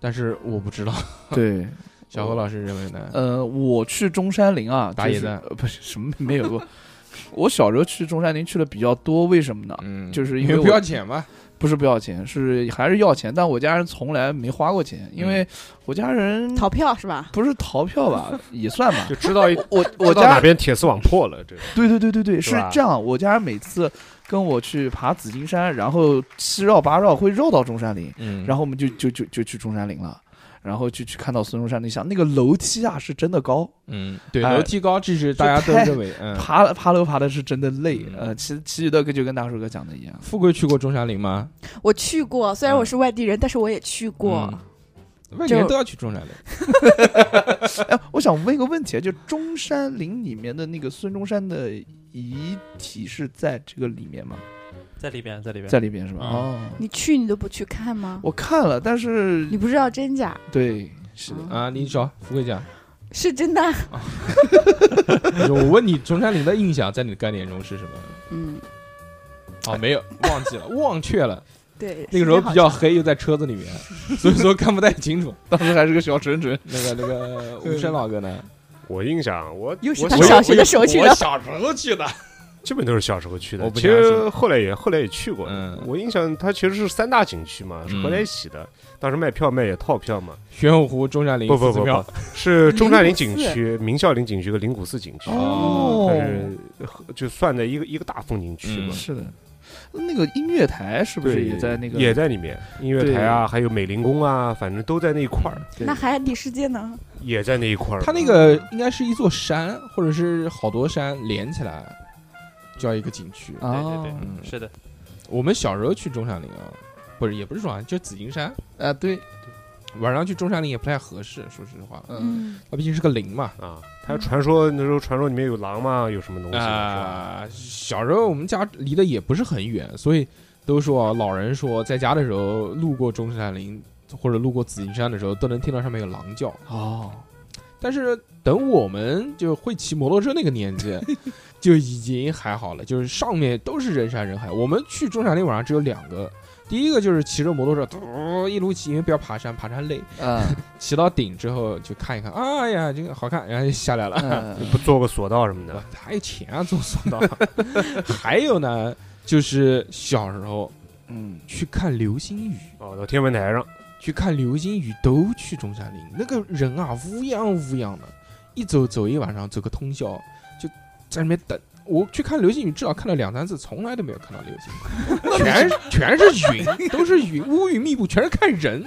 Speaker 1: 但是我不知道，
Speaker 2: 对，
Speaker 1: 小何老师认为呢？
Speaker 2: 呃，我去中山陵啊，
Speaker 1: 打
Speaker 2: 就
Speaker 1: 野
Speaker 2: 是
Speaker 1: 战
Speaker 2: 呃不是什么没有过， 我小时候去中山陵去的比较多，为什么呢？
Speaker 1: 嗯
Speaker 2: 就是
Speaker 1: 因
Speaker 2: 因为
Speaker 1: 为
Speaker 2: 我
Speaker 1: 不要钱嘛。
Speaker 2: 不是不要钱，是还是要钱，但我家人从来没花过钱，因
Speaker 1: 嗯
Speaker 2: 为我家人
Speaker 3: 逃票是吧？
Speaker 2: 不是逃票吧，也算吧
Speaker 4: 就。知道一
Speaker 2: 我我
Speaker 4: 知道哪
Speaker 2: 家
Speaker 4: 边铁丝网破了，这个
Speaker 2: 对对对对对，
Speaker 4: 是
Speaker 2: 是
Speaker 4: 吧
Speaker 2: 这样。我家人每次跟我去爬紫金山，然后七绕八绕会绕到中山陵，
Speaker 1: 嗯
Speaker 2: 然
Speaker 1: 后
Speaker 2: 后我们就就就就去中山陵了，然后就去看到孙中山陵像那个楼梯啊是真的高，
Speaker 1: 嗯，对，
Speaker 2: 哎
Speaker 1: 楼梯高这是大家都认为，嗯，
Speaker 2: 爬爬楼爬的是真的累。
Speaker 1: 嗯
Speaker 2: 呃，其其余的就跟大叔哥讲的一样，
Speaker 1: 富贵去过中山陵吗？
Speaker 3: 我去过，虽然
Speaker 1: 嗯
Speaker 3: 我是外地人，但是我也去过。
Speaker 1: 外地人
Speaker 3: 就
Speaker 1: 都要去中山陵，
Speaker 2: 哎，我想问一个问题啊，就中山陵里面的那个孙中山的遗体是在这个里面吗？
Speaker 5: 在里边，在里边，
Speaker 2: 在里边是吧？
Speaker 5: 嗯
Speaker 2: 哦，
Speaker 3: 你去你都不去看吗？
Speaker 2: 我看了，但是
Speaker 3: 你不知道真假？
Speaker 2: 对是的，
Speaker 1: 啊，你找富贵讲，
Speaker 3: 是真的。
Speaker 1: 就是我问你中山陵的印象在你的概念中是什 么？
Speaker 3: 嗯，
Speaker 1: 啊，没有，忘记了，忘却了。
Speaker 3: 对。
Speaker 1: 那个时候比较黑，又在车子里面，所以说看不太清楚。
Speaker 2: 当时还是个小纯纯，
Speaker 1: 那个那个吴声老哥呢？
Speaker 4: 我印象我
Speaker 3: 又是
Speaker 4: 我
Speaker 3: 他
Speaker 4: 小
Speaker 3: 小学的时候去的，
Speaker 1: 小时候去的。
Speaker 4: 基本都是小时候去的
Speaker 1: 我，不
Speaker 4: 其
Speaker 1: 相信
Speaker 4: 实后来也后来也去过。
Speaker 1: 嗯
Speaker 4: 我印象它其实是三大景区嘛，是合在一起的。当时卖票卖也套票嘛，
Speaker 1: 玄武湖、中山陵、
Speaker 4: 不不
Speaker 1: 寺
Speaker 4: 不
Speaker 1: 庙
Speaker 4: 不，是中山陵景
Speaker 3: 灵谷寺
Speaker 4: 区、明孝陵景区和灵谷寺景区，
Speaker 1: 哦
Speaker 4: 它是就算在一个一个大风景区嘛
Speaker 1: 嗯。
Speaker 2: 是的，那个音乐台是不是
Speaker 4: 对，
Speaker 2: 也在那个
Speaker 4: 也在里面，音乐台啊，还有美龄宫啊，反正都在那一块儿，
Speaker 3: 那海底世界呢？
Speaker 4: 也在那一块儿。
Speaker 1: 它那个应该是一座山，或者是好多山连起来叫一个景区。
Speaker 2: 啊？
Speaker 5: 对对
Speaker 1: 嗯
Speaker 5: 对，是的，
Speaker 1: 我们小时候去中山陵啊，不是也不是中山，就紫金山。
Speaker 2: 啊，对，
Speaker 1: 晚上去中山陵也不太合适，说实话，
Speaker 2: 嗯，
Speaker 3: 嗯，
Speaker 1: 它毕竟是个陵嘛。
Speaker 4: 啊，它传说那时候传说里面有狼嘛，有什么东西的是吧？
Speaker 1: 啊、小时候我们家离得也不是很远，所以都说啊，老人说在家的时候路过中山陵或者路过紫金山的时候，都能听到上面有狼叫。
Speaker 2: 哦，
Speaker 1: 但是等我们就会骑摩托车那个年 纪，就已经还好了，就是上面都是人山人海。我们去中山陵晚上只有两个，第一个就是骑着摩托车，嘟一路骑，因为不要爬山，爬山累。
Speaker 2: 啊，
Speaker 1: 骑到顶之后就看一看，哎呀，这个好看，然后就下来了。
Speaker 2: 嗯
Speaker 4: 不做个索道什么的
Speaker 1: 哇，哪有钱啊，做索道？ 还有呢，就是小时候
Speaker 2: 嗯，
Speaker 1: 去看流星雨，
Speaker 4: 哦，到天文台上，
Speaker 1: 去看流星雨都去中山陵，那个人啊，乌泱乌泱的，一走走一晚上，走个通宵，就在那边等。我去看流星雨，至少看了两三次，从来都没有看到流星雨， 全是全是云，都是云，乌云密布，全是看人。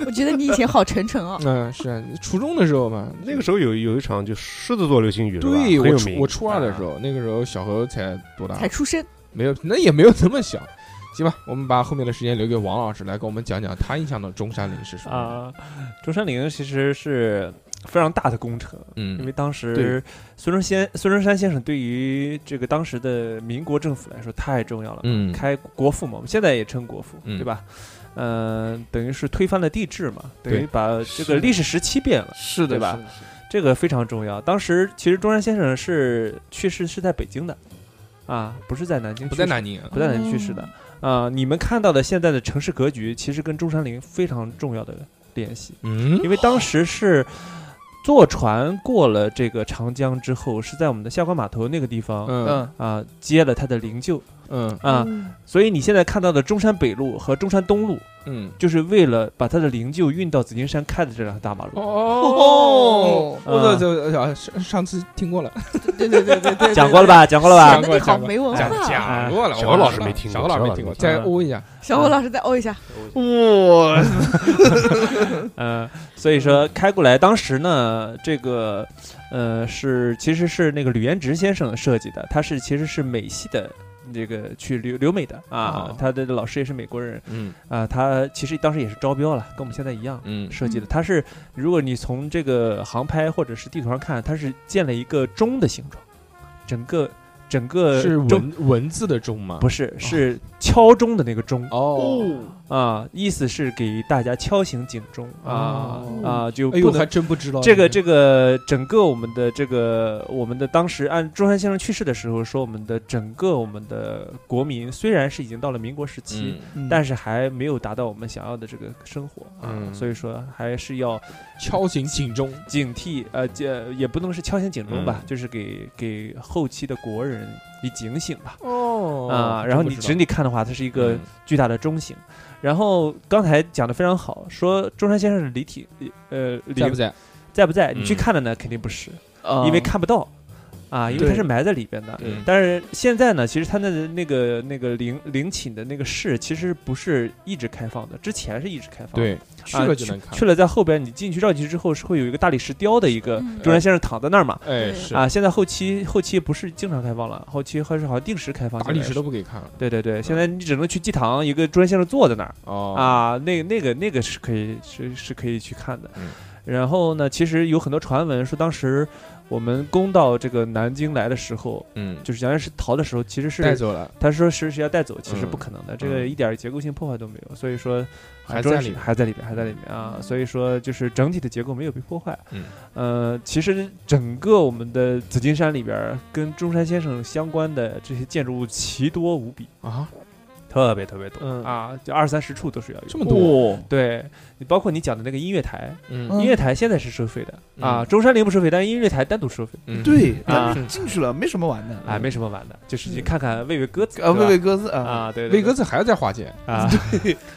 Speaker 3: 我觉得你以前好沉沉哦。
Speaker 1: 嗯，是啊，初中的时候嘛，
Speaker 4: 那个时候有有一场就狮子座流星雨，是吧
Speaker 1: 对
Speaker 4: 很
Speaker 1: 我
Speaker 4: 有
Speaker 1: 初
Speaker 4: 名啊
Speaker 1: 我初二的时候，那个时候小何才多大？
Speaker 3: 才出生，
Speaker 1: 没有，那也没有这么小。 行吧，我们把后面的时间留给王老师来跟我们讲讲他印象的中山陵是什么。
Speaker 5: 啊，中山陵其实是非常大的工程，因
Speaker 1: 嗯
Speaker 5: 为当时孙中先孙中山先生对于这个当时的民国政府来说太重要了，
Speaker 1: 嗯
Speaker 5: 开国父嘛，我们现在也称国父，
Speaker 1: 嗯
Speaker 5: 对吧？嗯、等于是推翻了帝制嘛，等
Speaker 1: 对
Speaker 5: 于把这
Speaker 2: 是
Speaker 5: 个
Speaker 2: 的
Speaker 5: 历史时期变了，
Speaker 2: 是的
Speaker 5: 对吧
Speaker 2: 是的是的
Speaker 5: 这个非常重要。当时其实中山先生是去世是在北京的，啊，不是在南京去
Speaker 1: 不
Speaker 5: 世，
Speaker 1: 在南宁啊，
Speaker 5: 不在南京去世
Speaker 3: 哦
Speaker 5: 的。啊、你们看到的现在的城市格局，其实跟中山陵非常重要的联系。
Speaker 3: 哦
Speaker 1: 嗯
Speaker 5: 因为当时是坐船过了这个长江之后，是在我们的下关码头那个地方啊、
Speaker 1: 嗯
Speaker 2: 嗯，
Speaker 5: 接了他的灵柩
Speaker 1: 嗯
Speaker 5: 啊、所以你现在看到的中山北路和中山东路，
Speaker 1: 嗯
Speaker 5: 就是为了把他的灵柩运到紫金山开的这两大马
Speaker 3: 哦
Speaker 5: 路。
Speaker 1: 哦，
Speaker 5: 嗯
Speaker 1: 我这这上上次听过了，
Speaker 3: 对对对对对，
Speaker 5: 讲过了？吧？讲过了
Speaker 3: 讲
Speaker 5: 吧？
Speaker 3: 的你好没
Speaker 5: 哦
Speaker 3: 文
Speaker 1: 讲
Speaker 3: 化。
Speaker 5: 啊
Speaker 1: 讲过了，
Speaker 4: 小何老师没听过
Speaker 1: 小何老师没听过，
Speaker 4: 小
Speaker 5: 何老
Speaker 1: 再
Speaker 5: 师没听过
Speaker 1: 哦一下，
Speaker 3: 小虎老师再哦一下，
Speaker 2: 哇，
Speaker 5: 嗯、所以说开过来，当时呢，这个呃是其实是那个吕彦直先生设计的，他是其实是美系的这个去留留美的啊
Speaker 1: 哦，
Speaker 5: 他的老师也是美国人
Speaker 1: 嗯
Speaker 5: 啊，他其实当时也是招标了，跟我们现在一样。
Speaker 1: 嗯
Speaker 5: 设计的，它是如果你从这个航拍或者是地图上看，它是建了一个钟的形状，整个整个
Speaker 1: 是
Speaker 5: 钟
Speaker 1: 文文字的钟吗？
Speaker 5: 呃不是是敲钟的那个钟
Speaker 1: 哦，
Speaker 5: 啊，意思是给大家敲醒警钟啊
Speaker 1: 哦
Speaker 5: 啊，就
Speaker 1: 哎
Speaker 5: 不
Speaker 1: 呦，
Speaker 5: 能
Speaker 1: 还真不知道
Speaker 5: 这个这个整个我们的这个我们的当时按中山先生去世的时候说，我们的整个我们的国民虽然是已经到了民国时期，
Speaker 1: 嗯
Speaker 5: 但
Speaker 2: 是
Speaker 5: 是还没有达到我们想要的这个生活啊，
Speaker 1: 嗯
Speaker 5: 所以说还是要
Speaker 1: 敲醒警钟，
Speaker 5: 警惕，呃，这也不能是敲醒警钟吧，
Speaker 1: 嗯
Speaker 5: 就是给给后期的国人以警醒吧。
Speaker 1: 哦
Speaker 5: 啊、然后你整体看的话，它是一个
Speaker 1: 嗯
Speaker 5: 巨大的中型。然后刚才讲的非常好，说中山先生的离体，呃，
Speaker 1: 嗯
Speaker 5: 离
Speaker 1: 在不在？
Speaker 5: 在不在？你去
Speaker 1: 嗯
Speaker 5: 看了呢，肯定不是，
Speaker 2: 嗯
Speaker 5: 因为看不到啊，因为它
Speaker 2: 对
Speaker 5: 是埋在里边的。
Speaker 1: 对
Speaker 5: 但是现在呢，其实它的那个那个陵陵寝的那个室，其实不是一直开放的，之前是一直开放的。
Speaker 1: 对，去
Speaker 5: 啊
Speaker 1: 了就能看。
Speaker 5: 去了在后边，你进去绕进去之后是会有一个大理石雕的一个
Speaker 3: 嗯
Speaker 5: 中山先生躺在那儿嘛。
Speaker 1: 哎，
Speaker 3: 对
Speaker 1: 是
Speaker 5: 啊，现在后期后期不是经常开放了，后期还是好像定时开放。
Speaker 1: 大理石都。嗯不给看了
Speaker 5: 对对对，现在你只能去祭堂，一个中山先生坐在那儿
Speaker 1: 哦，
Speaker 5: 啊，那那个那个是可以是是可以去看的
Speaker 1: 嗯。
Speaker 5: 然后呢，其实有很多传闻说，当时我们攻到这个南京来的时候，
Speaker 1: 嗯，
Speaker 5: 就是蒋介石逃的时候，其实
Speaker 1: 带
Speaker 5: 是
Speaker 1: 走了，
Speaker 5: 他说是是要带走，其实
Speaker 1: 嗯
Speaker 5: 不可能的，这个
Speaker 1: 嗯
Speaker 5: 一点结构性破坏都没有，所以说
Speaker 1: 还
Speaker 5: 中
Speaker 1: 在
Speaker 5: 山
Speaker 1: 里面
Speaker 5: 还在里面，还在里面啊，所以说就是整体的结构没有被破坏。
Speaker 1: 嗯，
Speaker 5: 呃，其实整个我们的紫金山里边儿跟中山先生相关的这些建筑物奇多无比，
Speaker 1: 啊，
Speaker 5: 特别特别多、
Speaker 1: 嗯
Speaker 5: 啊，就二三十处都是要有
Speaker 1: 这么多，
Speaker 2: 哦，
Speaker 5: 对你包括你讲的那个音乐台，
Speaker 1: 嗯
Speaker 5: 音乐台现在是收费的、
Speaker 1: 嗯
Speaker 5: 啊，中山陵不收费，但是音乐台单独收费，
Speaker 1: 嗯，
Speaker 2: 对，
Speaker 5: 啊
Speaker 2: 咱们进去了，没什么玩的
Speaker 5: 啊，没什么玩的，就是你看看喂喂鸽子
Speaker 2: 啊，喂喂
Speaker 5: 喂
Speaker 2: 鸽子啊，
Speaker 5: 啊，对对
Speaker 1: 喂
Speaker 5: 对
Speaker 1: 鸽子还要再花钱，
Speaker 5: 啊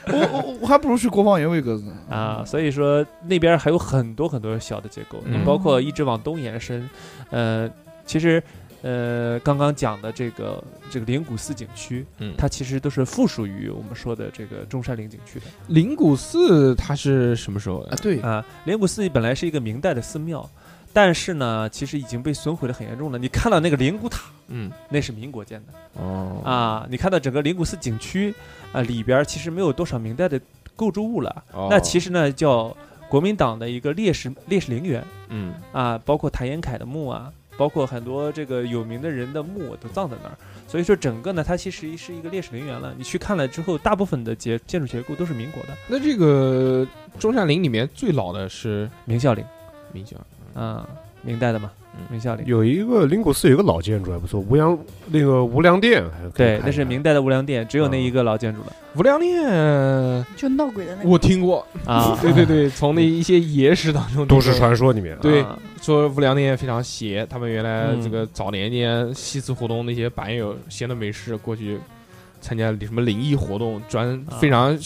Speaker 2: 我我我还不如去国防园喂鸽子
Speaker 5: 啊，所以说那边还有很多很多小的结构，你
Speaker 1: 嗯
Speaker 5: 包括一直往东延伸，呃，其实呃刚刚讲的这个这个灵谷寺景区，
Speaker 1: 嗯
Speaker 5: 它其实都是附属于我们说的这个中山陵景区的
Speaker 1: 灵谷寺它是什么时候的
Speaker 2: 啊，？对，
Speaker 5: 啊。灵谷寺本来是一个明代的寺庙，但是呢，其实已经被损毁的很严重了。你看到那个灵谷塔，
Speaker 1: 嗯，
Speaker 5: 那是民国建的
Speaker 1: 哦，
Speaker 5: 啊，你看到整个灵谷寺景区啊里边儿其实没有多少明代的构筑物了，
Speaker 1: 哦
Speaker 5: 那其实呢叫国民党的一个烈士烈士陵园。
Speaker 1: 嗯，
Speaker 5: 啊，包括谭延闿的墓啊，包括很多这个有名的人的墓都葬在那儿。所以说，整个呢，它其实是一个烈士陵园了。你去看了之后，大部分的结建筑结构都是民国的
Speaker 1: 那这个中山陵里面最老的是
Speaker 5: 明孝陵
Speaker 1: 明祥，
Speaker 5: 啊，明代的嘛
Speaker 1: 嗯，
Speaker 5: 明孝陵。
Speaker 4: 有一个灵谷寺有一个老建筑还不错，无梁那个无梁殿还可以看一
Speaker 5: 对，
Speaker 4: 看
Speaker 5: 那是明代的无梁殿，只有
Speaker 1: 嗯
Speaker 5: 那一个老建筑了
Speaker 1: 无量殿，
Speaker 3: 就闹鬼的那
Speaker 1: 我
Speaker 3: 个，
Speaker 1: 听过，。
Speaker 5: 啊
Speaker 1: 对对对，从那一些野史当中
Speaker 4: 都市传说里面
Speaker 1: 对
Speaker 5: 啊
Speaker 1: 说无良店非常邪，他们原来
Speaker 5: 嗯
Speaker 1: 这个早年间西祠胡同那些板友闲的没事过去参加什么灵异活动，专
Speaker 5: 啊
Speaker 1: 非常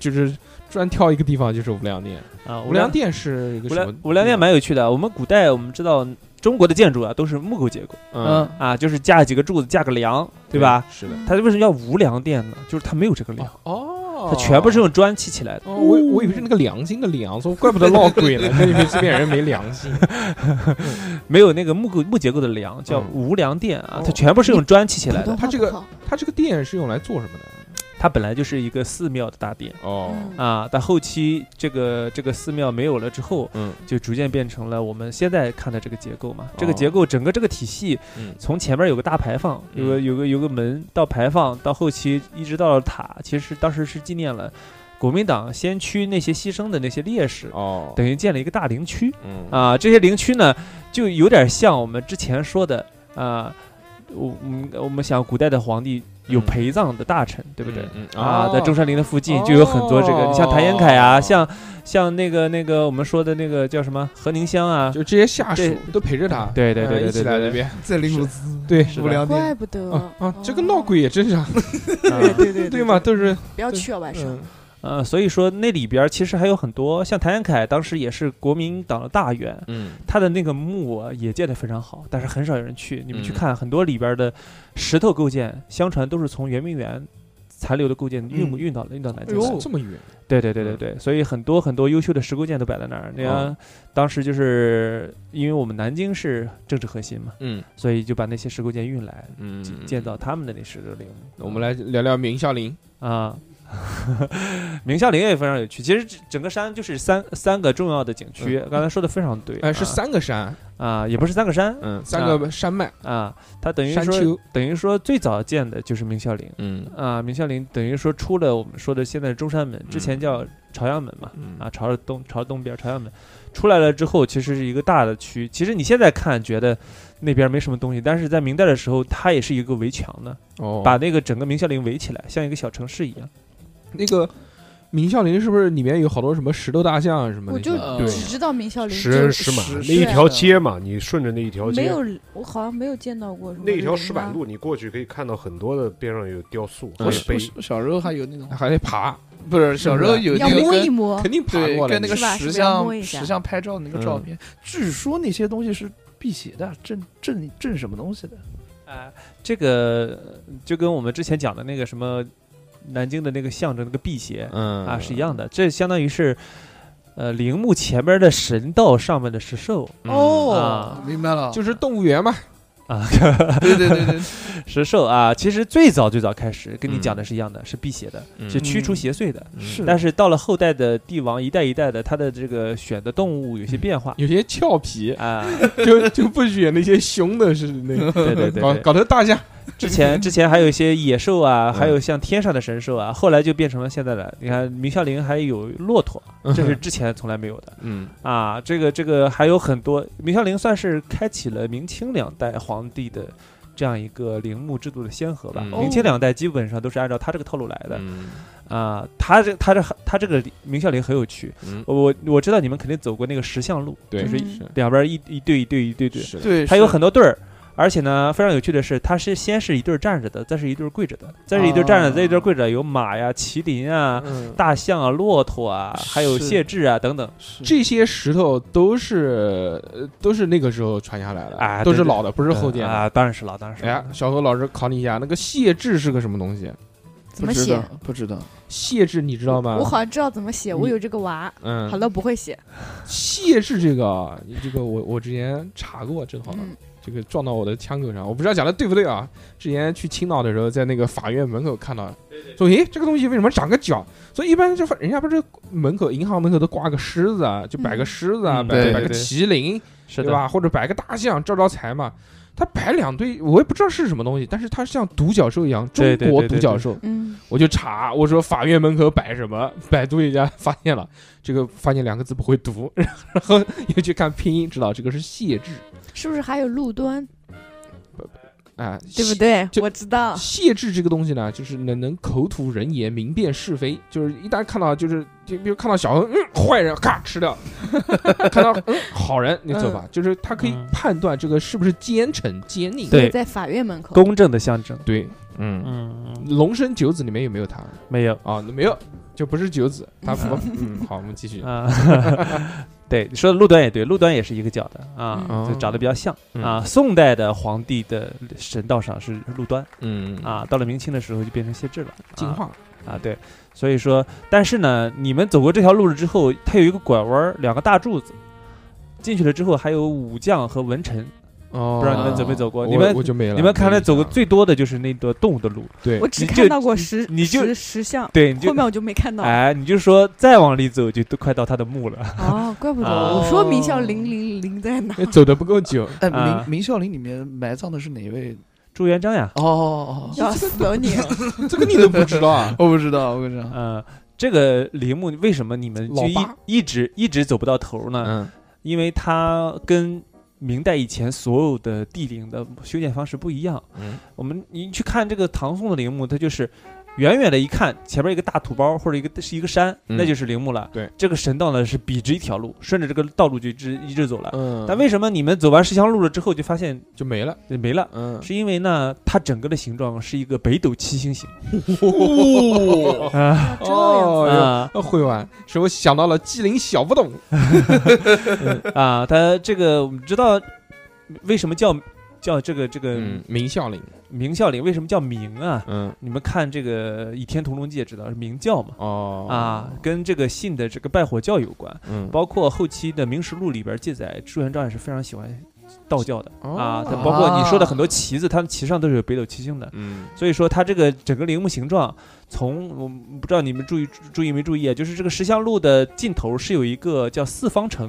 Speaker 1: 就是专挑一个地方就是无良店。
Speaker 5: 啊，
Speaker 1: 无良殿是一个
Speaker 5: 无
Speaker 1: 什么
Speaker 5: 梁？无梁殿蛮有趣的。我们古代我们知道中国的建筑啊都是木构结构
Speaker 1: 嗯，
Speaker 5: 啊，就是架几个柱子架个梁，对吧？？
Speaker 1: 是
Speaker 3: 嗯
Speaker 1: 的。
Speaker 5: 它为什么叫无梁殿呢？就是它没有这个梁，
Speaker 1: 哦，
Speaker 5: 它全部是。用砖砌起来的。
Speaker 1: 哦，我我以为是那个良心的良，说怪不得闹鬼 呢，因为这边人没良心。
Speaker 5: 没有那个木构木结构的梁，叫
Speaker 1: 嗯
Speaker 5: 无梁殿啊，
Speaker 1: 哦
Speaker 5: 它全部是用砖砌起来
Speaker 3: 普通。
Speaker 5: 的
Speaker 1: 它
Speaker 3: 话
Speaker 1: 这个
Speaker 3: 不好
Speaker 1: 他这个殿是用来做什么的？
Speaker 5: 它本来就是一个寺庙的大殿
Speaker 1: 哦，
Speaker 3: 嗯
Speaker 5: 啊，但后期这个这个寺庙没有了之后，
Speaker 1: 嗯，
Speaker 5: 就逐渐变成了我们现在看的这个结构嘛。这个
Speaker 1: 哦
Speaker 5: 结构整个这个体系
Speaker 1: 嗯，
Speaker 5: 从前面有个大牌坊，有个
Speaker 1: 嗯
Speaker 5: 有个有个门，到牌坊，到后期一直到了塔，其实当时是纪念了国民党先驱那些牺牲的那些烈士，
Speaker 1: 哦，
Speaker 5: 等于建了一个大陵区。
Speaker 1: 嗯，
Speaker 5: 啊，这些陵区呢，就有点像我们之前说的啊，我我们我们想古代的皇帝有
Speaker 1: 嗯
Speaker 5: 陪葬的大臣，对不对？
Speaker 1: 嗯？嗯
Speaker 5: 啊，
Speaker 1: 哦
Speaker 5: 在中山陵的附近就有很多这个，你像谭延闿啊，
Speaker 1: 哦
Speaker 5: 像像那个那个我们说的那个叫什么何宁香啊，
Speaker 1: 就这些下属
Speaker 5: 对
Speaker 1: 都陪着他，
Speaker 5: 对对
Speaker 1: 嗯
Speaker 5: 对
Speaker 1: 一
Speaker 5: 对
Speaker 1: 起
Speaker 5: 对
Speaker 1: 来
Speaker 5: 对
Speaker 1: 这
Speaker 5: 对
Speaker 1: 边，
Speaker 2: 在灵谷寺
Speaker 1: 对
Speaker 5: 是
Speaker 2: 无
Speaker 5: 的
Speaker 2: 梁
Speaker 3: 怪
Speaker 2: 殿，
Speaker 3: 不得
Speaker 1: 啊啊
Speaker 3: 哦，
Speaker 1: 这个闹鬼也正常，
Speaker 3: 对
Speaker 5: 啊
Speaker 3: 对 对
Speaker 1: 对嘛，，都是
Speaker 3: 不要去啊晚上
Speaker 1: 嗯，
Speaker 5: 呃，所以说那里边其实还有很多，像谭延闿当时也是国民党的大员，
Speaker 1: 嗯
Speaker 5: 他的那个墓啊也建得非常好，但是很少有人去。你们去
Speaker 1: 嗯
Speaker 5: 看，很多里边的石头构件，相传都是从圆明园残留的构件运、
Speaker 2: 嗯
Speaker 5: 运到运到南
Speaker 1: 哎
Speaker 5: 京来。
Speaker 1: 呦，这么远，
Speaker 5: 对对对对
Speaker 1: 嗯
Speaker 5: 对，所以很多很多优秀的石构件都摆在那
Speaker 1: 哦
Speaker 5: 儿。那样，当时就是因为我们南京是政治核心嘛，
Speaker 1: 嗯
Speaker 5: 所以就把那些石构件运来，
Speaker 1: 嗯
Speaker 5: 建造他们的那石榴陵。
Speaker 1: 我们来聊聊明孝陵，
Speaker 5: 啊， 明孝陵也非常有趣。其实这整个山就是三三个重要的景区，刚才说的非常对。
Speaker 1: 嗯哎，是
Speaker 5: 啊
Speaker 1: 三个山，
Speaker 5: 啊，也不是三个山
Speaker 1: 嗯，三个山脉，
Speaker 5: 啊，它等于
Speaker 1: 嗯山
Speaker 5: 说
Speaker 1: 丘
Speaker 5: 等于说最早建的就是明孝陵
Speaker 1: 嗯
Speaker 5: 啊，明孝陵等于说出了我们说的现在的中山门，之前
Speaker 1: 嗯
Speaker 5: 叫朝阳门嘛，
Speaker 1: 嗯
Speaker 5: 啊，朝着东朝着东边朝阳门，出来了之后，其实是一个大的区。其实你现在看觉得那边没什么东西，但是在明代的时候，它也是一个围墙的，
Speaker 1: 哦，
Speaker 5: 把那个整个明孝陵围起来，像一个小城市一样。
Speaker 1: 那个明孝陵是不是里面有好多什么石头大象啊什么
Speaker 3: 我
Speaker 1: 的？
Speaker 3: 就
Speaker 2: 呃
Speaker 4: 对
Speaker 3: 只知道明孝陵，
Speaker 4: 石人石马
Speaker 2: 石
Speaker 4: 那
Speaker 2: 石
Speaker 4: 一
Speaker 3: 啊
Speaker 4: 条街嘛，你顺着那一条
Speaker 3: 没
Speaker 4: 街，
Speaker 3: 有，我好像没有见到过什么
Speaker 4: 那一条
Speaker 3: 人
Speaker 4: 石板
Speaker 3: 啊
Speaker 4: 路，你过去可以看到很多的边上有雕塑，还
Speaker 2: 我
Speaker 5: 嗯
Speaker 4: 有
Speaker 2: 小
Speaker 4: 碑
Speaker 2: 我。小小时候还有那种，
Speaker 1: 还得爬，
Speaker 2: 啊不是小时候有
Speaker 3: 要
Speaker 2: 那个
Speaker 3: 摸一
Speaker 2: 跟
Speaker 3: 摸，
Speaker 1: 肯定爬
Speaker 2: 对
Speaker 1: 过来
Speaker 2: 跟
Speaker 1: 的
Speaker 2: 那个
Speaker 3: 是吧
Speaker 2: 石
Speaker 3: 是不是要
Speaker 2: 像
Speaker 3: 摸一下
Speaker 2: 石像拍照的那个
Speaker 5: 嗯
Speaker 2: 照片，据说那些东西是辟邪的，镇镇镇什么东西的？
Speaker 5: 啊，这个呃就跟我们之前讲的那个什么南京的那个象征那个辟邪、
Speaker 1: 嗯
Speaker 5: 啊是一样的，这相当于是呃陵墓前面的神道上面的石兽
Speaker 3: 哦
Speaker 2: 哦
Speaker 5: 啊
Speaker 2: 明白了，
Speaker 1: 嗯就是动物园嘛，
Speaker 5: 啊，
Speaker 2: 对对 对对，
Speaker 5: 石兽啊，其实最早最早开始跟你讲的是一样的，是辟邪的，
Speaker 1: 嗯
Speaker 5: 是驱除邪祟的。
Speaker 2: 是
Speaker 5: 但是到了后代的帝王一代一代的，他的这个选的动物有些变化
Speaker 1: 有些俏 皮，
Speaker 5: 啊，
Speaker 1: 就就不选那些凶的，是那个
Speaker 5: 对 对对
Speaker 1: 搞
Speaker 5: 对，
Speaker 1: 搞成大象，
Speaker 5: 之 前之前还有一些野兽啊，
Speaker 1: 嗯
Speaker 5: 还有像天上的神兽啊，后来就变成了现在的。你看明孝陵还有骆驼，这是之前从来没有的
Speaker 1: 嗯
Speaker 5: 啊。这个这个还有很多，明孝陵算是开启了明清两代皇帝的这样一个陵墓制度的先河吧。
Speaker 1: 嗯
Speaker 5: 明清两代基本上都是按照他这个套路来的
Speaker 1: 嗯
Speaker 5: 啊。他这他这他这个明孝陵很有趣，
Speaker 1: 嗯，
Speaker 5: 我我知道你们肯定走过那个石像路，
Speaker 1: 对
Speaker 5: 就是
Speaker 3: 嗯
Speaker 5: 两边一一对一对一对对，
Speaker 1: 是的，
Speaker 2: 对，
Speaker 5: 它有
Speaker 2: 是
Speaker 5: 很多对儿，而且呢，非常有趣的是，它是先是一对儿站着的，再是一对儿跪着的，再是一对儿站着，
Speaker 2: 啊
Speaker 5: 再一对儿跪着，有马呀、麒麟啊、
Speaker 1: 嗯
Speaker 5: 大象啊、骆驼啊，还有
Speaker 2: 是
Speaker 5: 蟹豸啊等等。
Speaker 2: 是
Speaker 1: 这些石头都是呃都是那个时候传下来的，
Speaker 5: 啊
Speaker 1: 都是
Speaker 5: 对对
Speaker 1: 老的，不是后建的。
Speaker 5: 啊，当然是了，当然是
Speaker 1: 哎
Speaker 5: 了。
Speaker 1: 呀，小何老师考你一下，那个谢志是个什么东西？
Speaker 3: 怎
Speaker 2: 不
Speaker 3: 么
Speaker 2: 知
Speaker 3: 写
Speaker 2: 道？啊不知道，
Speaker 1: 谢志你知道吗？
Speaker 3: 我好像知道怎么写，我有这个娃。
Speaker 1: 嗯
Speaker 3: 好，了，不会写。
Speaker 1: 谢志这个啊，这个我我之前查过，正好
Speaker 3: 嗯，
Speaker 1: 这个撞到我的枪口上，我不知道讲的对不对啊？之前去青岛的时候，在那个法院门口看到，说诶，这个东西为什么长个脚？所以一般就是人家不是门口银行门口都挂个狮子啊，就摆个狮子啊，
Speaker 5: 嗯
Speaker 1: 摆
Speaker 2: 对
Speaker 1: 摆个
Speaker 5: 对
Speaker 1: 麒麟，
Speaker 5: 是
Speaker 1: 对
Speaker 5: 的，
Speaker 1: 吧？或者摆个大象招招财嘛。他摆两堆，我也不知道是什么东西，但是它像独角兽一样，中
Speaker 5: 对对
Speaker 1: 国
Speaker 5: 对对
Speaker 1: 独角兽。
Speaker 3: 嗯，
Speaker 1: 我就查，我说法院门口摆什么，百度一下发现了，这个发现两个字不会读， 然后又去看拼音，知道这个是谢志
Speaker 3: 是不是还有路端？
Speaker 1: 啊，
Speaker 3: 对不
Speaker 1: 谢？
Speaker 3: 对？
Speaker 1: 就
Speaker 3: 我知道。
Speaker 1: 谢志这个东西呢，就是能能口吐人言，明辨是非，就是一旦看到就是就比如看到小恩，嗯，坏人，咔吃 掉；看到嗯好人，你走吧，就是他可以
Speaker 5: 嗯
Speaker 1: 判断这个是不是奸臣奸佞。
Speaker 5: 对
Speaker 3: 在法院门口。
Speaker 5: 公正的象征。
Speaker 1: 对，嗯，
Speaker 5: 嗯，嗯
Speaker 1: 龙生九子里面有没有他
Speaker 5: 没有
Speaker 1: 啊？没有，就不是九子，他符合。嗯，好，我们继续。
Speaker 5: 啊。 对，你说的路端也对，路端也是一个角的啊，
Speaker 1: 嗯
Speaker 5: 就长得比较像
Speaker 1: 嗯
Speaker 5: 啊。宋代的皇帝的神道上是路端
Speaker 1: 嗯
Speaker 5: 啊，到了明清的时候就变成谢豸了，
Speaker 1: 进
Speaker 5: 啊
Speaker 1: 化了。
Speaker 5: 啊，对，所以说，但是呢，你们走过这条路了之后，它有一个拐弯儿，两个大柱子，进去了之后还有武将和文臣，
Speaker 1: 哦，
Speaker 5: 不知道你们走没走过？
Speaker 1: 我
Speaker 5: 你们
Speaker 1: 我就没了。
Speaker 5: 你们看来
Speaker 1: 没
Speaker 5: 走过
Speaker 1: 印象
Speaker 5: 最多的就是那个动物的路，
Speaker 1: 对
Speaker 3: 我，只
Speaker 5: 你
Speaker 3: 看
Speaker 5: 就
Speaker 3: 到过石，
Speaker 5: 你就
Speaker 3: 石石像，
Speaker 5: 对，你就
Speaker 3: 后面我就没看到。
Speaker 5: 哎，你就说再往里走就都快到他的墓了，
Speaker 3: 哦，怪不得
Speaker 5: 啊哦
Speaker 3: 我说明孝陵陵陵在哪
Speaker 1: 因？为走的不够久。
Speaker 2: 哎，
Speaker 5: 啊
Speaker 2: 明明孝陵里面埋葬的是哪一位？
Speaker 5: 朱元璋呀，
Speaker 2: 哦哦哦哦，
Speaker 3: 要死了 你！
Speaker 1: 这个你都不知道啊？
Speaker 2: 我不知道，我不知道，
Speaker 5: 嗯、这个陵墓为什么你们就
Speaker 1: 老
Speaker 5: 一
Speaker 1: 八
Speaker 5: 一直一直走不到头呢？
Speaker 1: 嗯
Speaker 5: 因为它跟明代以前所有的帝陵的修建方式不一样。
Speaker 1: 嗯，
Speaker 5: 我们你去看这个唐宋的陵墓，它就是远远的一看，前面一个大土包或者一个是一个山，
Speaker 1: 嗯
Speaker 5: 那就是陵墓了。
Speaker 1: 对，
Speaker 5: 这个神道呢是笔直一条路，顺着这个道路就一直一直走了。
Speaker 1: 嗯，
Speaker 5: 但为什么你们走完石像路了之后就发现
Speaker 1: 就没了。
Speaker 5: 呃没了？
Speaker 1: 嗯，
Speaker 5: 是因为呢，它整个的形状是一个北斗七星形
Speaker 1: 哦，
Speaker 3: 这样
Speaker 5: 啊
Speaker 1: 哎呦
Speaker 5: 啊
Speaker 1: 啊会玩，使我想到了机灵小不懂。
Speaker 5: 啊！它这个我们知道为什么叫叫这个这个
Speaker 1: 嗯，明孝陵，
Speaker 5: 明孝陵为什么叫明啊？
Speaker 1: 嗯，
Speaker 5: 你们看这个《倚天屠龙记》也知道是明教嘛，
Speaker 1: 哦，
Speaker 5: 啊，，跟这个信的这个拜火教有关。
Speaker 1: 嗯，
Speaker 5: 包括后期的《明实录》里边记载，朱元璋也是非常喜欢道教的、
Speaker 1: 哦
Speaker 5: 啊。他包括你说的很多旗子，他们旗上都是有北斗七星的。
Speaker 1: 嗯，
Speaker 5: 所以说，它这个整个陵墓形状，从我不知道你们注意注意没注意啊，就是这个石像路的尽头是有一个叫四方城，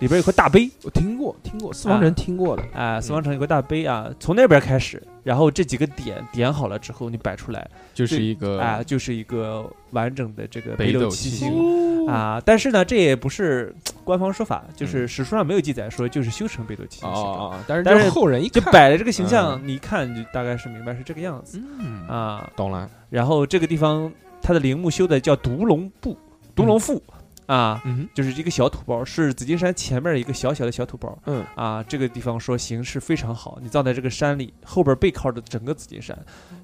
Speaker 5: 里边有块大碑
Speaker 1: 我听过，听过，四方人听过的，
Speaker 3: 哦
Speaker 5: 啊，四方城有个大碑啊，从那边开始，然后这几个点点好了之后，你摆出来
Speaker 1: 就是
Speaker 5: 对
Speaker 1: 一个
Speaker 5: 啊，就是一个完整的这个
Speaker 1: 北斗
Speaker 5: 斗
Speaker 1: 七
Speaker 5: 七
Speaker 1: 星
Speaker 5: 星啊，但是呢，这也不是呃官方说法，就是
Speaker 1: 嗯
Speaker 5: 史书上没有记载说就是修成北斗七星形状，
Speaker 1: 哦，但是
Speaker 5: 但
Speaker 1: 这
Speaker 5: 是
Speaker 1: 后人一
Speaker 5: 就
Speaker 1: 看，
Speaker 5: 摆了这个形象，你一看就大概是明白是这个样子
Speaker 1: 嗯，
Speaker 5: 啊。
Speaker 1: 懂了，
Speaker 5: 然后这个地方它的陵墓修的叫独龙布、独龙腹啊，
Speaker 1: 嗯
Speaker 5: 就是一个小土包，是紫金山前面一个小小的小土包
Speaker 1: 嗯，
Speaker 5: 啊。这个地方说形势非常好，你葬在这个山里，后边背靠着整个紫金山，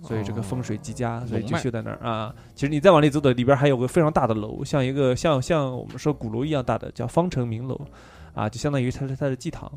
Speaker 5: 所以这个风水极佳，所以
Speaker 1: 龙
Speaker 5: 就
Speaker 1: 脉
Speaker 5: 修在那儿啊。其实你再往里走走，里边还有个非常大的楼，像一个像像我们说鼓楼一样大的，叫方城明楼，啊，就相当于它是它的祭堂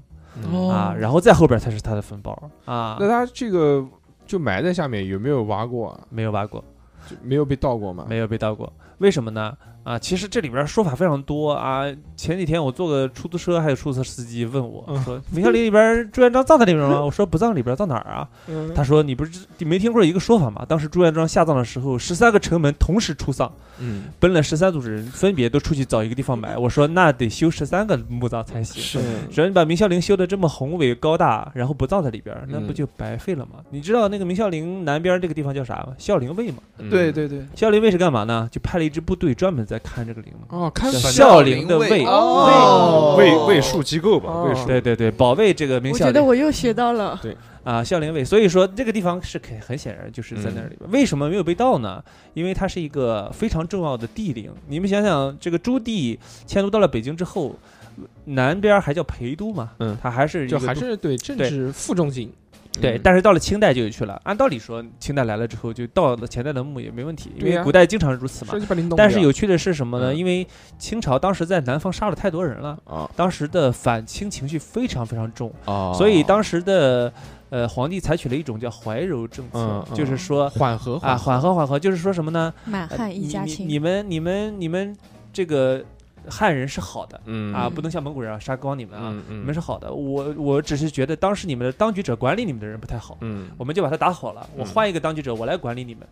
Speaker 1: 哦，
Speaker 5: 啊，然后再后边才是它的坟包啊
Speaker 1: 那，他这个就埋在下面，有没有挖过啊？
Speaker 5: 没有挖过，
Speaker 1: 就没有被盗过吗？
Speaker 5: 没有被盗过，为什么呢？啊，其实这里边说法非常多啊。前几天我坐个出租车，还有出租车司机问我
Speaker 1: 嗯
Speaker 5: 说：“明孝陵里边朱元璋葬在里边 吗？”我说：“不葬里边，葬哪儿啊？”
Speaker 1: 嗯，
Speaker 5: 他说：“你不是你没听过一个说法吗？当时朱元璋下葬的时候，十三个城门同时出丧。”
Speaker 1: 嗯，
Speaker 5: 奔了十三组人，分别都出去找一个地方埋。我说那得修十三个墓葬才行。
Speaker 1: 是
Speaker 5: 只要你把明孝陵修得这么宏伟高大，然后不葬在里边儿，那不
Speaker 1: 嗯
Speaker 5: 就白费了吗？你知道那个明孝陵南边儿这个地方叫啥吗？孝陵卫嘛。
Speaker 2: 对，对对，
Speaker 5: 孝陵卫是干嘛呢？就派了一支部队专门在看这个陵墓，
Speaker 1: 哦，看
Speaker 5: 叫
Speaker 1: 坟
Speaker 5: 孝陵的卫。
Speaker 2: 哦
Speaker 4: 卫卫戍机构吧，
Speaker 1: 哦
Speaker 4: 卫戍。
Speaker 5: 对对对，保卫这个明
Speaker 3: 我
Speaker 5: 孝
Speaker 3: 觉得
Speaker 5: 陵
Speaker 3: 我又学到了，
Speaker 5: 啊，孝陵卫。所以说这个地方是肯很显然就是在那
Speaker 1: 嗯
Speaker 5: 里边。为什么没有被盗呢？因为它是一个非常重要的地陵。你们想想，这个朱棣迁都到了北京之后，南边还叫陪都嘛，
Speaker 1: 嗯
Speaker 5: 它还是一
Speaker 1: 就
Speaker 5: 个
Speaker 1: 还
Speaker 5: 都
Speaker 1: 是对政
Speaker 5: 对
Speaker 1: 治负重性，
Speaker 5: 对，
Speaker 1: 嗯
Speaker 5: 但是到了清代就有去了。按道理说，清代来了之后就盗了前代的墓也没问题，因
Speaker 1: 对
Speaker 5: 为
Speaker 1: 呀
Speaker 5: 古代经常是如此嘛
Speaker 1: 说。起把你弄
Speaker 5: 但是
Speaker 1: 掉
Speaker 5: 有趣的是什么呢？
Speaker 1: 嗯
Speaker 5: 因为清朝当时在南方杀了太多人了，
Speaker 1: 啊
Speaker 5: 当时的反清情绪非常非常重，
Speaker 1: 啊，
Speaker 5: 所以当时的呃皇帝采取了一种叫怀柔政策，
Speaker 1: 嗯嗯
Speaker 5: 就是说
Speaker 1: 缓和
Speaker 5: 啊缓和缓和，就是说什么呢？
Speaker 3: 满
Speaker 5: 呃
Speaker 3: 汉一
Speaker 5: 你
Speaker 3: 家
Speaker 5: 你
Speaker 3: 亲。
Speaker 5: 你们你们你们这个汉人是好的、
Speaker 1: 嗯
Speaker 5: 啊，
Speaker 3: 嗯
Speaker 5: 不能像蒙古人啊杀光你们啊，
Speaker 1: 嗯
Speaker 5: 你
Speaker 1: 嗯
Speaker 5: 们是好的。我我只是觉得当时你们的当局者管理你们的人不太好，
Speaker 1: 嗯
Speaker 5: 我们就把他打好了，
Speaker 1: 嗯
Speaker 5: 我换一个当局者，我来管理你们。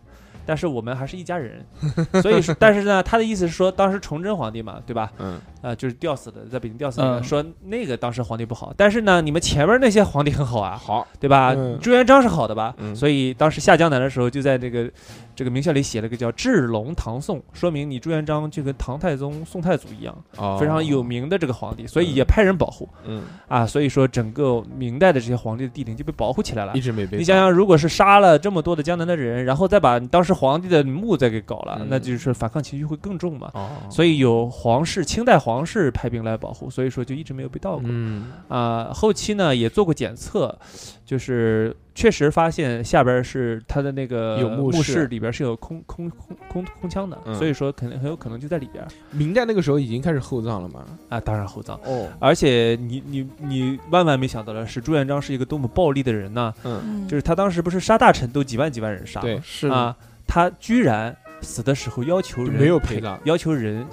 Speaker 5: 但是我们还是一家人， 所以说，但是呢，他的意思是说，当时崇祯皇帝嘛，对吧？
Speaker 1: 嗯
Speaker 5: 呃，就是吊死的，在北京吊死的，
Speaker 2: 嗯
Speaker 5: 说那个当时皇帝不好，但是呢，你们前面那些皇帝很好啊，
Speaker 1: 好
Speaker 5: 对吧？
Speaker 1: 嗯
Speaker 5: 朱元璋是好的吧？
Speaker 1: 嗯
Speaker 5: 所以当时下江南的时候，就在这个这个名校里写了个叫《至龙唐宋》，说明你朱元璋就跟唐太宗、宋太祖一样，
Speaker 1: 哦
Speaker 5: 非常有名的这个皇帝，所以也派人保护、
Speaker 1: 嗯
Speaker 5: 啊。所以说，整个明代的这些皇帝的地陵就被保护起来了
Speaker 1: 一。直没被
Speaker 5: 你想想，如果是杀了这么多的江南的人，然后再把当时皇帝的墓再给搞了，
Speaker 1: 嗯
Speaker 5: 那就是反抗情绪会更重嘛。
Speaker 1: 哦，
Speaker 5: 所以有皇室，清代皇室派兵来保护，所以说就一直没有被盗过。
Speaker 1: 嗯
Speaker 5: 啊、后期呢也做过检测，就是确实发现下边儿是它的那个
Speaker 1: 有墓
Speaker 5: 墓
Speaker 1: 室
Speaker 5: 室里边儿是有空空空空空腔的，
Speaker 1: 嗯
Speaker 5: 所以说肯定很有可能就在里边儿
Speaker 1: 明代那个时候已经开始厚葬了嘛
Speaker 5: 啊，当然厚葬。
Speaker 1: 哦
Speaker 5: 而且你你你万万没想到的是，朱元璋是一个多么暴力的人呢？
Speaker 1: 嗯
Speaker 3: 嗯
Speaker 5: 就是他当时不是杀大臣都几万几万人杀吗
Speaker 1: 对
Speaker 2: 是的，
Speaker 5: 啊，他居然死的时候要求人
Speaker 1: 没有陪
Speaker 5: 陪
Speaker 1: 葬
Speaker 5: 要求人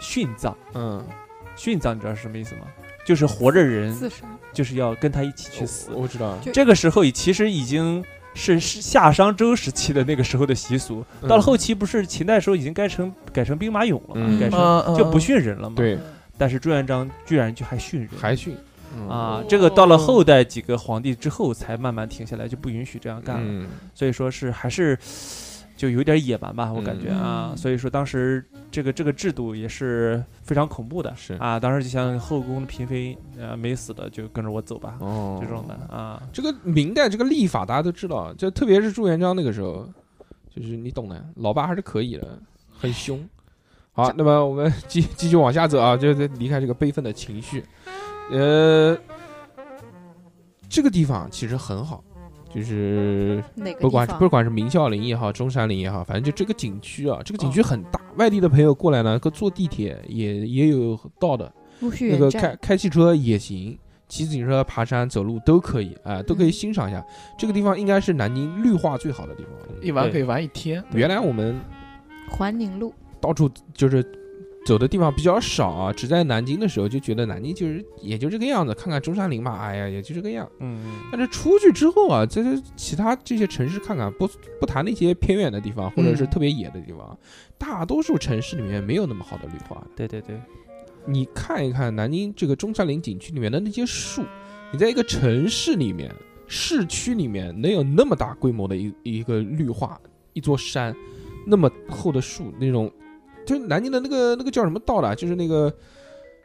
Speaker 5: 殉葬。
Speaker 1: 嗯
Speaker 5: 殉葬你知道是什么意思吗？就是活着人
Speaker 3: 自杀，
Speaker 5: 就是要跟他一起去
Speaker 1: 我
Speaker 5: 死。
Speaker 1: 我知道
Speaker 3: 就
Speaker 5: 这个时候已其实已经是是夏商周时期的那个时候的习俗，
Speaker 1: 嗯
Speaker 5: 到了后期不是秦代时候已经改成改成兵马俑了嘛，
Speaker 1: 嗯
Speaker 5: 改
Speaker 1: 嗯
Speaker 5: 成、就不殉人了嘛。。
Speaker 1: 对
Speaker 5: 但是朱元璋居然就还殉人。
Speaker 1: 还训嗯
Speaker 5: 啊
Speaker 3: 哦，
Speaker 5: 这个到了后代几个皇帝之后，才慢慢停下来，就不允许这样干了。
Speaker 1: 嗯
Speaker 5: 所以说是还是就有点野蛮吧，我感觉啊，
Speaker 3: 嗯
Speaker 5: 所以说当时这个这个制度也是非常恐怖的，
Speaker 1: 是
Speaker 5: 啊，当时就像后宫的嫔妃，呃，没死的就跟着我走吧，
Speaker 1: 哦
Speaker 5: 就这种的啊，
Speaker 1: 这个明代这个历法大家都知道，就特别是朱元璋那个时候，就是你懂的，老八还是可以的，很凶。好，那么我们继继续往下走啊，就是离开这个悲愤的情绪。呃，这个地方其实很好，就是
Speaker 3: 哪个
Speaker 1: 不管是
Speaker 3: 地方
Speaker 1: 不管是明孝陵也好，中山陵也好，反正就这个景区啊，这个
Speaker 3: 哦
Speaker 1: 景区很大，外地的朋友过来呢，可坐地铁也也有到的，
Speaker 3: 陆续
Speaker 1: 那个
Speaker 3: 远
Speaker 1: 开
Speaker 3: 站，
Speaker 1: 开汽车也行，骑自行车、爬山、走路都可以，
Speaker 3: 嗯
Speaker 1: 啊、都可以欣赏一下。这个地方应该是南京绿化最好的地方了。
Speaker 2: 一玩可以玩一天。
Speaker 1: 原来我们
Speaker 3: 环宁路，
Speaker 1: 到处就是走的地方比较少啊，只在南京的时候就觉得南京就是也就这个样子，看看中山陵嘛，哎呀也就这个样。
Speaker 5: 嗯，
Speaker 1: 但是出去之后啊，在这其他这些城市看看，不不谈那些偏远的地方或
Speaker 3: 嗯
Speaker 1: 者是特别野的地方，大多数城市里面没有那么好的绿化的。
Speaker 5: 对对对，
Speaker 1: 你看一看南京这个中山陵景区里面的那些树，你在一个城市里面、市区里面能有那么大规模的一一个绿化，一座山，那么厚的树，那种就是南京的那个那个叫什么道的，就是那个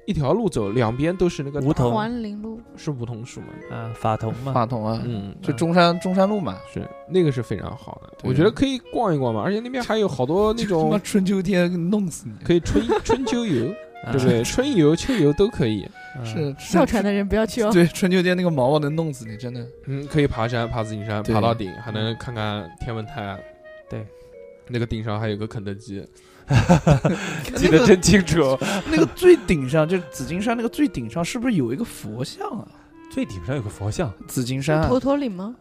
Speaker 1: 一条路走，两边都是那个
Speaker 5: 梧桐
Speaker 3: 环宁路，
Speaker 1: 是梧桐树嘛？
Speaker 5: 啊，法桐嘛，
Speaker 2: 话筒啊，
Speaker 1: 嗯，
Speaker 2: 就中山中山路嘛，
Speaker 1: 是那个是非常好的，
Speaker 2: 对
Speaker 1: 我觉得可以逛一逛嘛，而且那边还有好多那
Speaker 2: 就他妈
Speaker 1: 种
Speaker 2: 春秋天弄死你。
Speaker 1: 可以春春秋游，
Speaker 5: 啊
Speaker 1: 对不 对？春游、秋游都可以，
Speaker 5: 嗯
Speaker 2: 是
Speaker 3: 哮喘的人不要去哦。
Speaker 2: 对，春秋天那个毛毛能弄死你，真的。
Speaker 1: 嗯，可以爬山，爬自行山，
Speaker 2: 对
Speaker 1: 爬到顶，还能看看天文台。
Speaker 5: 嗯
Speaker 1: 啊
Speaker 5: 对，
Speaker 1: 那个顶上还有个肯德基，
Speaker 5: 记得真清楚。
Speaker 2: 那个最顶上，就是紫金山那个最顶上，是不是有一个佛像啊？
Speaker 5: 最顶上有个佛像，
Speaker 2: 紫金山啊
Speaker 3: 是头头岭吗？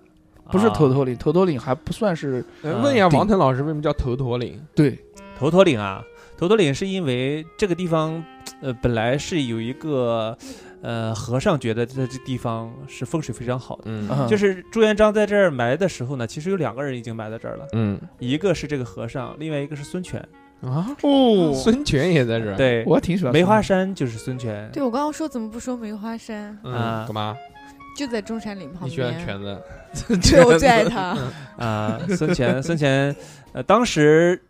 Speaker 2: 不是
Speaker 5: 啊
Speaker 2: 头头岭，头头岭还不算是
Speaker 5: 嗯
Speaker 1: 问一下
Speaker 2: 顶
Speaker 1: 王腾老师为什么叫头陀岭？
Speaker 2: 对，
Speaker 5: 头陀岭啊，头陀岭是因为这个地方，呃，本来是有一个，呃，和尚觉得这这地方是风水非常好的。
Speaker 1: 嗯
Speaker 2: 啊
Speaker 5: 就是朱元璋在这儿埋的时候呢，其实有两个人已经埋在这儿了，
Speaker 1: 嗯
Speaker 5: 一个是这个和尚，另外一个是孙权。
Speaker 1: 啊，
Speaker 2: 哦
Speaker 1: 孙权也在这儿。，
Speaker 5: 对，
Speaker 2: 我还挺喜欢
Speaker 5: 梅花
Speaker 2: 山
Speaker 5: 山就是孙权。
Speaker 3: 对，我刚刚说怎么不说梅花山，
Speaker 1: 嗯，
Speaker 5: 啊
Speaker 1: 干嘛？
Speaker 3: 就在中山陵旁
Speaker 1: 你喜欢
Speaker 3: 边。
Speaker 1: 权子？
Speaker 3: 对，我最 爱他。
Speaker 5: 啊、孙权， 孙权，呃，当时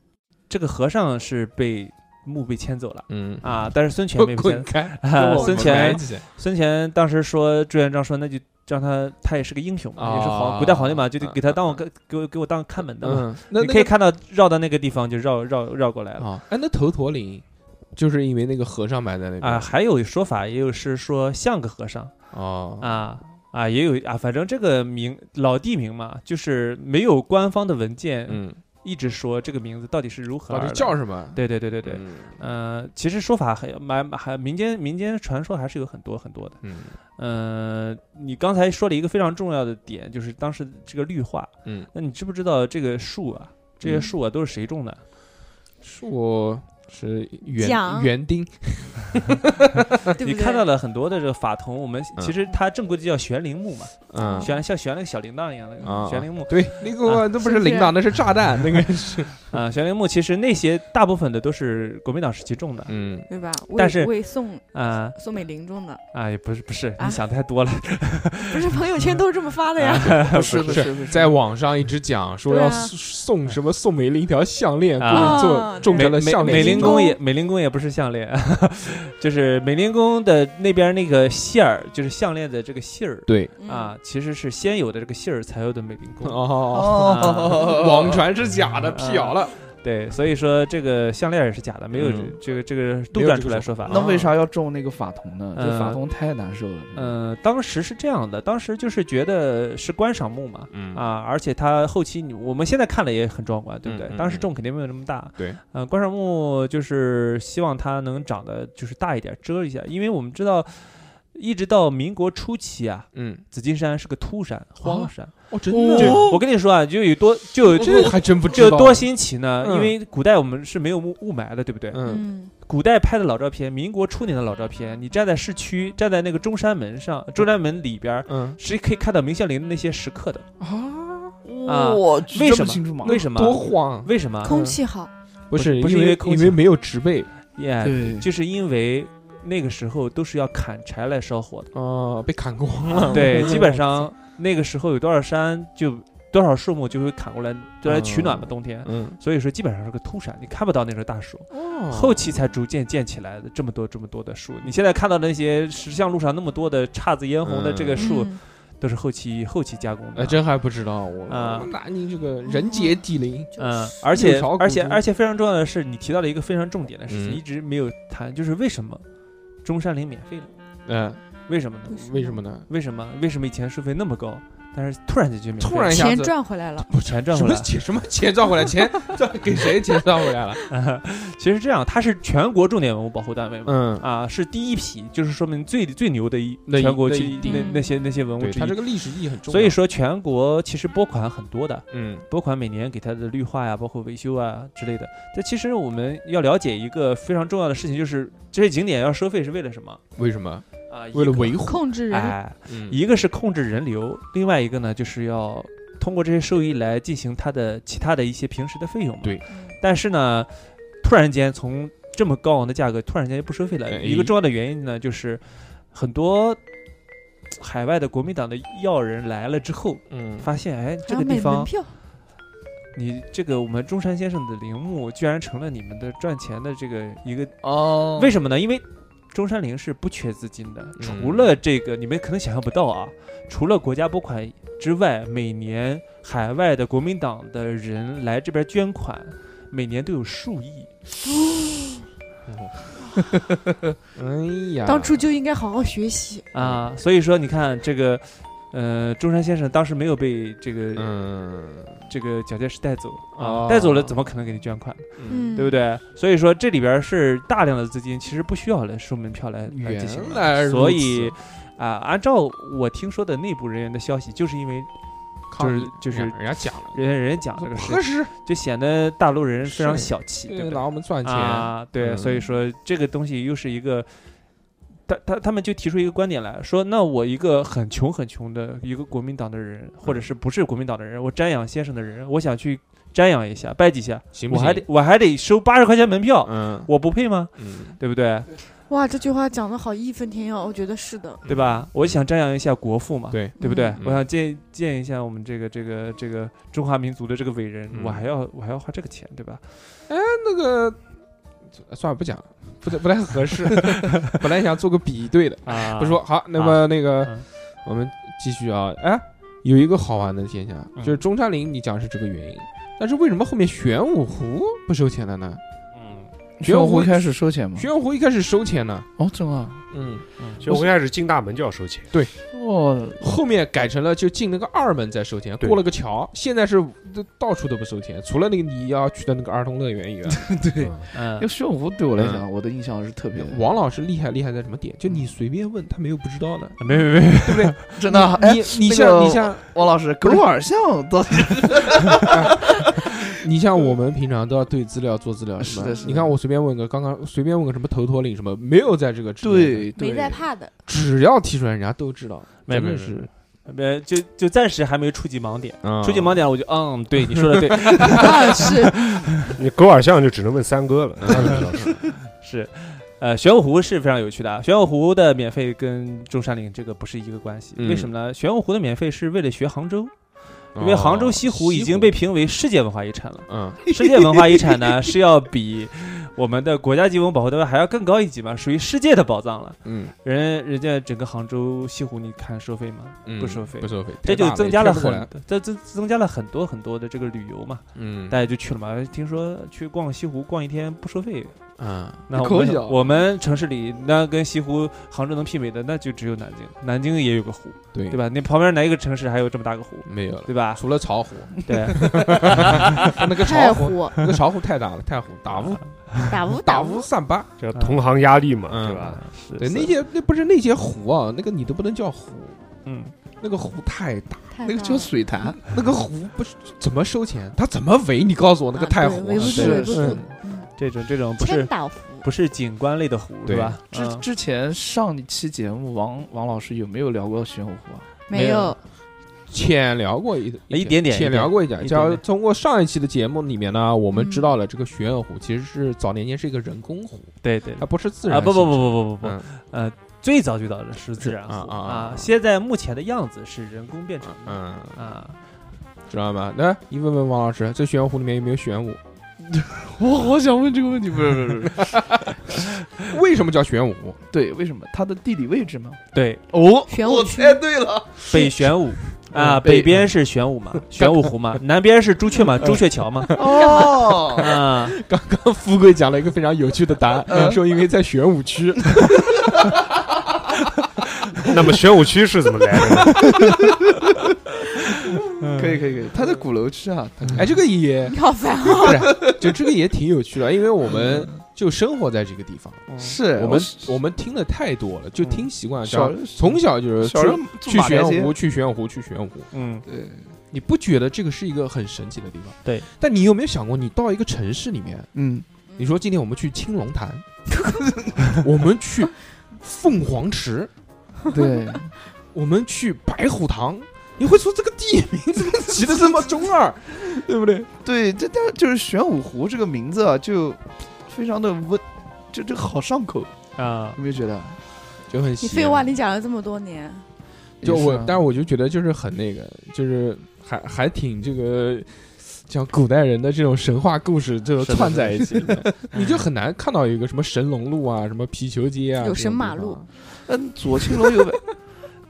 Speaker 5: 这个和尚是被墓被迁走了
Speaker 1: 嗯，
Speaker 5: 啊，但是孙权没
Speaker 1: 滚
Speaker 5: 被迁
Speaker 1: 滚。开！
Speaker 5: 啊
Speaker 1: 跟我
Speaker 5: 孙
Speaker 1: 没
Speaker 5: 权
Speaker 1: 关系
Speaker 5: 孙权当时说朱元璋说，那就让他，他也是个英雄嘛，
Speaker 1: 哦
Speaker 5: 也是皇古代皇帝嘛，就得给他当我个给我给我当看门的嘛。
Speaker 1: 嗯，那
Speaker 5: 你
Speaker 1: 那
Speaker 5: 可以
Speaker 1: 个
Speaker 5: 看到绕到那个地方就绕绕绕过来了。
Speaker 1: 啊，哎，那头陀岭就是因为那个和尚埋在那边
Speaker 5: 啊，还有说法，也有是说像个和尚
Speaker 1: 哦
Speaker 5: 啊啊，也有啊，反正这个名老地名嘛，就是没有官方的文件
Speaker 1: 嗯，
Speaker 5: 一直说这个名字到底是如何
Speaker 1: 到
Speaker 5: 而
Speaker 1: 底
Speaker 5: 来
Speaker 1: 叫什么？
Speaker 5: 对对对对对，
Speaker 1: 嗯
Speaker 5: 呃，其实说法还蛮还民间民间传说还是有很多很多的。
Speaker 1: 嗯
Speaker 5: 呃，你刚才说了一个非常重要的点，就是当时这个绿化。
Speaker 1: 嗯，
Speaker 5: 那你知不知道这个树啊，这些
Speaker 1: 嗯
Speaker 5: 树啊都是谁种的？
Speaker 1: 树是园
Speaker 3: 讲
Speaker 1: 园丁，
Speaker 3: 对不对？
Speaker 5: 你看到了很多的这个法桐，我们其
Speaker 1: 嗯
Speaker 5: 实它正规就叫悬铃木嘛，
Speaker 1: 嗯
Speaker 5: 悬像悬了个小铃铛一样的
Speaker 1: 啊，
Speaker 5: 悬铃木
Speaker 1: 对，那个那不是铃铛，那是炸弹，那个是，
Speaker 5: 啊，悬铃木其实那些大部分的都是国民党时期种的
Speaker 1: 嗯，
Speaker 3: 对吧？
Speaker 5: 但是
Speaker 3: 为为宋
Speaker 5: 啊
Speaker 3: 宋美龄种的，
Speaker 5: 啊，也不是不是，
Speaker 3: 啊
Speaker 5: 你想太多了，
Speaker 3: 不是朋友圈都是这么发的呀。
Speaker 2: 不是
Speaker 1: 不
Speaker 2: 不
Speaker 1: 是
Speaker 2: 是不是，
Speaker 1: 在网上一直讲说
Speaker 3: 对
Speaker 1: 要
Speaker 3: 啊
Speaker 1: 送送什么宋美龄一条项链，
Speaker 5: 啊
Speaker 1: 故意做
Speaker 3: 啊
Speaker 1: 种
Speaker 5: 美
Speaker 1: 成了
Speaker 5: 美
Speaker 1: 项
Speaker 5: 美
Speaker 1: 链
Speaker 5: 龄
Speaker 1: 形
Speaker 5: 宫
Speaker 1: 状。
Speaker 5: 也美龄宫也不是项链， 就是美龄宫的那边那个线儿，就是项链的这个线儿
Speaker 1: 对，
Speaker 3: 嗯
Speaker 5: 啊，，其实是先有的这个线儿才有的美龄宫。
Speaker 1: 哦，啊
Speaker 5: 啊
Speaker 1: 网传是假的，
Speaker 5: 嗯
Speaker 1: 辟谣了。
Speaker 5: 对，所以说这个项链儿也是假的，没有这
Speaker 1: 嗯
Speaker 5: 这个这个
Speaker 1: 没
Speaker 5: 杜
Speaker 1: 有
Speaker 5: 撰
Speaker 1: 这
Speaker 5: 出
Speaker 1: 个
Speaker 5: 来
Speaker 1: 说
Speaker 5: 说
Speaker 1: 法
Speaker 5: 法。啊
Speaker 2: 那为啥要种那个法桐呢？
Speaker 5: 呃
Speaker 2: 这法桐太难受了。
Speaker 5: 呃，当时是这样的，当时就是觉得是观赏木嘛，
Speaker 1: 嗯
Speaker 5: 啊，而且它后期你我们现在看了也很壮观，对不对？
Speaker 1: 嗯嗯
Speaker 5: 当时种肯定没有那么大。
Speaker 1: 对，
Speaker 5: 呃，观赏木就是希望它能长得就是大一点，遮一下，因为我们知道，一直到民国初期啊，
Speaker 1: 嗯，
Speaker 5: 紫金山是个秃山、荒
Speaker 1: 啊
Speaker 5: 山。
Speaker 1: 哦，真
Speaker 5: 这
Speaker 1: 的，
Speaker 5: 我跟你说啊，就有多就有
Speaker 1: 这还真不
Speaker 5: 就
Speaker 1: 知
Speaker 5: 有
Speaker 1: 道。
Speaker 5: 多新奇呢，
Speaker 1: 嗯
Speaker 5: 因为古代我们是没有雾雾霾的，对不对？
Speaker 1: 嗯
Speaker 3: 嗯，
Speaker 5: 古代拍的老照片，民国初年的老照片，你站在市区，站在那个中山门上，中山门里边儿
Speaker 1: 嗯
Speaker 5: 是可以看到明孝陵的那些石刻的。
Speaker 1: 啊，
Speaker 5: 啊
Speaker 2: 我去
Speaker 5: 为
Speaker 2: 这
Speaker 5: 什么
Speaker 2: 清楚吗？
Speaker 5: 为什么？
Speaker 1: 多慌！
Speaker 5: 为什么？
Speaker 3: 嗯空气好，
Speaker 1: 不是
Speaker 5: 不是
Speaker 1: 因
Speaker 5: 因
Speaker 1: 为
Speaker 5: 为空气
Speaker 1: 因为没有植被
Speaker 5: 耶，
Speaker 2: 对，
Speaker 5: 哎就是因为那个时候都是要砍柴来烧火的。
Speaker 1: 哦，被砍光了。
Speaker 5: 对，基本上那个时候有多少山就多少树木就会砍过来，就来取暖嘛，
Speaker 1: 嗯
Speaker 5: 冬天。
Speaker 1: 嗯，
Speaker 5: 所以说基本上是个秃山，你看不到那种大树。
Speaker 1: 哦
Speaker 5: 后期才逐渐建起来的这么多这么多的树。你现在看到的那些石像路上那么多的姹紫嫣红的这个树，
Speaker 3: 嗯
Speaker 5: 都是后期后期加工的。
Speaker 1: 哎，真还不知道我
Speaker 5: 啊
Speaker 1: 南宁这个人杰地灵，
Speaker 5: 嗯，而且
Speaker 1: 六朝古
Speaker 5: 而且
Speaker 1: 都
Speaker 5: 而且非常重要的是，你提到了一个非常重点的事情，
Speaker 1: 嗯
Speaker 5: 一直没有谈，就是为什么中山陵免费了？
Speaker 1: 嗯，
Speaker 5: 为什么呢？
Speaker 1: 为什么？呢？
Speaker 5: 为什么？为什么以前收费那么高？但是突然间就免费
Speaker 1: 突然一下
Speaker 3: 钱
Speaker 1: 子
Speaker 3: 赚回来了，
Speaker 5: 不钱赚
Speaker 1: 什
Speaker 5: 回
Speaker 1: 么
Speaker 5: 来。
Speaker 1: 钱什么钱赚回来？ 钱赚给谁钱赚回来了？
Speaker 5: 其实这样，它是全国重点文物保护单位嘛，
Speaker 1: 嗯，
Speaker 5: 啊，是第一批，就是说明最最牛的一
Speaker 1: 那一
Speaker 5: 全国
Speaker 1: 那
Speaker 5: 去
Speaker 1: 一
Speaker 5: 那
Speaker 1: 定
Speaker 5: 那些那些文物
Speaker 1: 对，
Speaker 5: 之
Speaker 1: 它这
Speaker 5: 一。
Speaker 1: 个历史意义很重要。
Speaker 5: 所以，说，全国其实拨款很多的，
Speaker 1: 嗯，
Speaker 5: 拨款每年给它的绿化呀，包括维修啊之类的。但其实我们要了解一个非常重要的事情，就是这些景点要收费是为了什么
Speaker 1: 为什么？
Speaker 5: 啊？一
Speaker 1: 为了
Speaker 5: 个
Speaker 1: 维护，
Speaker 3: 控制人
Speaker 5: 哎，
Speaker 1: 嗯，
Speaker 5: 一个是控制人流，另外一个呢就是要通过这些收益来进行它的其他的一些平时的费用嘛。
Speaker 1: 对
Speaker 3: 嗯
Speaker 5: 但是呢，突然间从这么高昂的价格，突然间就不收费了。
Speaker 1: 哎
Speaker 5: 一个重要的原因呢，就是很多海外的国民党的要人来了之后，
Speaker 1: 嗯，
Speaker 5: 发现哎，
Speaker 3: 还
Speaker 5: 这
Speaker 3: 要
Speaker 5: 个地
Speaker 3: 买门
Speaker 5: 方
Speaker 3: 票，
Speaker 5: 你这个我们中山先生的陵墓，居然成了你们的赚钱的这个一个，
Speaker 1: 哦
Speaker 5: 为什么呢？因为中山陵是不缺资金的，除
Speaker 1: 嗯
Speaker 5: 了这个，你们可能想象不到啊，除了国家拨款之外，每年海外的国民党的人来这边捐款，每年都有数亿。
Speaker 1: 哎呀，
Speaker 3: 当初就应该好好学习。
Speaker 5: 啊，所以说你看这个，呃，中山先生当时没有被这个、
Speaker 1: 嗯，
Speaker 5: 这个蒋介石带走啊，
Speaker 1: 哦
Speaker 5: 带走了怎么可能给你捐款，
Speaker 3: 嗯，
Speaker 5: 对不？对？所以说这里边是大量的资金，其实不需要来收门票来来进行
Speaker 1: 原
Speaker 5: 的
Speaker 1: 来如此
Speaker 5: 所以啊，按照我听说的内部人员的消息，就是因为
Speaker 1: 抗
Speaker 5: 就是
Speaker 1: 议
Speaker 5: 就是
Speaker 1: 人家人家讲了，
Speaker 5: 人人讲这个事
Speaker 1: 核
Speaker 5: 情，
Speaker 1: 实，
Speaker 5: 就显得大陆人非常
Speaker 1: 是
Speaker 5: 小气，对不对
Speaker 1: 拿？我们赚钱，
Speaker 5: 啊，对，
Speaker 1: 嗯
Speaker 5: 所以说这个东西又是一个，他他他们就提出一个观点来说，那我一个很穷很穷的一个国民党的人，或者是不是国民党的人，我瞻仰先生的人，我想去瞻仰一下，拜几下，
Speaker 1: 行不
Speaker 5: 我
Speaker 1: 行？
Speaker 5: 还得我还得收八十块钱门票，
Speaker 1: 嗯
Speaker 5: 我不配吗？
Speaker 1: 嗯，
Speaker 5: 对不对？
Speaker 3: 哇，这句话讲的好义愤填膺，我觉得是的。
Speaker 5: 对吧？我想瞻仰一下国父嘛，
Speaker 1: 对，
Speaker 5: 对不对？
Speaker 3: 嗯
Speaker 5: 我想见见一下我们这个这个这个中华民族的这个伟人，
Speaker 1: 嗯
Speaker 5: 我还要我还要花这个钱，对吧？
Speaker 1: 那个算了，不讲了，不太不太合 适，本来想做个比对的，
Speaker 5: 啊，
Speaker 1: 不说好，那么那个我们继续啊，哎，有一个好玩的现象，就是中山陵，你讲是这个原因，但是为什么后面玄武湖不收钱了呢？
Speaker 5: 嗯，
Speaker 2: 玄武湖开始收钱吗？
Speaker 1: 玄武湖一开始收钱呢，
Speaker 2: 哦，真啊，
Speaker 1: 嗯，
Speaker 5: 嗯
Speaker 4: 其实我一开始进大门就要收钱，
Speaker 2: 哦，
Speaker 1: 后面改成了就进那个二门再收钱，
Speaker 4: 对
Speaker 1: 过了个桥，现在是到处都不收钱，除了那个你要去的那个儿童乐园以外。
Speaker 2: 对，
Speaker 4: 嗯
Speaker 5: 嗯
Speaker 2: 因为玄武湖对我来讲，我的印象是特别
Speaker 1: 王老师厉害厉害在什么点？就你随便问他没有不知道的，
Speaker 5: 没没没，
Speaker 1: 对不对？
Speaker 2: 真的啊。哎
Speaker 1: 你，你
Speaker 2: 那
Speaker 1: 像
Speaker 2: 个
Speaker 1: 你像
Speaker 2: 王老师，格鲁尔像到底
Speaker 1: 你像我们平常都要对资料做资料，
Speaker 2: 是
Speaker 1: 吧
Speaker 2: 的是的
Speaker 1: 你看我随便问个，刚刚随便问个什么头陀岭什么，没有在这个之内的，
Speaker 2: 对对，
Speaker 3: 没在怕 的，
Speaker 1: 只要提出来，人家都知道，
Speaker 5: 没
Speaker 1: 真
Speaker 5: 没
Speaker 1: 的
Speaker 5: 没
Speaker 1: 是
Speaker 5: 呃，就就暂时还没有触及盲点。触及
Speaker 1: 毛
Speaker 5: 盲点，我就嗯，对，你说的对，
Speaker 3: 啊是
Speaker 4: 你狗耳像就只能问三哥了，三哥比较熟
Speaker 5: 是，呃，玄武湖是非常有趣的啊。玄武湖的免费跟中山陵这个不是一个关系，
Speaker 1: 嗯哦
Speaker 5: 为什么呢？玄武湖的免费是为了学杭州，因为杭州西湖已经被评为世界文化遗产了。
Speaker 1: 嗯
Speaker 5: 世界文化遗产呢是要比我们的国家级文物保护单位还要更高一级嘛，属于世界的宝藏了。
Speaker 1: 嗯
Speaker 5: 人人家整个杭州西湖，你看收费吗？
Speaker 1: 嗯
Speaker 5: 不收费
Speaker 1: 不。收费，太
Speaker 5: 这就
Speaker 1: 大
Speaker 5: 增加
Speaker 1: 也
Speaker 5: 了
Speaker 1: 骗不过
Speaker 5: 很
Speaker 1: 来，
Speaker 5: 这增增加了很多很多的这个旅游嘛，
Speaker 1: 嗯
Speaker 5: 大家就去了嘛。听说去逛西湖逛一天不收费，
Speaker 1: 啊
Speaker 5: 那我
Speaker 2: 可以
Speaker 5: 们
Speaker 2: 啊
Speaker 5: 我们城市里那跟西湖、杭州能媲美的，那就只有南京。南京也有个湖，
Speaker 1: 对
Speaker 5: 对？吧？你旁边哪一个城市还有这么大个湖，
Speaker 1: 没有了，
Speaker 5: 对 吧？
Speaker 1: 除了巢 湖，
Speaker 5: 对，
Speaker 1: 那个
Speaker 3: 太
Speaker 1: 巢湖，
Speaker 3: 火，
Speaker 1: 那个巢湖太大了，太湖打乌
Speaker 3: 打乌
Speaker 1: 打
Speaker 3: 乌
Speaker 1: 乌，三八，
Speaker 4: 这叫同行压力嘛，
Speaker 1: 嗯
Speaker 4: 对吧？
Speaker 5: 是
Speaker 1: 对，
Speaker 5: 是
Speaker 1: 那些那不是那些湖啊，那个你都不能叫湖，
Speaker 5: 嗯，
Speaker 1: 那个湖太大，
Speaker 3: 太
Speaker 2: 那个
Speaker 3: 大
Speaker 2: 叫
Speaker 3: 了
Speaker 2: 水潭，
Speaker 1: 啊那个湖不是怎么收钱，他怎么围？你告诉我那个
Speaker 3: 啊
Speaker 1: 太
Speaker 3: 对
Speaker 1: 湖
Speaker 3: 围不
Speaker 1: 是
Speaker 3: 住，围不
Speaker 2: 是
Speaker 3: 住，
Speaker 5: 这种这种不
Speaker 3: 千
Speaker 5: 是
Speaker 3: 岛湖
Speaker 5: 不是景观类的湖，
Speaker 1: 对
Speaker 5: 对吧？
Speaker 2: 之
Speaker 5: 嗯
Speaker 2: 之前上一期节目，王王老师有没有聊过玄武湖啊？
Speaker 1: 没
Speaker 3: 没
Speaker 1: 有
Speaker 3: 有，
Speaker 1: 浅聊过一
Speaker 5: 哎一点点
Speaker 1: 浅聊过一点。
Speaker 5: 一点
Speaker 1: 叫
Speaker 5: 点
Speaker 1: 通过上一期的节目里面呢，我们
Speaker 3: 嗯
Speaker 1: 知道了这个玄武湖其实是早年间是一个人工湖，
Speaker 5: 对对
Speaker 1: 它不是自然
Speaker 5: 啊，不不不
Speaker 1: 形
Speaker 5: 不不不
Speaker 1: 嗯
Speaker 5: 不，呃，最早最早的是自然湖
Speaker 1: 是啊啊啊啊
Speaker 5: 现在目前的样子是人工变成
Speaker 1: 成，
Speaker 5: 的
Speaker 1: 嗯，
Speaker 5: 啊，
Speaker 1: 知道吗？来，你问问王老师，这玄武湖里面有没有玄武？
Speaker 2: 我好想问这个问题，不是不是不是，
Speaker 1: 为什么叫玄武 湖？
Speaker 2: 对，为什么它的地理位置吗？
Speaker 5: 对，
Speaker 2: 哦
Speaker 3: 玄武
Speaker 2: 我
Speaker 3: 区
Speaker 2: 猜对了，
Speaker 5: 北玄武。啊，
Speaker 2: 嗯北
Speaker 5: 北边是玄武嘛， 玄武湖嘛，南边是朱雀
Speaker 1: 嗯
Speaker 5: 嘛，朱雀桥嘛，
Speaker 2: 哦，
Speaker 5: 啊，
Speaker 1: 刚刚富贵讲了一个非常有趣的答案，
Speaker 2: 嗯
Speaker 1: 说因为在玄武 区，
Speaker 4: 那么玄武区是怎么来的呢？
Speaker 2: 可以可以可以，他在鼓楼吃啊，他
Speaker 1: 哎，这个也
Speaker 3: 你好烦啊！
Speaker 1: 不 是，就这个也挺有趣的，因为我们就生活在这个地方，
Speaker 5: 嗯
Speaker 2: 是嗯
Speaker 1: 我们我们听的太多了，就听习惯了。
Speaker 2: 小
Speaker 1: 像从小就是
Speaker 2: 小时候
Speaker 1: 呃去
Speaker 2: 住
Speaker 1: 去
Speaker 2: 马来西
Speaker 1: 玄
Speaker 2: 亚
Speaker 1: 湖，去玄湖，去玄湖，
Speaker 5: 嗯，
Speaker 2: 对，
Speaker 1: 你不觉得这个是一个很神奇的地方？
Speaker 5: 对。
Speaker 1: 但你有没有想过，你到一个城市里面，
Speaker 2: 嗯，
Speaker 1: 你说今天我们去青龙潭， 我们去凤凰池，
Speaker 2: 对，
Speaker 1: 我们去白虎堂，你会说这个地名怎么起的这么中二，对不对？
Speaker 2: 对，这但就是玄武湖这个名字啊，就非常的温，就这个好上口，
Speaker 5: 啊
Speaker 2: 有没有觉得？
Speaker 1: 就很
Speaker 3: 你
Speaker 1: 喜
Speaker 3: 废话，你讲了这么多年，
Speaker 1: 就我，但
Speaker 2: 是啊
Speaker 1: 是我就觉得就是很那个，就是还还挺这个。像古代人的这种神话故事，就是
Speaker 5: 的
Speaker 1: 串在一起，你就很难看到有一个什么神龙路啊，什么皮球街啊，
Speaker 3: 有
Speaker 1: 这种
Speaker 3: 神
Speaker 1: 地
Speaker 3: 马
Speaker 1: 方
Speaker 3: 路，
Speaker 2: 嗯，左青龙右白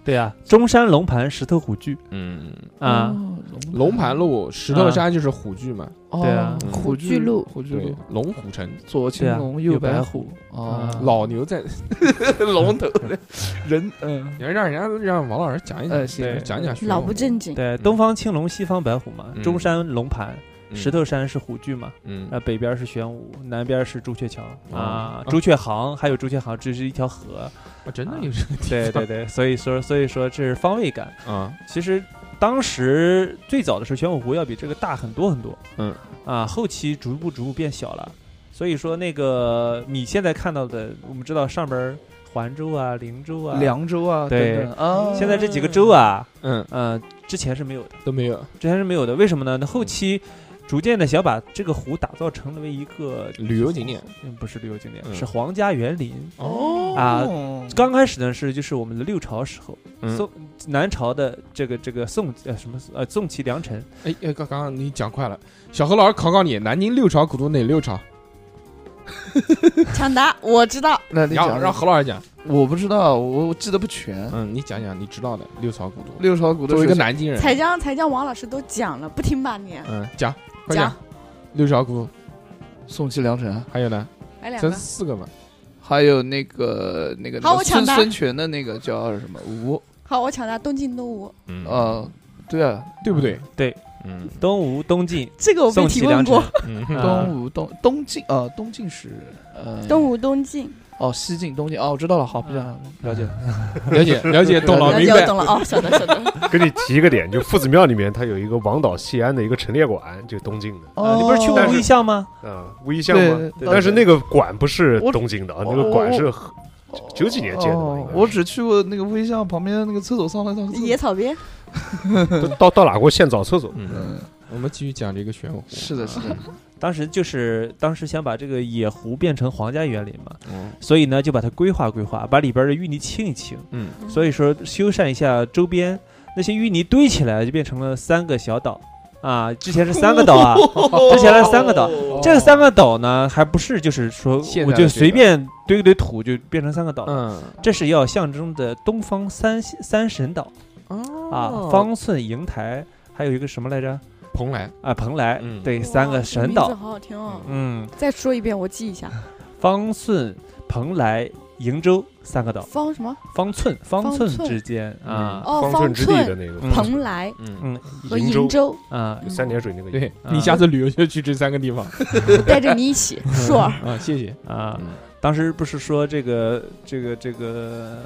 Speaker 5: 对啊，中山龙盘石头虎踞
Speaker 1: 嗯，
Speaker 5: 啊，，
Speaker 2: 哦
Speaker 1: 龙盘，路、石头山就是虎踞嘛，
Speaker 2: 哦
Speaker 5: 对啊
Speaker 2: 虎
Speaker 3: 虎踞路
Speaker 2: 虎踞
Speaker 1: 对
Speaker 2: 路，，
Speaker 1: 龙虎城，
Speaker 2: 左青龙
Speaker 5: 对啊
Speaker 2: 右
Speaker 5: 右白
Speaker 2: 白
Speaker 5: 虎
Speaker 2: 虎，哦
Speaker 5: 啊，
Speaker 1: 老牛在，
Speaker 2: 龙头 人，嗯，
Speaker 1: 你要让人家让王老师讲一
Speaker 2: 呃，
Speaker 1: 讲，
Speaker 5: 对
Speaker 2: 行，
Speaker 1: 讲一讲学
Speaker 3: 老
Speaker 1: 问
Speaker 3: 不正经。
Speaker 5: 对，东方青龙，西方白虎嘛，
Speaker 1: 嗯
Speaker 5: 中山龙盘，石，头山是虎踞嘛，
Speaker 1: 嗯
Speaker 5: 呃，北边是玄武，南边是朱雀桥
Speaker 1: 哦
Speaker 5: 啊
Speaker 1: 啊，
Speaker 5: 朱雀塘，还有朱雀塘，这是一条河。
Speaker 1: 嗯，真的有这个地方，
Speaker 5: 对对对，所以说所以说这是方位感。
Speaker 1: 啊，
Speaker 5: 其实当时最早的时候，玄武湖要比这个大很多很多。
Speaker 1: 嗯，
Speaker 5: 啊，后期逐步逐步变小了。所以说，那个你现在看到的，我们知道上边儿环州啊、灵州啊、
Speaker 2: 凉州啊，
Speaker 5: 对
Speaker 2: 等等啊，
Speaker 5: 现在这几个州啊，
Speaker 1: 嗯，
Speaker 5: 嗯、之前是没有的，
Speaker 1: 都没有
Speaker 5: 之前是没有的。为什么呢？那后期逐渐的想把这个湖打造成为一个
Speaker 1: 旅游景点，
Speaker 5: 嗯，不是旅游景点，
Speaker 1: 嗯
Speaker 5: 是皇家园林。
Speaker 2: 哦
Speaker 5: 啊刚开始呢是就是我们的六朝时候，
Speaker 1: 嗯
Speaker 5: 宋南朝的这个这个宋呃什么呃宋齐梁陈，
Speaker 1: 哎哎，刚刚刚你讲快了，小何老师考考你，南京六朝古都哪六朝？
Speaker 3: 抢答，我知道，
Speaker 2: 那你
Speaker 1: 让
Speaker 2: 讲
Speaker 1: 让何老师讲，
Speaker 2: 我不知道，我我记得不全。
Speaker 1: 嗯，你讲讲你知道的六朝古都。
Speaker 2: 六朝古都
Speaker 1: 作为一个
Speaker 2: 首先
Speaker 1: 南京人，
Speaker 3: 才江才江王老师都讲了，不听吧你？
Speaker 1: 嗯，讲快
Speaker 3: 讲
Speaker 1: 讲，六朝古都
Speaker 2: 宋齐梁陈啊，
Speaker 1: 还有呢，
Speaker 3: 来两
Speaker 1: 这
Speaker 3: 个，
Speaker 1: 四个嘛，
Speaker 2: 还有那个那个
Speaker 3: 好
Speaker 2: 那个
Speaker 3: 我抢
Speaker 2: 孙
Speaker 3: 答
Speaker 2: 孙权的那个叫什么吴
Speaker 3: 好，我抢答东晋东吴，
Speaker 1: 嗯
Speaker 2: 啊，对啊，
Speaker 1: 对不对？
Speaker 5: 对，
Speaker 1: 嗯
Speaker 5: 东吴东晋
Speaker 3: 这个我被
Speaker 5: 宋
Speaker 3: 提
Speaker 5: 齐
Speaker 3: 问
Speaker 5: 梁陈
Speaker 3: 过。，
Speaker 1: 嗯，
Speaker 5: 啊
Speaker 2: 东吴东东晋啊，东晋是呃
Speaker 3: 东嗯吴东晋，
Speaker 2: 哦西晋东晋哦，我知道了，好不讲了了解
Speaker 1: 了解了解，懂了，
Speaker 3: 了
Speaker 1: 明
Speaker 3: 解我
Speaker 1: 白。
Speaker 3: 懂了哦，晓得晓得。
Speaker 4: 给你提一个点，就夫子庙里面它有一个王导西安的一个陈列馆，就东晋的
Speaker 2: 哦，
Speaker 5: 啊，你不是去过
Speaker 4: 但是
Speaker 5: 魏象吗？
Speaker 4: 啊，乌衣巷吗？
Speaker 2: 对
Speaker 4: 但是那个馆不是
Speaker 2: 我
Speaker 4: 东晋的啊，
Speaker 2: 我
Speaker 4: 那个馆是
Speaker 2: 哦
Speaker 4: 九几年建的吧
Speaker 2: 哦
Speaker 4: 应该是
Speaker 2: 我只去过那个微巷旁边那个厕所上来上厕所
Speaker 3: 野草 编，
Speaker 4: 都到到哪国现找厕所。
Speaker 1: 嗯，
Speaker 2: 嗯，
Speaker 1: 我们继续讲这个玄武湖。
Speaker 2: 是的，是的，
Speaker 5: 当时就是当时想把这个野湖变成皇家园林嘛，
Speaker 1: 嗯
Speaker 5: 所以呢就把它规划规划，把里边的淤泥清一清，
Speaker 1: 嗯
Speaker 5: 所以说修缮一下周边那些淤泥堆起来就变成了三个小岛啊，之前是三个岛啊，
Speaker 2: 哦
Speaker 5: 之前是三个岛，这三个岛呢还不是就是说
Speaker 1: 现
Speaker 5: 我
Speaker 1: 在的这
Speaker 5: 就随
Speaker 1: 个
Speaker 5: 便堆堆土就变成三个岛，
Speaker 1: 嗯
Speaker 5: 这是要象征的东方三三神岛啊，
Speaker 1: 哦
Speaker 5: 方寸、瀛台，还有一个什么来着
Speaker 1: 蓬莱，
Speaker 5: 啊，蓬莱，
Speaker 1: 嗯
Speaker 5: 对，三
Speaker 3: 哇
Speaker 5: 个
Speaker 3: 这
Speaker 5: 神
Speaker 3: 名字
Speaker 5: 岛，
Speaker 3: 好好听哦。
Speaker 5: 嗯，
Speaker 3: 再说一遍，我记一下。
Speaker 5: 方寸、蓬莱、瀛洲三个岛，
Speaker 3: 方什么？
Speaker 5: 方寸方
Speaker 3: 方
Speaker 5: 寸
Speaker 3: 寸
Speaker 5: 之间啊，
Speaker 3: 哦，
Speaker 4: 方寸之地的
Speaker 3: 寸、
Speaker 4: 那个
Speaker 5: 嗯
Speaker 3: 蓬莱
Speaker 1: 嗯，
Speaker 5: 嗯
Speaker 3: 和
Speaker 4: 瀛
Speaker 3: 瀛
Speaker 4: 州
Speaker 3: 州，
Speaker 5: 啊，
Speaker 3: 嗯
Speaker 4: 三点水那个，
Speaker 1: 对
Speaker 5: 啊
Speaker 1: 你下次旅游就去这三个地方
Speaker 3: 我带着你一起，硕儿。
Speaker 1: 啊，谢谢。
Speaker 5: 啊
Speaker 1: 嗯，
Speaker 5: 当时不是说这个这个这个，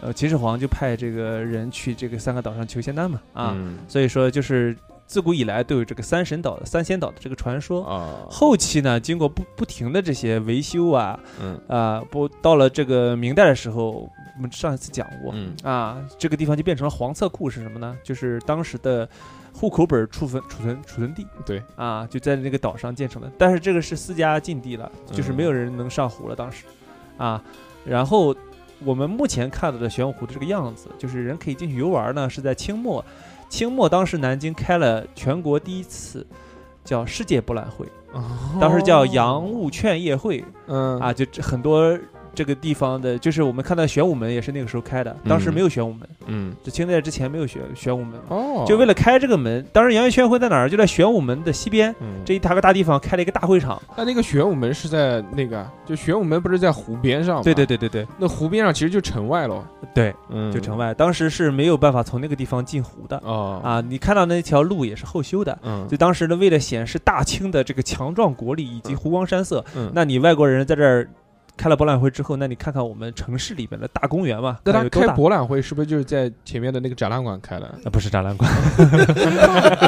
Speaker 5: 呃，秦始皇就派这个人去这个三个岛上求仙丹嘛，啊，
Speaker 1: 嗯
Speaker 5: 所以说就是自古以来都有这个三神岛、三仙岛的这个传说。
Speaker 1: 啊，
Speaker 5: 后期呢，经过不不停的这些维修啊，
Speaker 1: 嗯
Speaker 5: 啊、不到了这个明代的时候，我们上一次讲过，
Speaker 1: 嗯
Speaker 5: 啊，这个地方就变成了黄册库是什么呢？就是当时的户口本储存储存储存地
Speaker 1: 对，
Speaker 5: 啊，就在那个岛上建成的。但是这个是私家禁地了，就是没有人能上湖了，当时啊。然后我们目前看到的玄武湖的这个样子，就是人可以进去游玩呢，是在清末。清末当时南京开了全国第一次叫
Speaker 1: 哦
Speaker 5: 世界博览会，当时叫洋务劝业会啊
Speaker 1: 嗯
Speaker 5: 啊，就这很多这个地方的，就是我们看到玄武门也是那个时候开的，当时
Speaker 1: 嗯
Speaker 5: 没有玄武门，
Speaker 1: 嗯，
Speaker 5: 就清代之前没有玄玄武门嘛，
Speaker 1: 哦，
Speaker 5: 就为了开这个门，当时杨元轩会在哪儿？就在玄武门的西边
Speaker 1: 嗯，
Speaker 5: 这一大个大地方开了一个大会场。
Speaker 1: 那那个玄武门是在那个，啊就玄武门不是在湖边上吗？
Speaker 5: 对对，对对对
Speaker 1: 那湖边上其实就城外喽，
Speaker 5: 对，
Speaker 1: 嗯，
Speaker 5: 就城外，当时是没有办法从那个地方进湖的
Speaker 1: 哦，
Speaker 5: 啊。你看到那条路也是后修的。
Speaker 1: 嗯
Speaker 5: 就当时呢，为了显示大清的这个强壮国力以及湖光山色，
Speaker 1: 嗯，
Speaker 5: 那你外国人在这儿开了博览会之后，那你看看我们城市里面的大公园嘛，
Speaker 1: 那
Speaker 5: 看
Speaker 1: 他
Speaker 5: 有多
Speaker 1: 开
Speaker 5: 大
Speaker 1: 博览会是不是就是在前面的那个展览馆开的？
Speaker 5: 啊那不是 展览馆，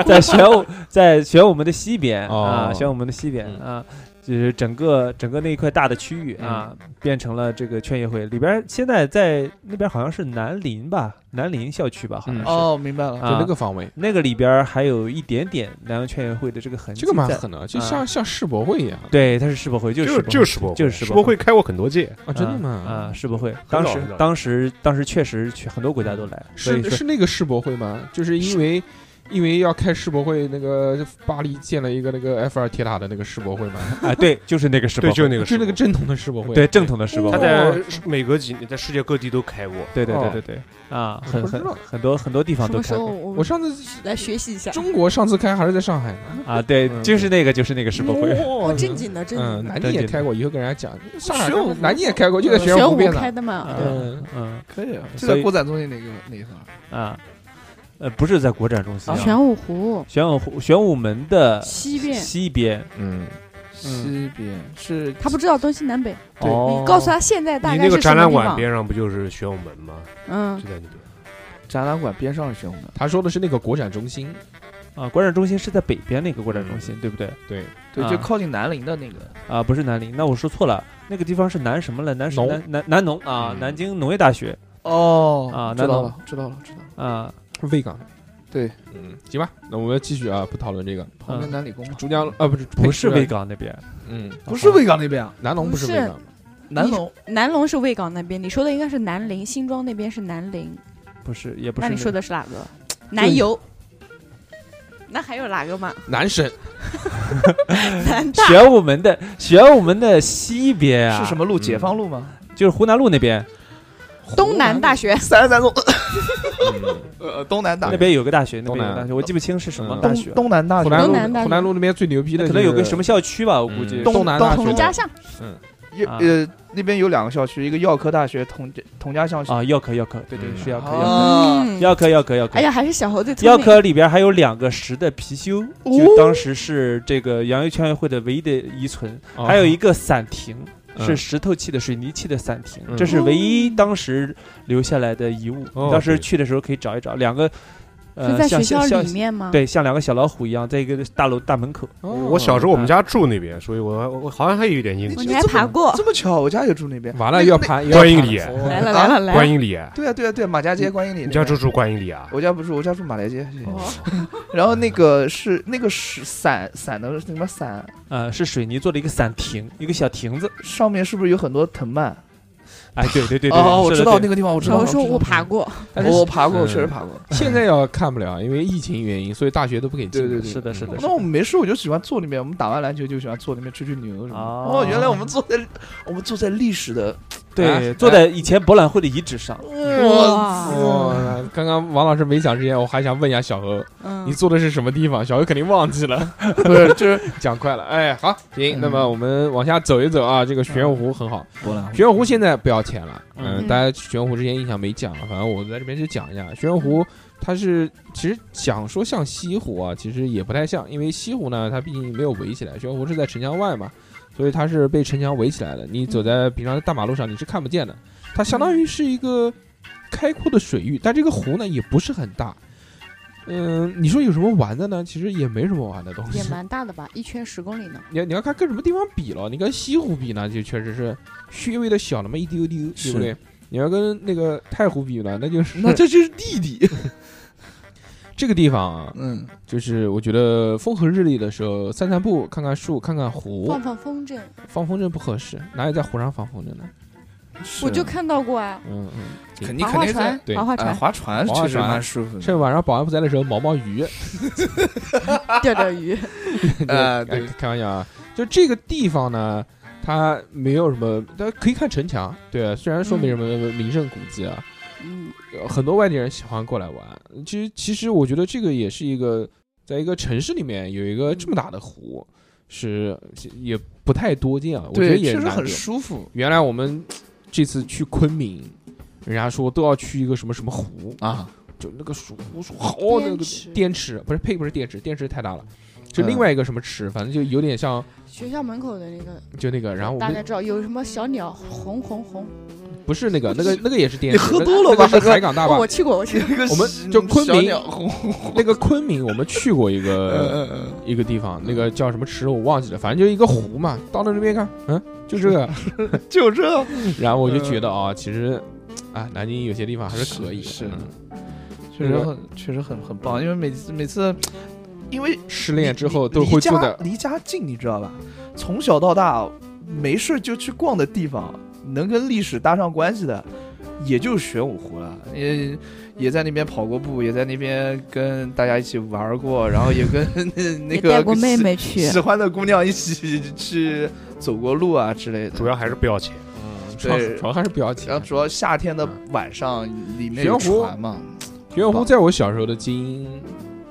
Speaker 5: 在玄武在玄武门的西边、
Speaker 1: 哦
Speaker 5: 啊，玄武门的西边、
Speaker 1: 嗯
Speaker 5: 啊，就是整个整个那一块大的区域啊，变成了这个劝业会里边。现在在那边好像是南林吧，南林校区吧，好像
Speaker 1: 嗯
Speaker 5: 是、
Speaker 2: 哦，明白了，
Speaker 5: 啊
Speaker 1: 就那个方位，
Speaker 5: 那个里边还有一点点南洋劝业会的这个痕迹
Speaker 1: 这个蛮
Speaker 5: 在
Speaker 1: 狠的，就像像世博会一样
Speaker 5: 对，它是世博会，就是世
Speaker 4: 就
Speaker 5: 博会
Speaker 4: 就是世博会
Speaker 5: 就是世
Speaker 4: 世博
Speaker 5: 博
Speaker 4: 会开过很多届，
Speaker 1: 啊，真的
Speaker 5: 啊
Speaker 1: 吗？，
Speaker 5: 世博会，
Speaker 4: 早
Speaker 5: 当时
Speaker 4: 很早
Speaker 5: 当时当时确实去很多国家都来，所以
Speaker 1: 是
Speaker 5: 说
Speaker 1: 是那个世博会吗？就是因为。因为要开世博会，那个巴黎建了一个那个埃菲尔铁塔的那个世博会嘛，
Speaker 5: 啊，对， 就是那个世
Speaker 4: 对，
Speaker 5: 博会，
Speaker 4: 就那个
Speaker 1: 就是
Speaker 4: 世
Speaker 1: 那
Speaker 4: 博
Speaker 1: 个正统的世博会。
Speaker 5: 对正统的世博
Speaker 4: 他
Speaker 5: 会。
Speaker 4: 在每隔几年在世界各地都开过，
Speaker 5: 对对
Speaker 1: 哦
Speaker 5: 对对对，啊，很
Speaker 1: 不知
Speaker 5: 很
Speaker 1: 道
Speaker 5: 很多很多地方
Speaker 3: 什
Speaker 5: 啊都
Speaker 3: 么时
Speaker 5: 开
Speaker 3: 候
Speaker 5: 过
Speaker 3: 我
Speaker 1: 我
Speaker 3: 们
Speaker 1: 上次
Speaker 3: 来学习一下？哦
Speaker 1: 中国上次开还是在上海呢，
Speaker 5: 啊，对
Speaker 1: 嗯，
Speaker 5: 就是那个就是那个世博会，
Speaker 1: 哦
Speaker 3: 我正 经的正
Speaker 1: 嗯，
Speaker 3: 经的，
Speaker 1: 南京
Speaker 5: 正
Speaker 1: 也
Speaker 5: 经
Speaker 1: 开过，以后跟人家讲，上海
Speaker 2: 玄武
Speaker 1: 开南京也开过，就在
Speaker 3: 玄
Speaker 1: 武湖边
Speaker 3: 开
Speaker 1: 上。
Speaker 3: 的嘛，
Speaker 1: 嗯
Speaker 5: 嗯
Speaker 2: 可以啊，就
Speaker 5: 所以
Speaker 2: 在国展中心那个那一层，
Speaker 5: 啊，呃，不是在国展中心啊，
Speaker 3: 玄武湖
Speaker 5: 玄武湖玄武门的
Speaker 3: 西边，
Speaker 5: 西边，
Speaker 1: 嗯，
Speaker 2: 西边是
Speaker 3: 他不知道东西南北，
Speaker 2: 对
Speaker 1: 哦
Speaker 3: 你告诉他现在大
Speaker 4: 你
Speaker 3: 概
Speaker 4: 那
Speaker 3: 是
Speaker 4: 个
Speaker 3: 什
Speaker 4: 展
Speaker 3: 么
Speaker 4: 览
Speaker 3: 地
Speaker 4: 馆
Speaker 3: 方？
Speaker 4: 边上不就是玄武门吗？
Speaker 3: 嗯
Speaker 4: 就，在那边。
Speaker 2: 展览馆边上是玄武门，
Speaker 1: 他说的是那个国展中心，
Speaker 5: 啊，国展中心是在北边那个国展中心，对不对？
Speaker 1: 对，
Speaker 2: 对，
Speaker 5: 啊
Speaker 2: 就靠近南陵的那个，
Speaker 5: 啊，不是南宁，那我说错了，那个地方是南什么了？南什
Speaker 1: 农
Speaker 5: 南南南农啊，
Speaker 1: 嗯
Speaker 5: 南京农业大学
Speaker 2: 哦
Speaker 5: 啊
Speaker 2: 知
Speaker 5: 南
Speaker 2: 道
Speaker 5: 农
Speaker 2: 了，知道了，知道了，
Speaker 5: 啊，
Speaker 1: 卫岗。
Speaker 2: 对，
Speaker 1: 嗯，行吧，那我们继续啊，不讨论这个。
Speaker 2: 旁边南理工嘛，
Speaker 1: 珠江啊，不是
Speaker 5: 不是卫
Speaker 1: 卫岗，
Speaker 5: 岗那边，
Speaker 1: 嗯，
Speaker 2: 不是卫岗那边啊，
Speaker 1: 南农不是
Speaker 3: 不
Speaker 1: 卫
Speaker 3: 是
Speaker 1: 岗，
Speaker 2: 南龙
Speaker 3: 南龙是卫岗那边，你说的应该是南陵，新庄那边是南陵，
Speaker 5: 不是也不是
Speaker 3: 那
Speaker 5: 那
Speaker 3: 你
Speaker 5: 个。
Speaker 3: 说的是哪个？南邮。那还有哪个吗？
Speaker 1: 南省
Speaker 3: 南大
Speaker 5: 玄武门的玄武门的西边啊，
Speaker 2: 是什么路？
Speaker 1: 嗯
Speaker 2: 解放路吗？
Speaker 5: 就是湖南路那边，
Speaker 3: 东南大学，
Speaker 2: 三十三 中，
Speaker 1: 嗯
Speaker 2: 呃，东南大
Speaker 5: 那边有个大学，那
Speaker 1: 东
Speaker 5: 边有个
Speaker 1: 南
Speaker 5: 大学，我记不清是什么
Speaker 1: 嗯
Speaker 5: 大
Speaker 2: 东
Speaker 5: 学，
Speaker 2: 东南大
Speaker 1: 湖
Speaker 2: 学，
Speaker 1: 南
Speaker 3: 东
Speaker 1: 路
Speaker 3: 南大
Speaker 1: 湖南路那边最牛逼的
Speaker 5: 可能有个什
Speaker 1: 么
Speaker 5: 么校区吧，我估
Speaker 1: 嗯
Speaker 5: 计
Speaker 1: 东
Speaker 2: 东
Speaker 1: 南大
Speaker 3: 佟家
Speaker 1: 学
Speaker 3: 巷，
Speaker 2: 有
Speaker 5: 啊
Speaker 2: 呃那边有两个校区，一个药科大学同同家校区，
Speaker 5: 啊，药科药科，对对
Speaker 1: 嗯
Speaker 5: 是药科药科
Speaker 2: 啊，
Speaker 3: 嗯，
Speaker 5: 药科药科药科
Speaker 3: 哎。呀，还是小猴最聪
Speaker 5: 药
Speaker 3: 明。哦
Speaker 5: 科里边还有两个十的貔貅，就当时是这个洋油劝业会的唯一的遗存，
Speaker 1: 哦
Speaker 5: 还有一个伞亭。
Speaker 1: 嗯
Speaker 5: 是石头砌的、水泥砌的伞亭，
Speaker 1: 嗯
Speaker 5: 这
Speaker 3: 哦
Speaker 5: 是唯一当时留下来的遗物。
Speaker 1: 哦
Speaker 5: 你到时候
Speaker 1: 对
Speaker 5: 去的时候可以找一找，两个，
Speaker 3: 是
Speaker 5: 呃，
Speaker 3: 在
Speaker 5: 像
Speaker 3: 学校
Speaker 5: 像
Speaker 3: 里
Speaker 5: 像
Speaker 3: 面吗？，
Speaker 5: 对，像两个小老虎一样，在一个大楼大门口。
Speaker 1: 哦
Speaker 4: 我小时候我们家住那边，所以我我好像还有一点印
Speaker 3: 你
Speaker 4: 象。
Speaker 3: 还爬 过？
Speaker 2: 这么巧，我家也住那边。
Speaker 1: 完了
Speaker 2: 那个
Speaker 1: 要盘
Speaker 4: 观音里
Speaker 3: 来
Speaker 1: 哦
Speaker 3: 了来了来
Speaker 4: 观
Speaker 3: 了，
Speaker 4: 音里，
Speaker 2: 对啊对啊对啊，马家街观音里那边。
Speaker 4: 你家住住观音里啊？
Speaker 2: 我家不是，我家住马来街。谢谢
Speaker 4: 哦
Speaker 2: 然后那个是那个是伞伞的什么伞，
Speaker 1: 嗯
Speaker 5: 呃，是水泥做的一个伞亭，一个小亭子。
Speaker 2: 上面是不是有很多藤蔓？
Speaker 5: 哎，对对对对，
Speaker 2: 哦，我
Speaker 5: 是
Speaker 2: 知
Speaker 5: 的
Speaker 2: 道
Speaker 5: 对
Speaker 2: 那个地方，我知道。
Speaker 3: 我说
Speaker 2: 知道哦
Speaker 3: 我爬，过，
Speaker 1: 但是
Speaker 2: 我爬过，
Speaker 1: 嗯
Speaker 2: 我确实爬过。
Speaker 1: 现在要看不了，因为疫情原因，所以大学都不给进。
Speaker 2: 对对对
Speaker 5: 是的是的
Speaker 1: 嗯
Speaker 2: 那我们没事，我就喜欢坐那边。我们打完篮球就喜欢坐那边吹吹牛什么的。
Speaker 5: 哦
Speaker 2: 哦，原来我们坐在我们坐在历史的，
Speaker 5: 对，坐在以前博览会的遗址上，
Speaker 3: 哇，
Speaker 1: 哇，刚刚王老师没讲之前，我还想问一下小何，
Speaker 3: 嗯
Speaker 1: 你，坐的是什么地方？小何肯定忘记了。
Speaker 2: 不是就是
Speaker 1: 讲快了，哎，好，行，
Speaker 2: 嗯
Speaker 1: 那么我们往下走一走啊，这个玄武湖很好，
Speaker 2: 博览 会。
Speaker 1: 玄武湖现在不要钱了，嗯，
Speaker 3: 嗯
Speaker 1: 大家玄武湖之前印象没讲，反正我在这边就讲一下，玄武湖它是其实讲说像西湖啊，其实也不太像，因为西湖呢它毕竟没有围起来，玄武湖是在城墙外嘛，所以它是被城墙围起来的，你走在平常的大马路上你是看不见的，它相当于是一个开阔的水域，但这个湖呢也不是很大。嗯，你说有什么玩的呢？其实也没什么玩的东西，
Speaker 3: 也蛮大的吧，一圈十公里呢。
Speaker 1: 你要你要看跟什么地方比了？你跟西湖比呢，就确实是稍微的小那么一丢丢，对不对？你要跟那个太湖比呢，那就是
Speaker 2: 那这就是弟弟。
Speaker 1: 这个地方啊，
Speaker 2: 嗯，
Speaker 1: 就是我觉得风和日丽的时候散散步，看看树，看看湖
Speaker 3: 放，放风筝，
Speaker 1: 放风筝不合适，哪有在湖上放风筝的？
Speaker 3: 我就看到过啊，
Speaker 1: 嗯嗯，
Speaker 2: 肯
Speaker 3: 划划船，
Speaker 1: 对
Speaker 3: 划划
Speaker 2: 哎
Speaker 3: 船，
Speaker 2: 划船
Speaker 1: 划
Speaker 2: 确实
Speaker 1: 船
Speaker 2: 蛮舒服的。
Speaker 1: 趁晚上保安不在的时候毛毛鱼，
Speaker 3: 钓钓鱼。
Speaker 1: 对
Speaker 2: 啊对呃
Speaker 1: 哎开玩笑啊，就这个地方呢，它没有什么，但可以看城墙。对，啊虽然说没什么名胜古迹啊，
Speaker 3: 嗯
Speaker 1: 呃很多外地人喜欢过来玩。其实，其实我觉得这个也是一个，在一个城市里面有一个这么大的湖，是也不太多见啊。我觉得
Speaker 2: 对，
Speaker 1: 也
Speaker 2: 确实
Speaker 1: 难
Speaker 2: 很
Speaker 1: 得。
Speaker 2: 舒服
Speaker 1: 原来我们这次去昆明，人家说都要去一个什么什么湖，
Speaker 2: 啊。
Speaker 1: 就那个蜀湖说好那个
Speaker 3: 滇池
Speaker 1: 滇池，不是呸，不是滇池，滇池太大了，就
Speaker 2: 嗯
Speaker 1: 另外一个什么池，反正就有点像
Speaker 3: 学校门口的那个，
Speaker 1: 就那个，然后我
Speaker 3: 大概
Speaker 1: 们
Speaker 3: 知道有什么小鸟，红红红。
Speaker 1: 不是那个，那个那个也是滇
Speaker 2: 你
Speaker 1: 池，
Speaker 2: 喝
Speaker 1: 那
Speaker 2: 多了
Speaker 1: 那个
Speaker 2: 吧
Speaker 1: 是
Speaker 2: 大哥
Speaker 1: 海港大
Speaker 3: 哦，
Speaker 1: 坝
Speaker 3: 我，去过，我去过。
Speaker 2: 那个
Speaker 1: 我们
Speaker 2: 小
Speaker 1: 就昆明
Speaker 2: 小鸟红红红
Speaker 1: 那个昆明我们去过一 个
Speaker 2: 嗯嗯
Speaker 1: 一个地方，那个叫什么池我忘记了，反正就一个湖嘛，到那边看，嗯，就这个，
Speaker 2: 嗯，就这，
Speaker 1: 然后我就觉得啊，其实啊，南京有些地方还是可以的，
Speaker 2: 嗯是是
Speaker 1: 嗯
Speaker 2: 确实很确实很很棒，因为每次每次，因为
Speaker 1: 失恋之
Speaker 2: 离
Speaker 1: 后都
Speaker 2: 离
Speaker 1: 会坐
Speaker 2: 家
Speaker 1: 在，
Speaker 2: 离家近，你知道吧？从小到大，没事就去逛的地方，能跟历史搭上关系的，也就玄武湖了。也也在那边跑过步，也在那边跟大家一起玩过，然后也跟那那
Speaker 3: 也
Speaker 2: 个
Speaker 3: 带过妹妹去
Speaker 2: 喜喜欢的姑娘一起去走过路啊之类的。
Speaker 4: 主要还是不要钱。
Speaker 1: 嗯主要
Speaker 2: 对
Speaker 1: 主要啊还是比较
Speaker 2: 然
Speaker 1: 浅
Speaker 2: 后。主要夏天的晚上，里面有
Speaker 1: 玄武
Speaker 2: 船嘛，
Speaker 1: 玄武湖在我小时候的基因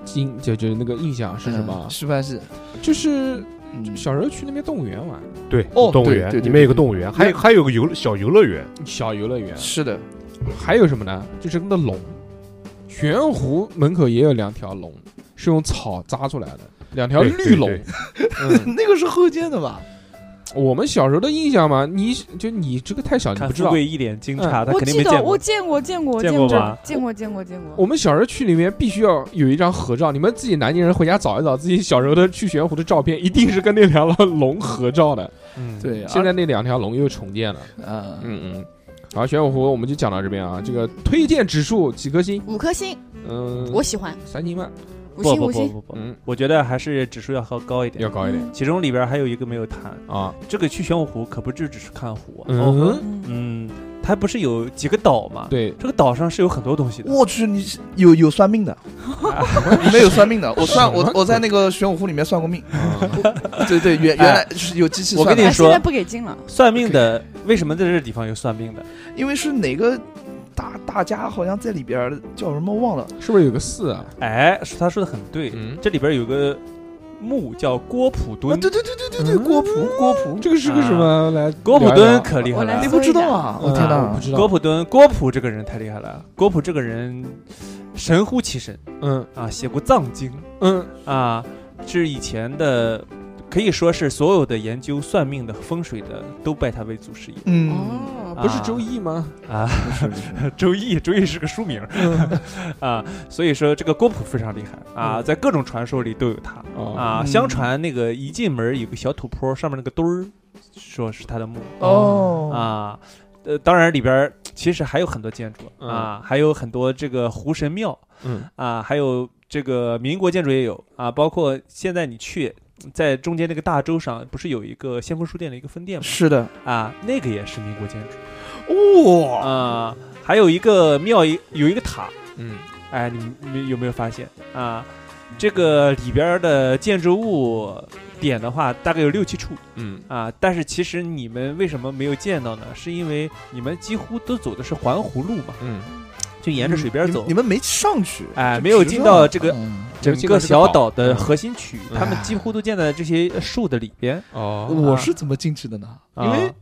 Speaker 1: 基因就就那个印象是什
Speaker 2: 嗯
Speaker 1: 么？
Speaker 2: 是吧？是，
Speaker 1: 就是
Speaker 2: 嗯，
Speaker 1: 小时候去那边动物园玩，
Speaker 4: 对，
Speaker 2: 哦
Speaker 4: 动物
Speaker 2: 对
Speaker 4: 园
Speaker 2: 对对
Speaker 4: 里面有个动物园，还有还有个游小游乐园，
Speaker 1: 小游乐园，
Speaker 2: 嗯是的，
Speaker 1: 还有什么呢？就是那龙，玄武湖门口也有两条龙，是用草扎出来的，两条
Speaker 4: 对
Speaker 1: 绿龙
Speaker 4: 对。
Speaker 1: 嗯，
Speaker 2: 那个是后建的吧？
Speaker 1: 我们小时候的印象嘛，你就你这个太小，你
Speaker 5: 看
Speaker 1: 不知
Speaker 5: 富
Speaker 1: 道。
Speaker 5: 贵一脸惊诧，他
Speaker 3: 我
Speaker 5: 肯定
Speaker 3: 记
Speaker 5: 没
Speaker 3: 得
Speaker 5: 见
Speaker 3: 我
Speaker 5: 过。
Speaker 3: 见过见过
Speaker 5: 见
Speaker 3: 过
Speaker 5: 过吧
Speaker 3: 见过见过见过。
Speaker 1: 我们小时候去里面必须要有一张合照，你们自己南京人回家找一找自己小时候的去玄武湖的照片，一定是跟那两条龙合照的。
Speaker 5: 嗯，
Speaker 2: 对，啊而
Speaker 1: 现在那两条龙又重建了。
Speaker 2: 啊，
Speaker 1: 嗯嗯。好，玄武湖我们就讲到这边啊。这个推荐指数几颗星？
Speaker 3: 五颗星，
Speaker 1: 嗯，
Speaker 3: 我喜欢
Speaker 1: 三星半，
Speaker 3: 五
Speaker 5: 不
Speaker 3: 星
Speaker 5: 不
Speaker 3: 五
Speaker 5: 不
Speaker 3: 星。
Speaker 5: 不不，
Speaker 1: 嗯，
Speaker 5: 我觉得还是指数要高高一点
Speaker 1: 要。高一点
Speaker 5: 其中里边还有一个没有谈，
Speaker 2: 嗯
Speaker 1: 啊。
Speaker 5: 这个去玄武湖可不是只是看湖啊，
Speaker 1: 嗯，
Speaker 2: 哦
Speaker 3: 嗯，
Speaker 5: 嗯，它不是有几个岛吗？，
Speaker 1: 对，
Speaker 5: 这个岛上是有很多东西的。
Speaker 2: 我去，你是有有算命 的？你们有算 命的？我算
Speaker 1: 什
Speaker 2: 我
Speaker 1: 么
Speaker 2: 我在那个玄武湖里面算过命。哎
Speaker 1: 啊
Speaker 2: 对对，原原来是有机器
Speaker 5: 我
Speaker 2: 算
Speaker 5: 跟
Speaker 2: 的
Speaker 5: 你，
Speaker 3: 哎
Speaker 5: 说
Speaker 3: 现在不给进了。
Speaker 5: 算命的为什么在这地方有算命的？
Speaker 2: 因为是哪个大大家好像在里边儿叫什么忘了。
Speaker 1: 是不是有个四啊？
Speaker 5: 哎，他说的很对，
Speaker 1: 嗯
Speaker 5: 这里边有个墓叫郭普
Speaker 2: 啊，
Speaker 5: 敦，
Speaker 2: 对对对对对对，郭璞郭璞，
Speaker 1: 嗯这个是个什么？来聊一聊，
Speaker 5: 郭普敦可厉害
Speaker 3: 我来
Speaker 5: 了
Speaker 2: 你。不知道啊？
Speaker 1: 嗯
Speaker 2: 我天
Speaker 1: 我
Speaker 2: 哪
Speaker 1: 不！知
Speaker 5: 郭
Speaker 1: 道。
Speaker 5: 普敦，郭普这个人太厉害了，郭普这个人神乎其神
Speaker 1: 嗯
Speaker 5: 啊，写过藏经
Speaker 1: 嗯，
Speaker 5: 啊，是以前的，可以说是所有的研究算命的、风水的都拜他为祖师爷
Speaker 2: 嗯，
Speaker 1: 哦，不是周易吗？
Speaker 5: 啊。
Speaker 2: 不是不是
Speaker 5: 周易，周易是个书名儿 啊，所以说这个郭璞非常厉害啊，
Speaker 1: 嗯
Speaker 5: 在各种传说里都有他
Speaker 1: 哦
Speaker 5: 啊。
Speaker 2: 嗯
Speaker 5: 相传那个一进门有个小土坡，上面那个墩儿，说是他的墓
Speaker 2: 哦
Speaker 5: 啊。呃，当然里边儿其实还有很多建筑啊，还有很多这个湖神庙
Speaker 1: 嗯
Speaker 5: 啊，还有这个民国建筑也有啊，包括现在你去。在中间那个大洲上，不是有一个先锋书店的一个分店吗？
Speaker 2: 是的，
Speaker 5: 啊，那个也是民国建筑
Speaker 2: 哇，
Speaker 5: 啊，还有一个庙，一有一个塔，
Speaker 1: 嗯，
Speaker 5: 哎，你们你们有没有发现啊？这个里边儿的建筑物点的话，大概有六七处
Speaker 1: 嗯
Speaker 5: 啊。但是其实你们为什么没有见到呢？是因为你们几乎都走的是环湖路嘛，
Speaker 1: 嗯，
Speaker 5: 就沿着水边
Speaker 2: 你
Speaker 5: 走
Speaker 2: 你，们没上去，
Speaker 5: 哎，
Speaker 2: 就
Speaker 5: 没有
Speaker 2: 直
Speaker 5: 进
Speaker 2: 上
Speaker 5: 到这个
Speaker 2: 嗯
Speaker 5: 整
Speaker 1: 进到这个
Speaker 5: 个小
Speaker 1: 岛
Speaker 5: 岛的
Speaker 1: 嗯
Speaker 5: 核心区，
Speaker 1: 哎
Speaker 5: 他们几乎都建在这些呃树的里边。
Speaker 1: 哦，
Speaker 2: 我是怎么进去的呢？因为
Speaker 5: 啊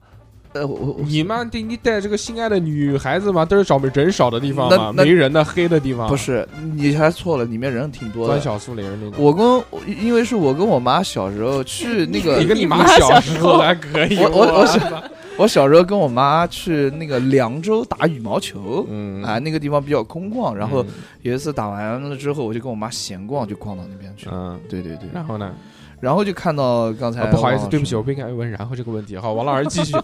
Speaker 2: 呃，我我
Speaker 1: 你妈的，你带这个心爱的女孩子嘛，都是找人少的地方嘛，
Speaker 2: 那那
Speaker 1: 没人的黑的地方，
Speaker 2: 不是，你还错了，里面人挺多
Speaker 1: 钻
Speaker 2: 的。
Speaker 1: 小树林那种。
Speaker 2: 我跟我因为是我跟我妈小时候去那个
Speaker 1: 你，跟你妈
Speaker 3: 你妈
Speaker 1: 小
Speaker 3: 小
Speaker 1: 时
Speaker 3: 时
Speaker 1: 候
Speaker 3: 候
Speaker 1: 还可以，
Speaker 2: 我我我小
Speaker 1: 操
Speaker 2: 我小时候跟我妈去那个凉州打羽毛球。
Speaker 1: 嗯
Speaker 2: 啊，，那个地方比较空旷，然后
Speaker 1: 嗯
Speaker 2: 有一次打完了之后，我就跟我妈闲逛，就逛到那边去。
Speaker 1: 嗯，
Speaker 2: 对对对，
Speaker 1: 然后呢？
Speaker 2: 然后就看到刚才
Speaker 1: 啊
Speaker 2: 王老师、
Speaker 1: 不好意思，对不起，我不应该问。然后这个问题，好，王老师继 续。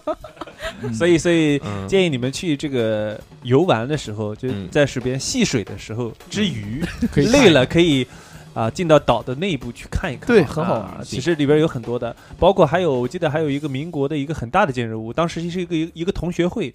Speaker 2: 嗯
Speaker 5: 所以，所以
Speaker 1: 嗯
Speaker 5: 建议你们去这个游玩的时候，就
Speaker 1: 嗯
Speaker 5: 在水边戏水的时候之余，
Speaker 1: 可以看
Speaker 5: 累了可以啊、进到岛的内部去看一看啊，
Speaker 2: 对很好玩
Speaker 5: 啊其实里边有很多的，包括还有我记得还有一个民国的一个很大的建筑物，当时是一个一个同学会。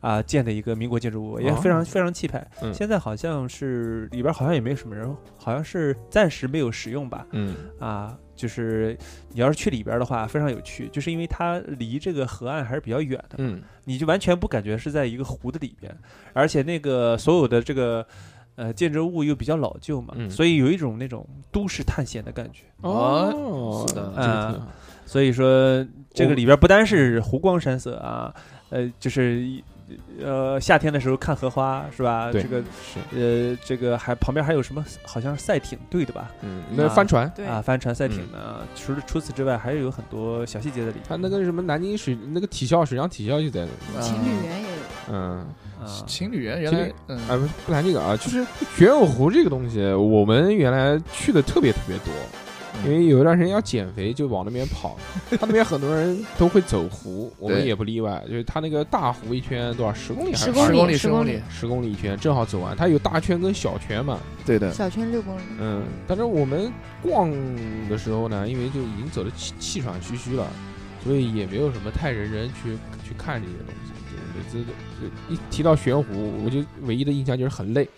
Speaker 5: 啊，建的一个民国建筑物也
Speaker 1: 哦
Speaker 5: 非常、非常气派。
Speaker 1: 嗯
Speaker 5: 现在好像是里边好像也没有什么人，好像是暂时没有使用吧。
Speaker 1: 嗯，
Speaker 5: 啊，就是你要是去里边的话，非常有趣，就是因为它离这个河岸还是比较远的，
Speaker 1: 嗯，
Speaker 5: 你就完全不感觉是在一个湖的里边，而且那个所有的这个呃建筑物又比较老旧嘛，
Speaker 1: 嗯
Speaker 5: 所以有一种那种都市探险的感觉。
Speaker 1: 哦，
Speaker 2: 是的啊
Speaker 1: 这个挺好
Speaker 5: 所以说这
Speaker 1: 我
Speaker 5: 个里边不单是湖光山色啊，呃，就是呃夏天的时候看荷花是吧？
Speaker 1: 对
Speaker 5: 这个
Speaker 1: 是，
Speaker 5: 呃这个还旁边还有什么好像是赛艇队的吧？
Speaker 1: 嗯，那帆船，
Speaker 3: 对，
Speaker 5: 啊，帆船赛艇呢，
Speaker 1: 嗯
Speaker 5: 除了除此之外，还有很多小细节在里
Speaker 1: 它那个什么南京水那个体校水上体校就在那里，
Speaker 2: 嗯
Speaker 3: 情侣园也有。
Speaker 1: 嗯。
Speaker 5: 啊，
Speaker 2: 情侣园原
Speaker 1: 情侣
Speaker 2: 来嗯
Speaker 1: 啊，不不谈这个啊，就是玄武湖这个东西，我们原来去的特别特别多，因为有一段时间要减肥，就往那边跑。他那边很多人都会走湖，我们
Speaker 2: 对
Speaker 1: 也不例外。就是他那个大湖一圈多少十公里还是
Speaker 3: 10公
Speaker 2: 十
Speaker 3: 里
Speaker 2: 公里
Speaker 3: 十
Speaker 2: 十
Speaker 3: 公
Speaker 2: 里
Speaker 3: 里，
Speaker 1: 十公里一圈，正好走完。它有大圈跟小圈嘛，
Speaker 2: 对的，
Speaker 3: 小圈六公里，
Speaker 1: 嗯。但是我们逛的时候呢，因为就已经走的气气喘吁吁了，所以也没有什么太认真去去看这些东西。就是每次都就一提到玄湖，我就唯一的印象就是很累，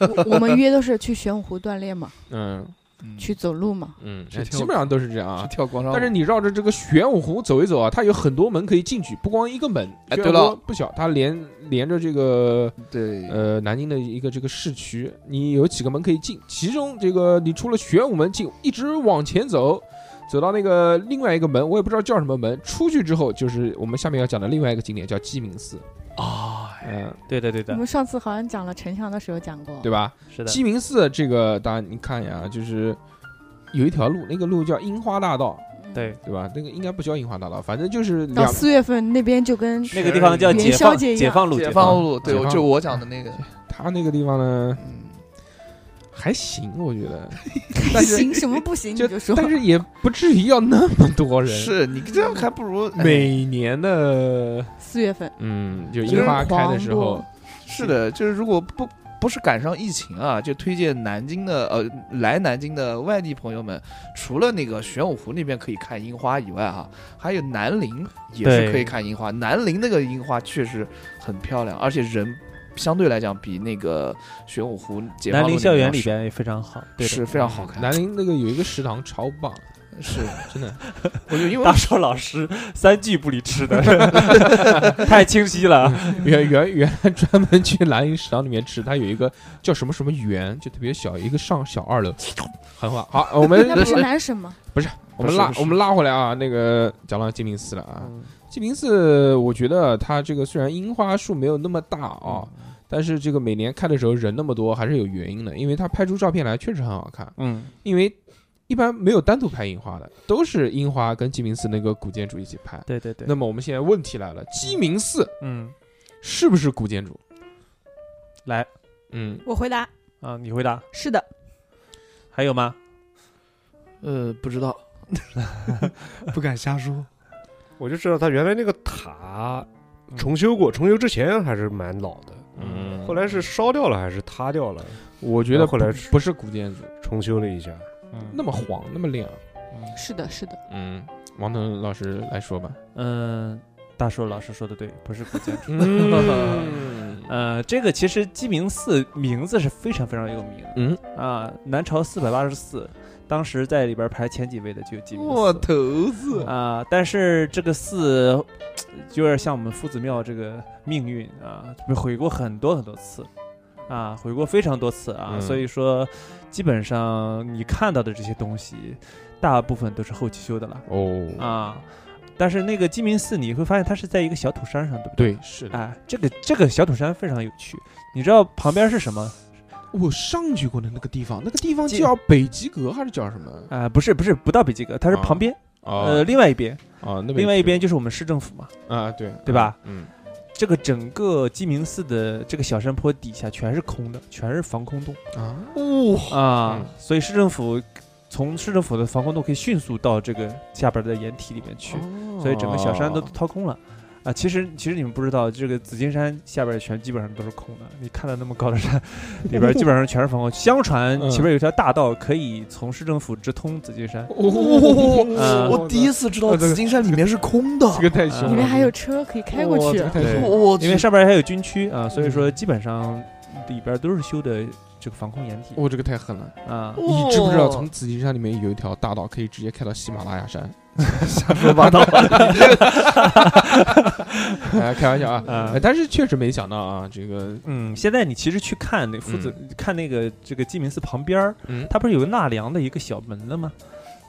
Speaker 3: 我我们约都是去玄武湖锻炼嘛，
Speaker 1: 嗯。
Speaker 2: 嗯
Speaker 3: 去走路嘛。
Speaker 1: 嗯，
Speaker 2: 是跳
Speaker 1: 基本上都是这样
Speaker 2: 去
Speaker 1: 啊。
Speaker 2: 跳广场舞，
Speaker 1: 但是你绕着这个玄武湖走一走啊，它有很多门可以进去，不光一个门。
Speaker 2: 哎
Speaker 1: 虽
Speaker 2: 对
Speaker 1: 然说
Speaker 2: 了嗯
Speaker 1: 不小，它连连着这个
Speaker 2: 对
Speaker 1: 呃南京的一个这个市区，你有几个门可以进，其中这个你出了玄武门进，一直往前走。走到那个另外一个门，我也不知道叫什么门。出去之后就是我们下面要讲的另外一个景点，叫鸡鸣寺。
Speaker 5: 啊，
Speaker 1: 嗯、
Speaker 2: 哎
Speaker 5: 对的对
Speaker 3: 我
Speaker 5: 的，
Speaker 3: 们上次好像讲了城墙的时候讲过，
Speaker 1: 对吧？
Speaker 5: 是的，
Speaker 1: 鸡鸣寺这个，大家你看一下啊，就是有一条路，那个路叫樱花大道，
Speaker 3: 嗯
Speaker 5: 对
Speaker 1: 对吧？那个应该不叫樱花大道，反正就是
Speaker 3: 到
Speaker 1: 两
Speaker 3: 四月份那边就跟
Speaker 5: 那个地方叫
Speaker 3: 元
Speaker 5: 解
Speaker 3: 宵
Speaker 5: 放
Speaker 3: 节一样
Speaker 5: 解放路
Speaker 2: 解
Speaker 5: 放
Speaker 2: 放路，对
Speaker 1: 解放，路
Speaker 2: 就我讲的那个，
Speaker 1: 他那个地方呢
Speaker 2: 嗯，
Speaker 1: 还行，我觉 得，但是
Speaker 3: 行什么不行你
Speaker 1: 就
Speaker 3: 就说，
Speaker 1: 但是也不至于要那么多人。
Speaker 2: 是你这样还不如哎
Speaker 1: 每年的，
Speaker 3: 四月份
Speaker 1: 嗯，就
Speaker 2: 就是
Speaker 1: 樱花开的时
Speaker 3: 狂
Speaker 1: 候
Speaker 3: 落，
Speaker 2: 是的，就是如果不不是赶上疫情啊，就推荐南京的呃来南京的外地朋友们，除了那个玄武湖那边可以看樱花以外哈、还有南陵也是
Speaker 5: 对
Speaker 2: 可以看樱花。南陵那个樱花确实很漂亮，而且人相对来讲比那个玄武湖解放
Speaker 5: 南
Speaker 2: 路
Speaker 5: 陵校园
Speaker 2: 那
Speaker 5: 里
Speaker 2: 边
Speaker 5: 边也非常好，
Speaker 2: 要
Speaker 5: 对
Speaker 2: 是
Speaker 5: 的，
Speaker 2: 是非常好
Speaker 1: 嗯
Speaker 2: 看，
Speaker 1: 南宁那个有一个食堂超棒，
Speaker 2: 是
Speaker 1: 真的。
Speaker 2: 我就因为
Speaker 5: 大少老师三句不离吃 的，太清晰了啊。
Speaker 1: 原原原来专门去兰陵食堂里面吃，它有一个叫什么什么园，就特别小，一个上小二楼，很好。好，我 们
Speaker 3: 那不是男神吗？
Speaker 1: 我们
Speaker 2: 不是
Speaker 1: 拉
Speaker 2: 不是
Speaker 1: 我们拉回来啊，那个讲到鸡鸣寺了啊，鸡鸣寺我觉得它这个虽然樱花树没有那么大啊，但是这个每年开的时候人那么多还是有原因的，因为它拍出照片来确实很好看，
Speaker 5: 嗯，
Speaker 1: 因为。一般没有单独拍樱花的，都是樱花跟鸡鸣寺那个古建筑一起拍。
Speaker 5: 对对对，
Speaker 1: 那么我们现在问题来了，鸡鸣寺
Speaker 5: 嗯，
Speaker 1: 是不是古建筑？
Speaker 5: 来
Speaker 1: 嗯，
Speaker 3: 我回答
Speaker 5: 啊，你回答，
Speaker 3: 是的，
Speaker 5: 还有吗？
Speaker 2: 呃不知道，
Speaker 6: 不敢瞎说。
Speaker 4: 我就知道他原来那个塔
Speaker 5: 嗯
Speaker 4: 重修过，重修之前还是蛮老的，
Speaker 1: 嗯
Speaker 4: 后来是烧掉了还是塌掉了，
Speaker 1: 我觉得
Speaker 4: 后来
Speaker 1: 不不是古建筑，
Speaker 4: 重修了一下。
Speaker 5: 嗯
Speaker 1: 那么黄，那么亮。
Speaker 3: 是的，是的，
Speaker 1: 嗯，王腾老师来说吧。
Speaker 5: 嗯，大硕老师说的对，不是古建筑。
Speaker 1: 嗯
Speaker 5: 呃，这个其实鸡鸣寺名字是非常非常有名的
Speaker 1: 嗯
Speaker 5: 啊，南朝四百八十四，当时在里边排前几位的就有鸡鸣
Speaker 2: 我
Speaker 5: 寺
Speaker 2: 头子
Speaker 5: 啊、但是这个寺嘖有点像我们夫子庙这个命运啊，被毁过很多很多次啊，毁过非常多次啊，
Speaker 1: 嗯
Speaker 5: 所以说基本上你看到的这些东西，大部分都是后期修的了
Speaker 1: 哦，
Speaker 5: 啊。但是那个鸡鸣寺，你会发现它是在一个小土山上，对不对？
Speaker 1: 对，是的，
Speaker 5: 哎，这个这个小土山非常有趣，你知道旁边是什么？
Speaker 1: 我上去过的那个地方，那个地方
Speaker 5: 这
Speaker 1: 叫北极阁还是叫什么？
Speaker 5: 啊、不是不是，不到北极阁，它是
Speaker 1: 啊
Speaker 5: 旁边，呃，
Speaker 1: 哦
Speaker 5: 另外一边，
Speaker 1: 哦，那
Speaker 5: 另外一边
Speaker 1: 就
Speaker 5: 就是我们市政府嘛。
Speaker 1: 啊，对
Speaker 5: 对吧？
Speaker 1: 嗯，
Speaker 5: 这个整个鸡鸣寺的这个小山坡底下全是空的，全是防空洞
Speaker 1: 啊，
Speaker 5: 啊，
Speaker 1: 嗯
Speaker 5: 所以市政府从市政府的防空洞可以迅速到这个下边的掩体里面去，
Speaker 1: 哦
Speaker 5: 所以整个小山都掏空了。啊，其实其实你们不知道，这个紫金山下边全基本上都是空的。你看到那么高的山，里边基本上全是防空。相传
Speaker 1: 嗯
Speaker 5: 前面有一条大道可以从市政府直通紫金山，
Speaker 1: 哦
Speaker 5: 呃
Speaker 2: 我第一次知道
Speaker 1: 呃这个
Speaker 2: 紫金山里面是空的，
Speaker 1: 这个太凶了，
Speaker 3: 里面还有车可以开过
Speaker 1: 哇
Speaker 3: 去
Speaker 1: 这个。太凶了
Speaker 2: 我
Speaker 5: 因为
Speaker 2: 去
Speaker 5: 上边还有军区啊，所以说基本上里边都是修的这个防控掩体
Speaker 1: 我这个太狠了！
Speaker 5: 啊。
Speaker 1: 你知不知道从紫金山里面有一条大道可以直接开到喜马拉雅山？
Speaker 2: 瞎说八道。
Speaker 1: 哎，开玩笑啊！
Speaker 5: 啊
Speaker 1: 哎，但是确实没想到啊，这个
Speaker 5: 嗯，现在你其实去看那夫子，看那个这个鸡鸣寺旁边儿，
Speaker 1: 嗯
Speaker 5: 它不是有个纳凉的一个小门的吗？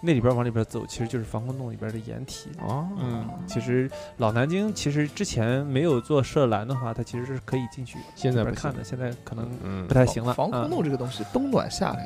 Speaker 5: 那里边儿往里边儿走，其实就是防空洞里边儿的掩体。
Speaker 1: 哦，
Speaker 5: 嗯，其实老南京其实之前没有做涉栏的话，它其实是可以进去
Speaker 1: 现在
Speaker 5: 里边
Speaker 1: 不
Speaker 5: 儿看
Speaker 1: 行，
Speaker 5: 的，现在可能
Speaker 1: 嗯
Speaker 5: 不，太行了。
Speaker 2: 防空
Speaker 5: 啊
Speaker 2: 洞这个东西，冬暖夏凉，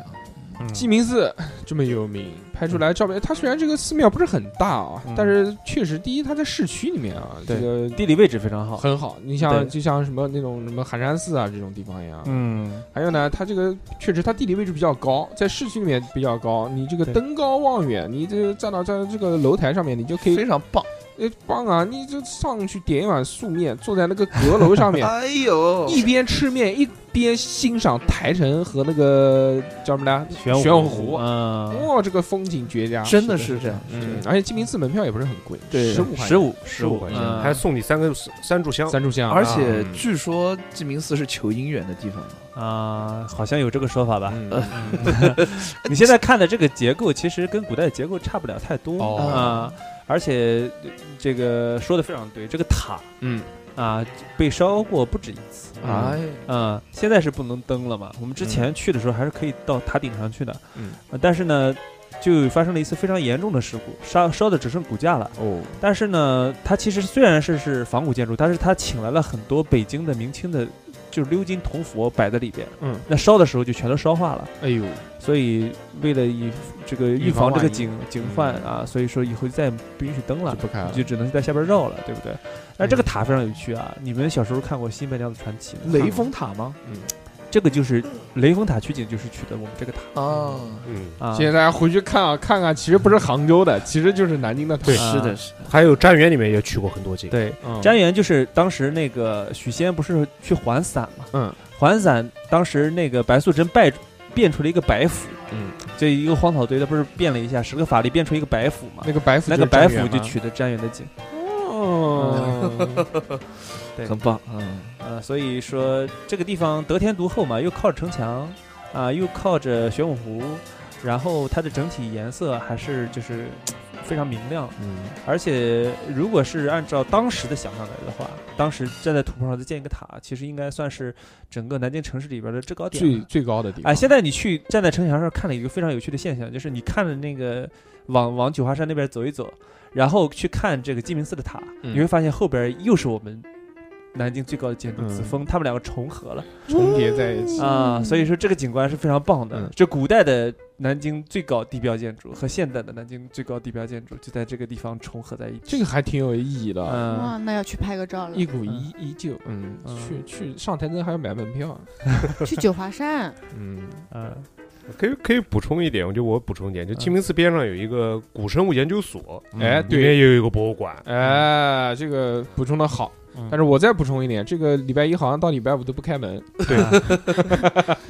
Speaker 5: 嗯
Speaker 1: 鸡鸣寺这么有名，拍出来照片，它虽然这个寺庙不是很大啊，
Speaker 5: 嗯
Speaker 1: 但是确实第一它在市区里面啊，这
Speaker 5: 对
Speaker 1: 个
Speaker 5: 地理位置非常好。
Speaker 1: 很好。你像
Speaker 5: 对
Speaker 1: 就像什么那种什么寒山寺啊这种地方一样，
Speaker 5: 嗯，
Speaker 1: 还有呢，它这个确实它地理位置比较高，在市区里面比较高，你这个
Speaker 5: 对
Speaker 1: 登高望远，你这站到在这个楼台上面，你就可以
Speaker 2: 非常棒。
Speaker 1: 哎，棒啊！你就上去点一碗素面，坐在那个阁楼上面，
Speaker 2: 哎呦，
Speaker 1: 一边吃面一边欣赏台城和那个叫什么来，
Speaker 5: 玄
Speaker 1: 玄武湖
Speaker 5: 啊，嗯
Speaker 1: 哇，这个风景绝佳。
Speaker 2: 真的是这样。
Speaker 1: 嗯，而且鸡鸣寺门票也不是很贵，
Speaker 2: 对
Speaker 1: 十五块钱，
Speaker 5: 十五
Speaker 1: 十五块钱
Speaker 5: 嗯
Speaker 4: 还送你三个三炷香，
Speaker 1: 三炷香，
Speaker 2: 而且
Speaker 1: 啊
Speaker 2: 据说鸡鸣寺是求姻缘的地方，
Speaker 5: 啊，好像有这个说法吧？
Speaker 1: 嗯
Speaker 5: 你现在看的这个结构，其实跟古代结构差不了太多
Speaker 1: 哦
Speaker 5: 啊。而且呃这个说的非常对，这个塔
Speaker 1: 嗯
Speaker 5: 啊被烧过不止一次
Speaker 1: 啊，
Speaker 2: 哎，
Speaker 5: 啊。现在是不能登了嘛？我们之前去的时候还是可以到塔顶上去的，
Speaker 1: 嗯
Speaker 5: 呃但是呢，就发生了一次非常严重的事故，烧烧的只剩骨架了。
Speaker 1: 哦，
Speaker 5: 但是呢，它其实虽然是是仿古建筑，但是它请来了很多北京的明清的，就是鎏金铜佛摆在里边。
Speaker 1: 嗯，
Speaker 5: 那烧的时候就全都烧化了。
Speaker 1: 哎呦，
Speaker 5: 所以为了以这个预
Speaker 1: 预防
Speaker 5: 防这个
Speaker 1: 万一嗯
Speaker 5: 警警患啊，所以说以后再也不允许登
Speaker 1: 就
Speaker 5: 了，
Speaker 1: 不开了
Speaker 5: 嗯就，只能在下边绕了，对不对？但这
Speaker 1: 嗯
Speaker 5: 个塔非常有趣啊！你们小时候看过《新白娘子传奇》吗？
Speaker 2: 雷峰塔吗？
Speaker 5: 这个就是雷峰塔取景，就是取的我们这个塔
Speaker 2: 啊，
Speaker 4: 嗯，
Speaker 5: 啊。
Speaker 1: 现在大家回去看啊看看，其实不是杭州的，其实就是南京的塔。
Speaker 4: 对
Speaker 5: 啊
Speaker 2: 是的，是的，
Speaker 4: 还有瞻园里面也去过很多景，
Speaker 5: 对，
Speaker 1: 嗯
Speaker 5: 瞻园就是当时那个许仙不是去还伞嘛？
Speaker 1: 嗯，
Speaker 5: 还伞当时那个白素贞拜变出了一个白斧，
Speaker 1: 嗯，
Speaker 5: 这一个荒草堆，他不是变了一下十个法力变出一个白斧嘛？
Speaker 1: 那个白府
Speaker 5: 那
Speaker 1: 就是
Speaker 5: 个白
Speaker 1: 张
Speaker 5: 斧
Speaker 1: 园
Speaker 5: 就
Speaker 1: 吗
Speaker 5: 取的瞻园的景。
Speaker 1: 嗯哦，
Speaker 5: 对
Speaker 2: 很棒，嗯，
Speaker 5: 呃，所以说这个地方得天独厚嘛，又靠着城墙，啊、又靠着玄武湖，然后它的整体颜色还是就是嘖非常明亮，
Speaker 1: 嗯，
Speaker 5: 而且如果是按照当时的想象来的话，当时站在土坡上再建一个塔，其实应该算是整个南京城市里边的制高点
Speaker 1: 最
Speaker 5: 了。
Speaker 1: 最高的地方。
Speaker 5: 哎，现在你去站在城墙上看了一个非常有趣的现象，就是你看了那个往往九华山那边走一走，然后去看这个鸡鸣寺的塔，
Speaker 1: 嗯
Speaker 5: 你会发现后边又是我们南京最高的建筑
Speaker 1: 嗯
Speaker 5: 紫峰，他们两个重合了
Speaker 1: 重叠在一起。
Speaker 5: 啊，所以说这个景观是非常棒的
Speaker 1: 嗯。
Speaker 5: 这古代的南京最高地标建筑和现代的南京最高地标建筑就在这个地方重合在一起。
Speaker 1: 这个还挺有意义的，
Speaker 5: 嗯，
Speaker 3: 哇，那要去拍个照了，
Speaker 1: 一股依依旧，嗯，
Speaker 5: 嗯
Speaker 1: 去去上台灯还要买门票，
Speaker 3: 去九华山，
Speaker 1: 嗯，
Speaker 5: 嗯
Speaker 4: 可以可以补充一点，我觉得我补充一点，
Speaker 1: 嗯
Speaker 4: 就鸡鸣寺边上有一个古生物研究所，
Speaker 1: 哎，
Speaker 4: 里面
Speaker 1: 对，
Speaker 4: 也有一个博物馆，
Speaker 1: 哎，这个补充的好，但是我再补充一点，这个礼拜一好像到礼拜五都不开门，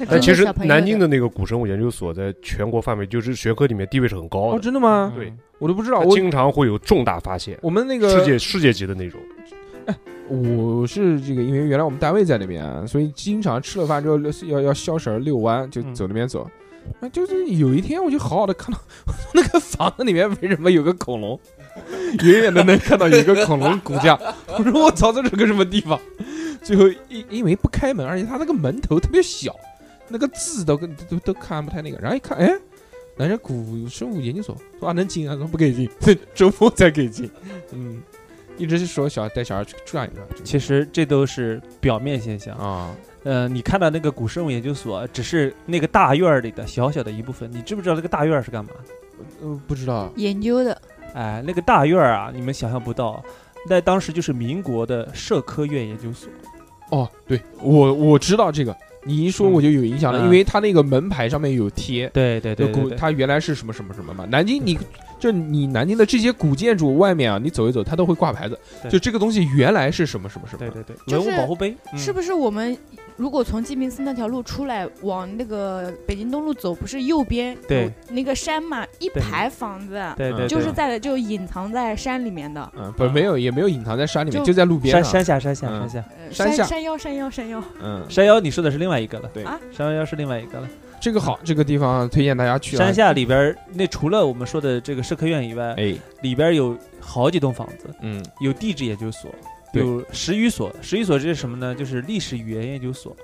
Speaker 4: 但其实南京
Speaker 3: 的
Speaker 4: 的那个古生物研究所在全国范围就是学科里面地位是很高
Speaker 1: 哦，
Speaker 4: 的，
Speaker 1: 真的吗？
Speaker 4: 对，
Speaker 1: 我都不知道，
Speaker 4: 它
Speaker 1: 我
Speaker 4: 经常会有重大发现，
Speaker 1: 我们那
Speaker 4: 世
Speaker 1: 个
Speaker 4: 界世界级的那种。
Speaker 1: 我是这个，因为原来我们单位在那边，啊所以经常吃了饭之后要要消食儿遛弯，就
Speaker 5: 嗯
Speaker 1: 走那边走。啊，就是有一天我就好好的看到 那个房子里面为什么有个恐龙，远远的能看到有一个恐龙骨架，我说我操，这是个什么地方？最后因因为不开门，而且它那个门头特别小，那个字都跟都都看不太那个，然后一看，哎，南山古生物研究所说啊能进啊，说不给进，周末才给进，嗯，一直是说小孩带小孩去转一转，
Speaker 5: 其实这都是表面现象。
Speaker 1: 啊，
Speaker 5: 呃，你看到那个古生物研究所，只是那个大院儿里的小小的一部分。你知不知道那个大院儿是干嘛的？
Speaker 1: 呃，不知道，
Speaker 3: 研究的，
Speaker 5: 哎，那个大院儿啊，你们想象不到，在当时就是民国的社科院研究所。
Speaker 1: 哦，对我我知道这个，你一说我就有印象了，
Speaker 5: 嗯
Speaker 1: 因为他那个门牌上面有贴，
Speaker 5: 对对
Speaker 1: 就古他原来是什么什么什么嘛，南京你就你南京的这些古建筑外面啊，你走一走，它都会挂牌子，
Speaker 5: 对
Speaker 1: 就这个东西原来是什么什么什么
Speaker 5: 对。对对，
Speaker 3: 就
Speaker 5: 文物
Speaker 3: 是
Speaker 5: 保护碑嗯
Speaker 3: 是不是我们如果从鸡鸣寺那条路出来，往那个北京东路走，不是右边
Speaker 5: 对
Speaker 3: 有那个山嘛，一
Speaker 5: 对
Speaker 3: 排房子，
Speaker 5: 对对，
Speaker 3: 就是
Speaker 5: 对
Speaker 3: 在就隐藏在山里面的，
Speaker 1: 嗯，不是没有，也没有隐藏在山里面，
Speaker 3: 就
Speaker 1: 就在路边
Speaker 5: 山
Speaker 1: 上。
Speaker 5: 山下山下
Speaker 1: 嗯
Speaker 5: 山下
Speaker 3: 呃
Speaker 1: 山下
Speaker 3: 山腰山腰山腰，
Speaker 1: 嗯，
Speaker 5: 山腰，你说的是另外一个了。
Speaker 1: 对
Speaker 3: 啊
Speaker 5: 山腰是另外一个了。
Speaker 1: 这个好，这个地方推荐大家去啊。
Speaker 5: 山下里边儿那除了我们说的这个社科院以外，
Speaker 1: 哎，
Speaker 5: 里边儿有好几栋房子，
Speaker 1: 嗯，
Speaker 5: 有地质研究所，
Speaker 1: 对
Speaker 5: 有十余所。十余所这是什么呢？就是历史语言研究所，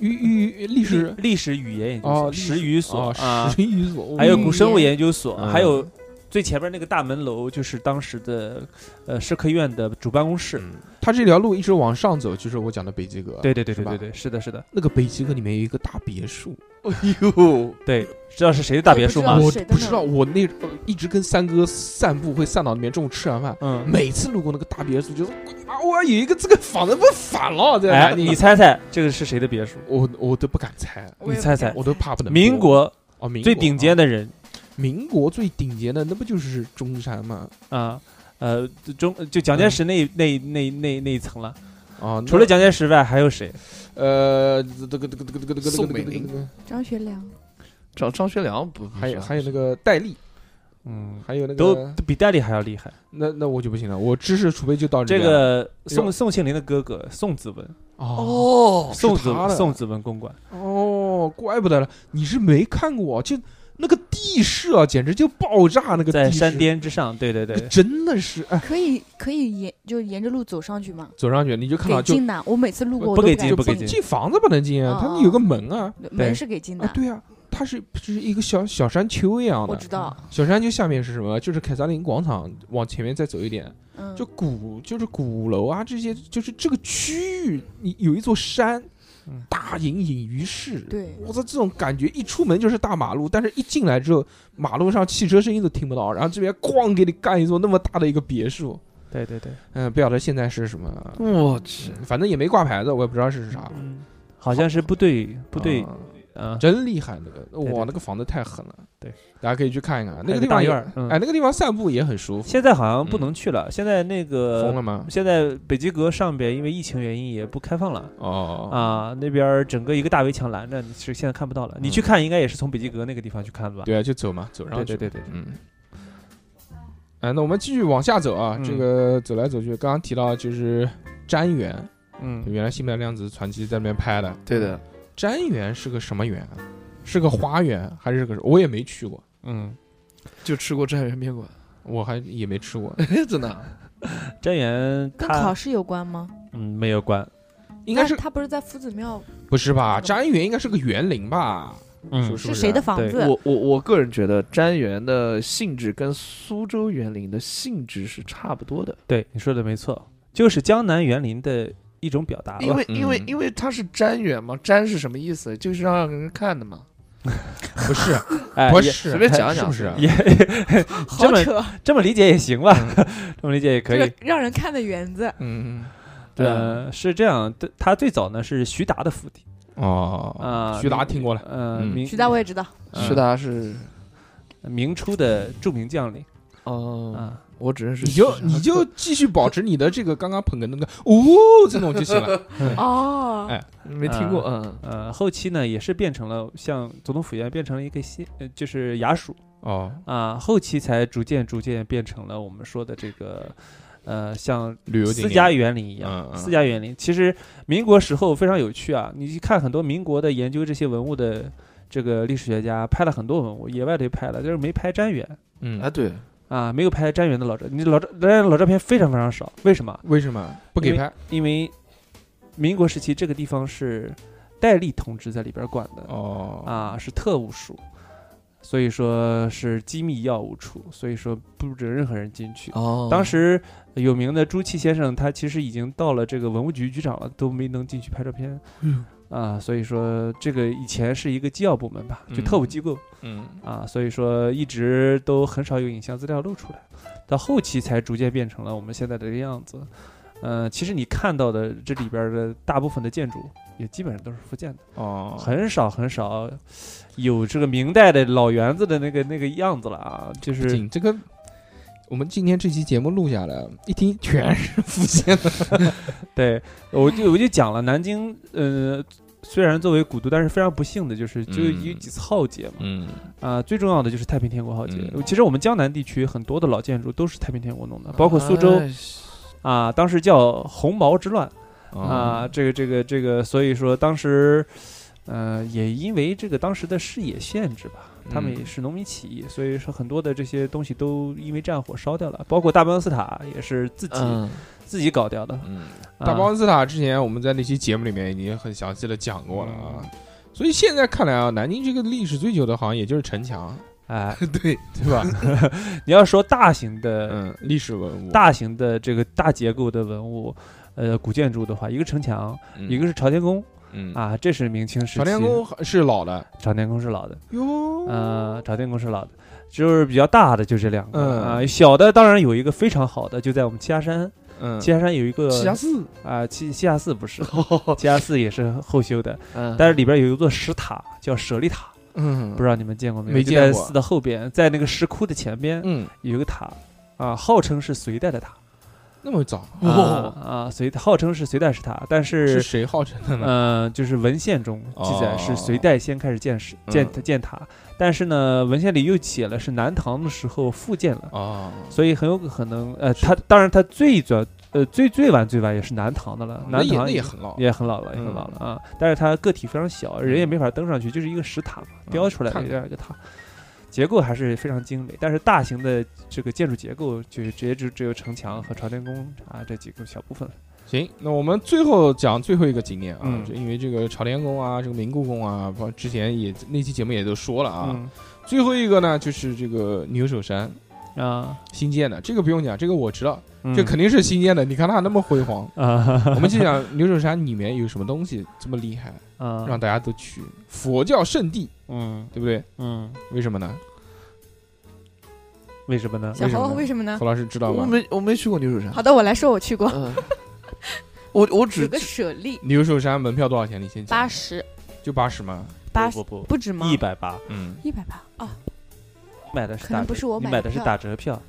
Speaker 1: 玉玉历史
Speaker 5: 历历史语言研究
Speaker 1: 哦
Speaker 5: 所，，十余所
Speaker 1: 啊
Speaker 5: 啊，，
Speaker 1: 十余所，
Speaker 5: 还有
Speaker 1: 嗯
Speaker 5: 古生物研究所，
Speaker 1: 嗯
Speaker 5: 还有最前边那个大门楼，就是当时的呃社科院的主办公
Speaker 1: 嗯
Speaker 5: 室。
Speaker 1: 它这条路一直往上走，就是我讲的北极阁。
Speaker 5: 对对对
Speaker 1: 是
Speaker 5: 对
Speaker 1: 吧
Speaker 5: 对对，是的，是的，
Speaker 1: 那个北极阁里面有一个大别墅，
Speaker 2: 哟，
Speaker 5: 对，知道是谁的大别墅吗
Speaker 3: 啊？
Speaker 1: 我
Speaker 3: 水
Speaker 1: 哎不
Speaker 3: 灯
Speaker 1: 知
Speaker 3: 呢
Speaker 1: 道，我那呃一直跟三哥散步会散到里面，中午吃完饭，
Speaker 5: 嗯，
Speaker 1: 每次路过那个大别墅，就是啊，我有一个这个房子不反了，在
Speaker 5: 哎，
Speaker 1: 南京
Speaker 5: 你，猜猜这个是谁的别墅？
Speaker 1: 我我都不敢猜，
Speaker 3: 我也
Speaker 5: 你
Speaker 3: 不
Speaker 5: 猜
Speaker 3: 敢
Speaker 5: 猜
Speaker 1: 我都怕不能
Speaker 5: 民
Speaker 1: 播
Speaker 5: 国
Speaker 1: 哦，民
Speaker 5: 最
Speaker 1: 国
Speaker 5: 顶尖
Speaker 1: 啊
Speaker 5: 的人
Speaker 1: 民国最顶尖的那不就是中山吗？
Speaker 5: 啊。呃，中就蒋介石那那那那那一层了。
Speaker 1: 啊，嗯那
Speaker 5: 除了蒋介石外，还有谁？
Speaker 1: 呃，这个这个这个这个这个
Speaker 2: 宋
Speaker 1: 这个
Speaker 2: 美
Speaker 1: 这个
Speaker 2: 龄
Speaker 1: 这个
Speaker 3: 张学良，
Speaker 2: 张张学良不不
Speaker 1: 还有
Speaker 2: 是
Speaker 1: 还有那个戴笠，
Speaker 5: 嗯，
Speaker 1: 还有那
Speaker 5: 都
Speaker 1: 个
Speaker 5: 都比戴笠还要厉害。
Speaker 1: 那那我就不行了，我知识储备就到
Speaker 5: 这
Speaker 1: 边了
Speaker 5: 个
Speaker 1: 这个
Speaker 5: 宋宋庆龄的哥哥宋子文，
Speaker 1: 哦
Speaker 2: 哦，
Speaker 5: 宋
Speaker 1: 是
Speaker 5: 子
Speaker 1: 他的
Speaker 5: 宋子文公馆，
Speaker 1: 哦，怪不得了，你是没看过，就那个地势啊，简直就爆炸那个
Speaker 5: 在
Speaker 1: 地势
Speaker 5: 山，巅之上，对对对，
Speaker 1: 真的是哎，
Speaker 3: 可以可以沿就沿着路走上去吗？
Speaker 1: 走上去你就看
Speaker 3: 给
Speaker 1: 到就
Speaker 3: 进呐，我每次路过
Speaker 5: 不
Speaker 3: 我都
Speaker 5: 给
Speaker 3: 敢
Speaker 5: 进不给
Speaker 3: 碰
Speaker 5: 进
Speaker 1: 进房子不能进啊，
Speaker 3: 哦
Speaker 1: 他们有个门啊，
Speaker 5: 对
Speaker 3: 门是给进
Speaker 1: 啊
Speaker 3: 的，
Speaker 1: 对啊，它是就是一个小小山丘一样
Speaker 3: 我
Speaker 1: 的
Speaker 3: 知，道，
Speaker 1: 小山丘下面是什么？就是凯撒林广场，往前面再走一点，
Speaker 3: 嗯，
Speaker 1: 就鼓就是鼓楼啊，这些就是这个区域，你有一座山
Speaker 5: 嗯，
Speaker 1: 大隐隐于市。，
Speaker 3: 对，
Speaker 1: 我操，这种感觉一出门就是大马路，但是一进来之后，马路上汽车声音都听不到，然后这边咣给你干一座那么大的一个别墅，
Speaker 5: 对对对，
Speaker 1: 嗯、不晓得现在是什么，
Speaker 2: 我去，
Speaker 1: 反正也没挂牌子，我也不知道是啥。
Speaker 5: 嗯，好像是部队部队
Speaker 1: 啊
Speaker 5: 啊，
Speaker 1: 真厉害，那个
Speaker 5: 对
Speaker 1: 哇，
Speaker 5: 对
Speaker 1: 那个房子太狠了。
Speaker 5: 对，
Speaker 1: 大家可以去看一看，那
Speaker 5: 还
Speaker 1: 个
Speaker 5: 有个
Speaker 1: 地方
Speaker 5: 大
Speaker 1: 也
Speaker 5: 院儿嗯
Speaker 1: 哎，那个地方散步也很舒服。
Speaker 5: 现在好像不
Speaker 1: 嗯
Speaker 5: 能去了，现在那
Speaker 1: 疯
Speaker 5: 个
Speaker 1: 了吗？
Speaker 5: 现在北极阁上边因为疫情原因也不开放了。
Speaker 1: 哦，
Speaker 5: 啊，那边儿整个一个大围墙拦着，你是现在看不到了。你去
Speaker 1: 嗯
Speaker 5: 看，应该也是从北极阁那个地方去看吧？
Speaker 1: 对啊，就走嘛，走上去。
Speaker 5: 对对对对
Speaker 1: 嗯。哎，那我们继续往下走啊，
Speaker 5: 嗯
Speaker 1: 这个走来走去，刚刚提到就是瞻园，
Speaker 5: 嗯，
Speaker 1: 原来《新白娘子传奇》在那边拍的。
Speaker 2: 对的，
Speaker 1: 瞻园是个什么园啊？是个花园还是个？我也没去过，
Speaker 5: 嗯，
Speaker 2: 就吃过蘸园面馆，
Speaker 1: 我还也没吃过，
Speaker 2: 真的，啊
Speaker 5: 瞻园
Speaker 3: 跟考
Speaker 5: 它
Speaker 3: 试有关吗？
Speaker 5: 嗯没有关，
Speaker 1: 应该
Speaker 3: 那
Speaker 1: 是
Speaker 3: 他不是在夫子庙
Speaker 1: 不是吧？瞻园应该是个园林吧？
Speaker 5: 嗯
Speaker 1: 不是
Speaker 3: 是谁的房
Speaker 5: 对
Speaker 3: 子？
Speaker 2: 我我我个人觉得瞻园的性质跟苏州园林的性质是差不多的，
Speaker 5: 对，你说的没错，就是江南园林的一种表达
Speaker 2: 因
Speaker 5: 吧。
Speaker 2: 为因为
Speaker 1: 嗯
Speaker 2: 因为它是瞻园嘛，瞻是什么意思？就是让人看的嘛，
Speaker 1: 不是，
Speaker 5: 哎，
Speaker 1: 不
Speaker 5: 也
Speaker 1: 是，
Speaker 2: 随便讲
Speaker 1: 是
Speaker 2: 讲
Speaker 1: 不是啊？
Speaker 5: 也 这
Speaker 3: 好
Speaker 5: 么
Speaker 3: 扯，
Speaker 5: 这么理解也行吧，这么理解也可
Speaker 3: 这
Speaker 5: 以
Speaker 3: 个。让人看的园子，
Speaker 1: 嗯，
Speaker 2: 对啊
Speaker 5: 呃，是这样，对他最早呢是徐达的府邸
Speaker 1: 哦，
Speaker 5: 啊，
Speaker 1: 徐达
Speaker 5: 明
Speaker 1: 听过了
Speaker 5: 呃，
Speaker 1: 嗯
Speaker 5: 明
Speaker 3: 徐大我也知道，
Speaker 5: 嗯
Speaker 2: 是的，是
Speaker 5: 明初的著名将领
Speaker 1: 嗯
Speaker 2: 哦，
Speaker 5: 啊，
Speaker 2: 我只认识
Speaker 1: 你就
Speaker 2: 徐达
Speaker 1: 你 就继续保持你的这个刚刚捧哏的那个哦这种就行了。
Speaker 3: 哦
Speaker 1: 哎，
Speaker 2: 没听过，嗯，
Speaker 5: 呃，后期呢也是变成了像总统府一样变成了一个县，呃就是衙署
Speaker 1: 哦，
Speaker 5: 啊，后期才逐渐逐渐变成了我们说的这个，呃，像
Speaker 1: 旅游景
Speaker 5: 私
Speaker 1: 点
Speaker 5: 家园林一样。
Speaker 1: 嗯嗯
Speaker 5: 私家园林其实民国时候非常有趣啊，你去看很多民国的研究这些文物的这个历史学家拍了很多文物，野外的也拍了，就是没拍瞻园
Speaker 2: 啊
Speaker 1: 嗯，
Speaker 2: 对，
Speaker 5: 啊，没有拍瞻园的老照，你老照瞻园的老照片非常非常少，为什么？
Speaker 1: 为什么不给拍？
Speaker 5: 因为民国时期这个地方是戴笠同志在里边管的
Speaker 1: 哦，
Speaker 5: 啊，是特务署。所以说是机密要务处，所以说不准任何人进去。
Speaker 2: 哦
Speaker 5: 当时有名的朱祁先生，他其实已经到了这个文物局局长了，都没能进去拍照片。啊，所以说这个以前是一个机要部门吧，就特务机构、
Speaker 1: 嗯，
Speaker 5: 啊，所以说一直都很少有影像资料露出来，到后期才逐渐变成了我们现在的这个样子。呃，其实你看到的这里边儿的大部分的建筑，也基本上都是福建的，
Speaker 1: 哦，
Speaker 5: 很少很少有这个明代的老园子的那个那个样子了啊，就
Speaker 1: 不
Speaker 5: 是
Speaker 1: 仅这个，我们今天这期节目录下来，一听全是福建 的，
Speaker 5: 对我就我就讲了南京，呃，虽然作为古都，但是非常不幸的就是就
Speaker 1: 嗯
Speaker 5: 有几次浩劫嘛，
Speaker 1: 嗯，
Speaker 5: 啊、最重要的就是太平天国浩劫。
Speaker 1: 嗯
Speaker 5: 其实我们江南地区很多的老建筑都是太平天国弄的，包括苏州
Speaker 2: 哎
Speaker 5: 啊、当时叫红毛之乱
Speaker 1: 哦
Speaker 5: 啊、这个这个这个，所以说当时，呃，也因为这个当时的视野限制吧，他们
Speaker 1: 嗯
Speaker 5: 也是农民起义，所以说很多的这些东西都因为战火烧掉了，包括大巴斯塔也是自己、
Speaker 2: 嗯，
Speaker 5: 自己搞掉的。
Speaker 1: 嗯，
Speaker 5: 啊
Speaker 1: 大巴恩斯塔之前我们在那期节目里面已经很详细的讲过了啊。
Speaker 5: 嗯
Speaker 1: 所以现在看来啊，南京这个历史最久的好像也就是城 墙，
Speaker 5: 哎，
Speaker 1: 对对 吧？
Speaker 5: 你要说大型的、
Speaker 1: 嗯，历史文物，
Speaker 5: 大型的这个大结构的文物，呃，古建筑的话，一个城墙，
Speaker 1: 嗯
Speaker 5: 一个是朝天宫。
Speaker 1: 嗯，
Speaker 5: 啊，这是明清时期。
Speaker 1: 朝天，宫是老的
Speaker 5: 朝天宫是老的，
Speaker 1: 哟，
Speaker 5: 呃，朝天宫是老的，就是比较大的就这两个
Speaker 1: 嗯
Speaker 5: 啊、小的当然有一个非常好的，就在我们栖霞山，
Speaker 1: 嗯，
Speaker 5: 栖霞山有一个
Speaker 2: 栖霞寺，
Speaker 5: 啊，栖栖霞寺不是，
Speaker 1: 哦
Speaker 5: 栖霞寺也是后修的，
Speaker 2: 嗯
Speaker 5: 但是里边有一座石塔叫舍利塔，
Speaker 1: 嗯，
Speaker 5: 不知道你们见过没有？
Speaker 1: 没
Speaker 5: 就
Speaker 1: 见
Speaker 5: 在
Speaker 1: 过
Speaker 5: 寺的后边，在那个石窟的前边
Speaker 1: 嗯，
Speaker 5: 有一个塔。啊，号称是隋代的塔，
Speaker 1: 那么早
Speaker 5: 啊
Speaker 2: 哇
Speaker 5: 啊，隋号称是隋代是塔，但
Speaker 1: 哦是
Speaker 5: 是
Speaker 1: 谁号称的呢？
Speaker 5: 呃，就是文献中记载是隋代先开始建石、
Speaker 1: 哦
Speaker 5: 建
Speaker 1: 嗯
Speaker 5: 建塔，但是呢，文献里又写了是南唐的时候复建了，
Speaker 1: 哦，
Speaker 5: 所以很有可能呃，它当然它最早呃最最晚最晚也是南唐的了，
Speaker 1: 哦那
Speaker 5: 南
Speaker 1: 也
Speaker 5: 唐
Speaker 1: 那也很老，
Speaker 5: 也很老了，也很
Speaker 1: 嗯
Speaker 5: 老了啊，但是它个体非常小，人也没法登上去，就是一个石塔嘛，
Speaker 1: 嗯
Speaker 5: 雕出来的
Speaker 1: 看
Speaker 5: 这样一个塔。结构还是非常精美，但是大型的这个建筑结构就是直接就只有城墙和朝天宫啊这几个小部分了。
Speaker 1: 行，那我们最后讲最后一个景点啊
Speaker 5: 嗯，
Speaker 1: 就因为这个朝天宫啊，这个明故宫啊，包之前也那期节目也都说了啊。
Speaker 5: 嗯
Speaker 1: 最后一个呢，就是这个牛首山
Speaker 5: 啊，
Speaker 1: 新建的，这个不用讲，这个我知道，这
Speaker 5: 嗯
Speaker 1: 肯定是新建的。你看它那么辉 煌，
Speaker 5: 啊
Speaker 1: 我们就讲牛首山里面有什么东西这么厉害，
Speaker 5: 啊，
Speaker 1: 让大家都去佛教圣地，
Speaker 5: 嗯
Speaker 1: 对不对？
Speaker 5: 嗯，
Speaker 1: 为什么呢？
Speaker 5: 为什么呢？
Speaker 3: 小
Speaker 1: 为什么
Speaker 3: 侯
Speaker 1: 呢
Speaker 3: 为什么呢？
Speaker 1: 何老师知道
Speaker 2: 我
Speaker 1: 吗？
Speaker 2: 没我没去过牛首山，
Speaker 3: 好的，我来说，我去过，
Speaker 2: 嗯，我我
Speaker 3: 有
Speaker 2: 只
Speaker 3: 个舍利
Speaker 1: 牛首山门票多少钱？你先讲
Speaker 3: 八，十
Speaker 1: 就八十吗？
Speaker 3: 八
Speaker 5: 不不
Speaker 3: 不止吗
Speaker 5: 不，？一百八，
Speaker 1: 嗯，
Speaker 3: 一百吧啊，
Speaker 5: 买的是
Speaker 3: 可
Speaker 5: 打
Speaker 3: 能
Speaker 5: 折，
Speaker 3: 不是我
Speaker 5: 你
Speaker 3: 买
Speaker 5: 买
Speaker 3: 的
Speaker 5: 的是
Speaker 3: 票
Speaker 5: 打折票，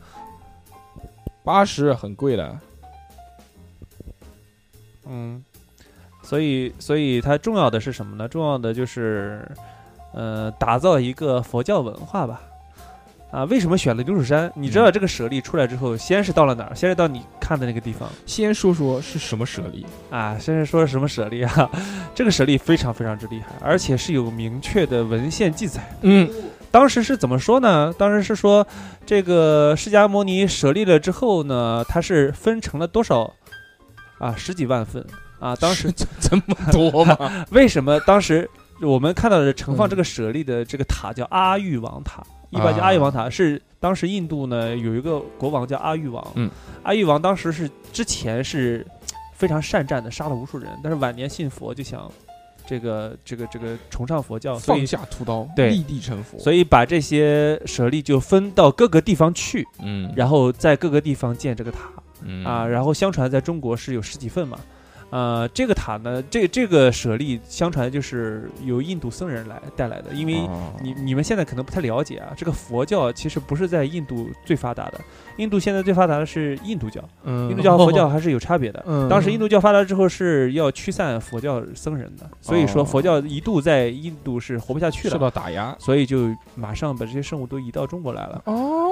Speaker 1: 八十很贵了。
Speaker 5: 嗯，所以所以它重要的是什么呢？重要的就是，呃，打造一个佛教文化吧。啊，为什么选了牛首山？你知道这个舍利出来之后，先是到了哪儿？先是到你看的那个地方
Speaker 1: 先说说是什么舍利，
Speaker 5: 啊，先是说什么舍利啊？ 这个舍利非常非常之厉害，而且是有明确的文献记载。
Speaker 1: 嗯，
Speaker 5: 当时是怎么说呢？当时是说，这个释迦牟尼舍利了之后呢，它是分成了多少啊？十几万份啊！当时
Speaker 1: 这这么多 吗？
Speaker 5: 为什么当时我们看到的盛放
Speaker 1: 嗯
Speaker 5: 这个舍利的这个塔叫阿育王塔？一般叫阿育王塔，是当时印度呢有一个国王叫阿育王，
Speaker 1: 嗯
Speaker 5: 阿育王当时是之前是非常善战的，杀了无数人，但是晚年信佛就想这个这个这个崇尚佛教，所以
Speaker 1: 放下屠刀，
Speaker 5: 对
Speaker 1: 立地成佛。
Speaker 5: 所
Speaker 1: 以，
Speaker 5: 以把这些舍利就分到各个地方去，
Speaker 1: 嗯
Speaker 5: 然后在各个地方建这个塔
Speaker 1: 嗯
Speaker 5: 啊。然后相传在中国是有十几份嘛，呃，这个塔呢，这这个舍利相传就是由印度僧人来带来的，因为
Speaker 1: 哦
Speaker 5: 你你们现在可能不太了解啊，这个佛教其实不是在印度最发达的，印度现在最发达的是印度教，
Speaker 1: 嗯
Speaker 5: 印度教和佛教还是有差别的。
Speaker 1: 嗯
Speaker 5: 当时印度教发达之后是要驱散佛教僧人的，所以
Speaker 1: 哦
Speaker 5: 说佛教一度在印度是活不下去
Speaker 1: 受
Speaker 5: 了。
Speaker 1: 到打压
Speaker 5: 所以就马上把这些圣物都移到中国来了。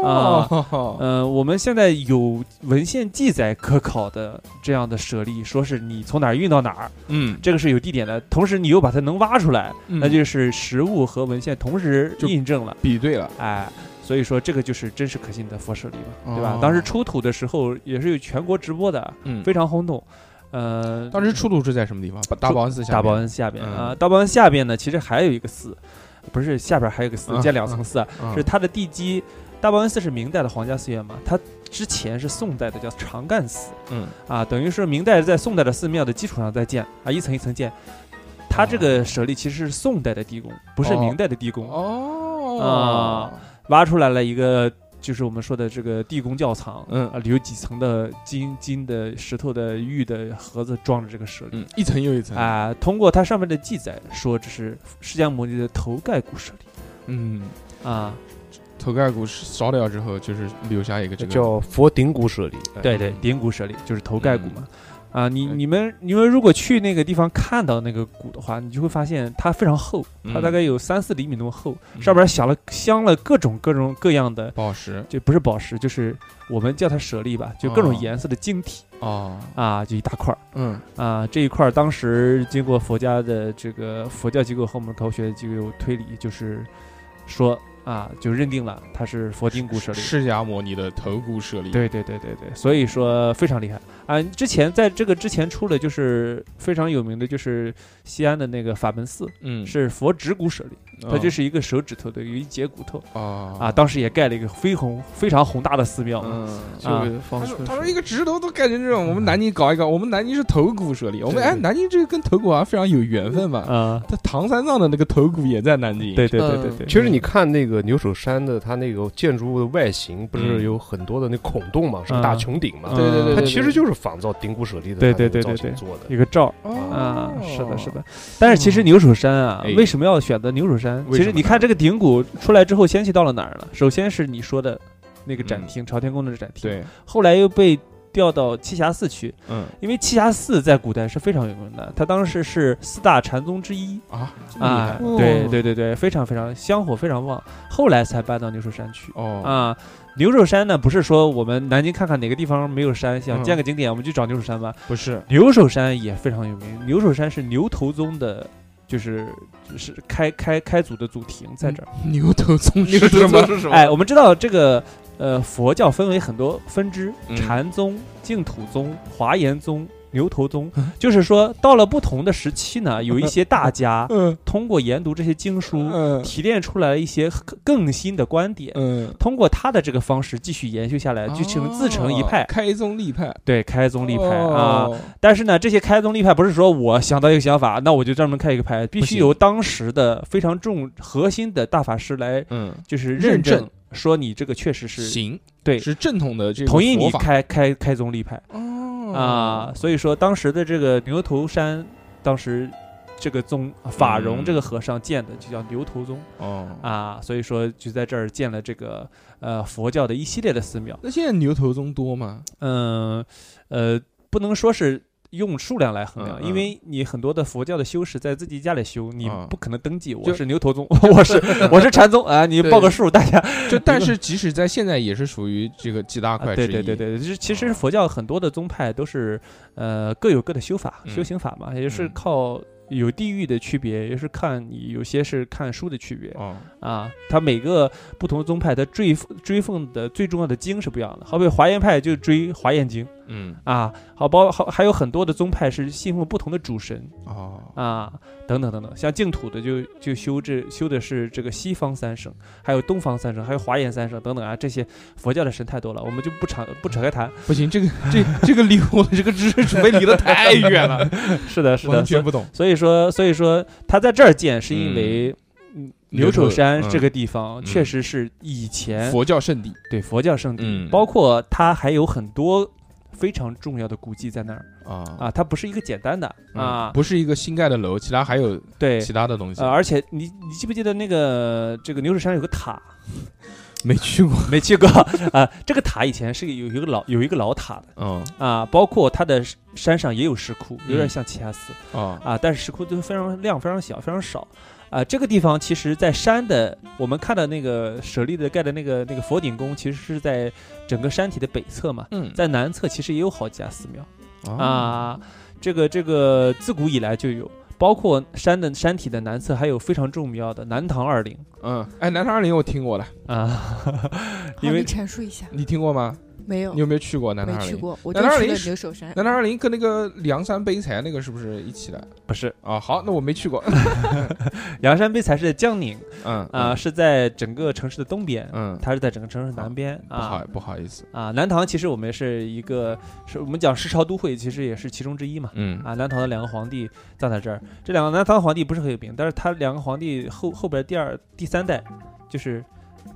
Speaker 1: 哦，
Speaker 5: 呃，我们现在有文献记载可考的这样的舍利，说是你从哪儿运到哪儿，
Speaker 1: 嗯，
Speaker 5: 这个是有地点的。同时，你又把它能挖出来，那
Speaker 1: 那
Speaker 5: 就是实物和文献同时
Speaker 1: 就
Speaker 5: 印证了。
Speaker 1: 比对了，
Speaker 5: 哎，所以说这个就是真实可信的佛舍利嘛，对吧
Speaker 1: 哦？
Speaker 5: 当时出土的时候也是有全国直播的，
Speaker 1: 嗯
Speaker 5: 非常轰动。呃，
Speaker 1: 当时出土是在什么地方？把大
Speaker 5: 出
Speaker 1: 报恩寺下面，
Speaker 5: 大报恩下边
Speaker 1: 嗯
Speaker 5: 啊，大报恩下边呢，其实还有一个寺，不是下边还有一个寺
Speaker 1: 嗯，
Speaker 5: 建两层寺啊，
Speaker 1: 嗯
Speaker 5: 是它的地基。大报恩寺是明代的皇家寺院嘛，它之前是宋代的叫长干寺
Speaker 1: 嗯
Speaker 5: 啊，等于是明代在宋代的寺庙的基础上再建啊，一层一层建。它这个舍利其实是宋代的地宫，不是
Speaker 1: 哦
Speaker 5: 明代的地宫，
Speaker 1: 哦
Speaker 5: 啊挖出来了一个就是我们说的这个地宫窖藏，
Speaker 1: 嗯
Speaker 5: 啊，里有几层的金金的、石头的、玉的盒子装着这个舍利。
Speaker 1: 嗯，一层又一层，
Speaker 5: 啊，通过它上面的记载说，这是释迦牟尼的头盖骨舍利
Speaker 1: 嗯，
Speaker 5: 啊，
Speaker 1: 头盖骨烧掉之后，就是留下一个这个
Speaker 4: 叫佛顶骨舍利。哎
Speaker 5: 对对，顶骨舍利就是头盖骨嘛。
Speaker 1: 嗯
Speaker 5: 啊，你你们你们如果去那个地方看到那个骨的话，你就会发现它非常厚，它
Speaker 1: 嗯
Speaker 5: 大概有三四厘米那么厚，
Speaker 1: 嗯
Speaker 5: 上边镶了镶了各种各种各样的，
Speaker 1: 宝石
Speaker 5: 就不是宝石，就是我们叫它舍利吧，就各种
Speaker 1: 哦
Speaker 5: 颜色的晶体
Speaker 1: 哦，
Speaker 5: 啊，就一大块儿
Speaker 1: 嗯
Speaker 5: 啊。这一块儿当时经过佛家的这个佛教机构和我们科学机构推理，就是说啊，就认定了它是佛顶骨舍利，
Speaker 1: 释迦摩尼的头骨舍利，，
Speaker 5: 对对对对对，所以说非常厉害啊！之前在这个之前出了就是非常有名的，就是西安的那个法门寺，
Speaker 1: 嗯，
Speaker 5: 是佛指骨舍利，它
Speaker 1: 嗯
Speaker 5: 就是一个手指头的有一节骨头
Speaker 1: 哦
Speaker 5: 啊。当时也盖了一个非宏非常宏大的寺庙，
Speaker 2: 嗯，
Speaker 5: 啊
Speaker 2: 就给放
Speaker 1: 他
Speaker 2: 出
Speaker 1: 说：“
Speaker 2: 来
Speaker 1: 他
Speaker 2: 说
Speaker 1: 说一个直头都盖成这
Speaker 5: 嗯
Speaker 1: 种，我们南京搞一搞，我们南京是头骨舍利，我们哎，南京这个跟头骨好像非常有缘分嘛。
Speaker 5: 啊，
Speaker 1: 他唐三藏的那个头骨也在南京，
Speaker 5: 对对对
Speaker 1: 嗯
Speaker 5: 对对，
Speaker 4: 其实你看那个牛首山的，它那个建筑物的外形不
Speaker 1: 嗯
Speaker 4: 是有很多的那孔洞嘛，是个大穹顶嘛
Speaker 5: 嗯，
Speaker 2: 对对对，
Speaker 4: 它
Speaker 2: 对
Speaker 4: 其实就是仿造顶骨舍利的
Speaker 5: 对
Speaker 4: 它那
Speaker 5: 对
Speaker 4: 个
Speaker 5: 对
Speaker 4: 造
Speaker 5: 对
Speaker 4: 型
Speaker 5: 对
Speaker 4: 做的。
Speaker 5: 一个罩
Speaker 1: 哦，
Speaker 5: 啊，是的，是的。但是其实牛首山啊
Speaker 1: 哎，
Speaker 5: 为什么要选择牛首山？
Speaker 1: 为
Speaker 5: 其
Speaker 1: 什
Speaker 5: 实
Speaker 1: 么
Speaker 5: 你看这个顶骨出来之后，先去到了哪儿了？首先是你说的那个展
Speaker 1: 嗯
Speaker 5: 厅，朝天宫的展厅，
Speaker 1: 对，
Speaker 5: 后来又被调到栖霞寺去，
Speaker 1: 嗯
Speaker 5: 因为栖霞寺在古代是非常有名的，它当时是四大禅宗之一
Speaker 1: 啊，这么厉
Speaker 5: 啊
Speaker 1: 害，
Speaker 5: 对对对对，非常非常香火非常旺，后来才搬到牛首山去。
Speaker 1: 哦，
Speaker 5: 啊，牛首山呢，不是说我们南京看看哪个地方没有山，想
Speaker 1: 嗯
Speaker 5: 建个景点，我们去找牛首山吧。
Speaker 1: 不是，
Speaker 5: 牛首山也非常有名，牛首山是牛头宗的，就是就是开开开祖的祖庭
Speaker 1: 嗯
Speaker 5: 在这儿。
Speaker 1: 牛头宗
Speaker 2: 那
Speaker 1: 是
Speaker 2: 个
Speaker 1: 什么？
Speaker 2: 是什么？
Speaker 5: 哎，我们知道这个呃，佛教分为很多分支，
Speaker 1: 嗯
Speaker 5: 禅宗、净土宗、华严宗、牛头宗，
Speaker 1: 嗯
Speaker 5: 就是说到了不同的时期呢，有一些 大家
Speaker 1: 嗯
Speaker 5: 通过研读这些经书，
Speaker 1: 嗯
Speaker 5: 提炼出来了一些更更新的观点。
Speaker 1: 嗯，
Speaker 5: 通过他的这个方式继续研究下来，就成呃自成一派
Speaker 1: 哦，开宗立派，
Speaker 5: 对开宗立派啊。
Speaker 1: 哦，
Speaker 5: 但是呢，这些开宗立派不是说我想到一个想法，那我就专门开一个派，必
Speaker 1: 不
Speaker 5: 须
Speaker 1: 行
Speaker 5: 由当时的非常重核心的大法师来，
Speaker 1: 嗯，
Speaker 5: 就是
Speaker 1: 认
Speaker 5: 认
Speaker 1: 证
Speaker 5: 证说你这个确实是
Speaker 1: 行，
Speaker 5: 对
Speaker 1: 是正统的这个
Speaker 5: 同意你
Speaker 1: 佛法
Speaker 5: 开开开宗立派
Speaker 1: 哦
Speaker 5: 啊，，所以说当时的这个牛头山，当时这个宗啊法
Speaker 1: 嗯
Speaker 5: 融这个和尚建的就叫牛头宗
Speaker 1: 哦。”
Speaker 5: 啊，所以说就在这儿建了这个呃佛教的一系列的寺庙，
Speaker 1: 那现在牛头宗多吗？
Speaker 5: 嗯呃，不能说是。用数量来衡量，
Speaker 1: 嗯嗯
Speaker 5: 因为你很多的佛教的修士在自己家里修，你
Speaker 1: 啊
Speaker 5: 不可能登记。我
Speaker 1: 就是
Speaker 5: 牛头宗， 我是我是禅宗啊，你
Speaker 1: 对
Speaker 5: 报个数，大家
Speaker 1: 就但是即使在现在也是属于这个几大
Speaker 5: 啊，
Speaker 1: 块之
Speaker 5: 对
Speaker 1: 一。
Speaker 5: 对对对，就是其
Speaker 1: 啊
Speaker 5: 实佛教很多的宗派都是呃各有各的修法、修
Speaker 1: 嗯
Speaker 5: 行法嘛，也就是
Speaker 1: 嗯
Speaker 5: 靠有地域的区别，也是看你有些是看书的区别
Speaker 1: 哦，
Speaker 5: 啊。它每个不同的宗派，它追追奉的最重要的经是不一样的。好比华严派就追华严经
Speaker 1: 嗯，
Speaker 5: 啊，好包好还有很多的宗派是信奉不同的主神
Speaker 1: 哦，
Speaker 5: 啊，等等等等。像净土的就就修这修的是这个西方三圣，还有东方三圣，还有华严三圣等等啊，这些佛教的神太多了，我们就不敞不扯开谈。
Speaker 1: 不行，这个这这个离我的这个知识储备离得太远了，
Speaker 5: 是的，是的，
Speaker 1: 完
Speaker 5: 所
Speaker 1: 全
Speaker 5: 以
Speaker 1: 不懂。
Speaker 5: 所以说，所以说他在这儿建是因为。嗯
Speaker 1: 牛
Speaker 5: 牛
Speaker 1: 首
Speaker 5: 首山
Speaker 1: 嗯
Speaker 5: 这个地方
Speaker 1: 嗯
Speaker 5: 确实是以前
Speaker 1: 佛教圣地
Speaker 5: 对佛教圣地
Speaker 1: 嗯，
Speaker 5: 包括它还有很多非常重要的古迹在那儿
Speaker 1: 啊
Speaker 5: 啊，它不是一个简单的
Speaker 1: 嗯
Speaker 5: 啊，
Speaker 1: 不是一个新盖的楼，其他还有
Speaker 5: 对，
Speaker 1: 其他的东西
Speaker 5: 呃，，而且你你记不记得那个这个牛首山有个塔，
Speaker 1: 没去过。
Speaker 5: 没去过啊？这个塔以前是有一个老有一个老塔的
Speaker 1: 嗯
Speaker 5: 啊，包括它的山上也有石窟，
Speaker 1: 嗯
Speaker 5: 有点像奇亚斯，
Speaker 1: 哦，
Speaker 5: 啊，但是石窟都非常量非常小，非常少。啊，这个地方其实，在山的我们看到那个舍利的盖的那个那个佛顶宫，其实是在整个山体的北侧嘛，
Speaker 1: 嗯
Speaker 5: 在南侧其实也有好几家寺庙，
Speaker 1: 哦
Speaker 5: 啊。这个这个自古以来就有，包括山的山体的南侧还有非常重要的南唐二陵
Speaker 1: 嗯，哎，南唐二陵我听过了，
Speaker 5: 啊，
Speaker 3: 好，
Speaker 5: 因
Speaker 3: 你
Speaker 5: 为
Speaker 3: 阐述一下，
Speaker 1: 你听过吗？
Speaker 3: 没有
Speaker 1: 你，有没有去过南唐
Speaker 3: 没
Speaker 1: 二
Speaker 3: 去
Speaker 1: 陵？
Speaker 3: 过，我就
Speaker 1: 南唐二
Speaker 3: 去
Speaker 1: 陵
Speaker 3: 了
Speaker 1: 是
Speaker 3: 牛 首山。
Speaker 1: 南唐二陵跟那个梁山悲财那个是不是一起的
Speaker 5: 不是
Speaker 1: 啊？好，那我没去 过。
Speaker 5: 梁山碑才是在江宁
Speaker 1: 嗯
Speaker 5: 啊，，是在整个城市的东边，
Speaker 1: 嗯，
Speaker 5: 它是在整个城市南边
Speaker 1: 不
Speaker 5: 啊
Speaker 1: 好。不好意思，
Speaker 5: 啊，南唐其实我们是一个，是我们讲十朝都会，其实也是其中之一嘛。
Speaker 1: 嗯
Speaker 5: 啊，南唐的两个皇帝葬在这儿，这两个南唐皇帝不是很有名，但是他两个皇帝后后边第二、第三代就是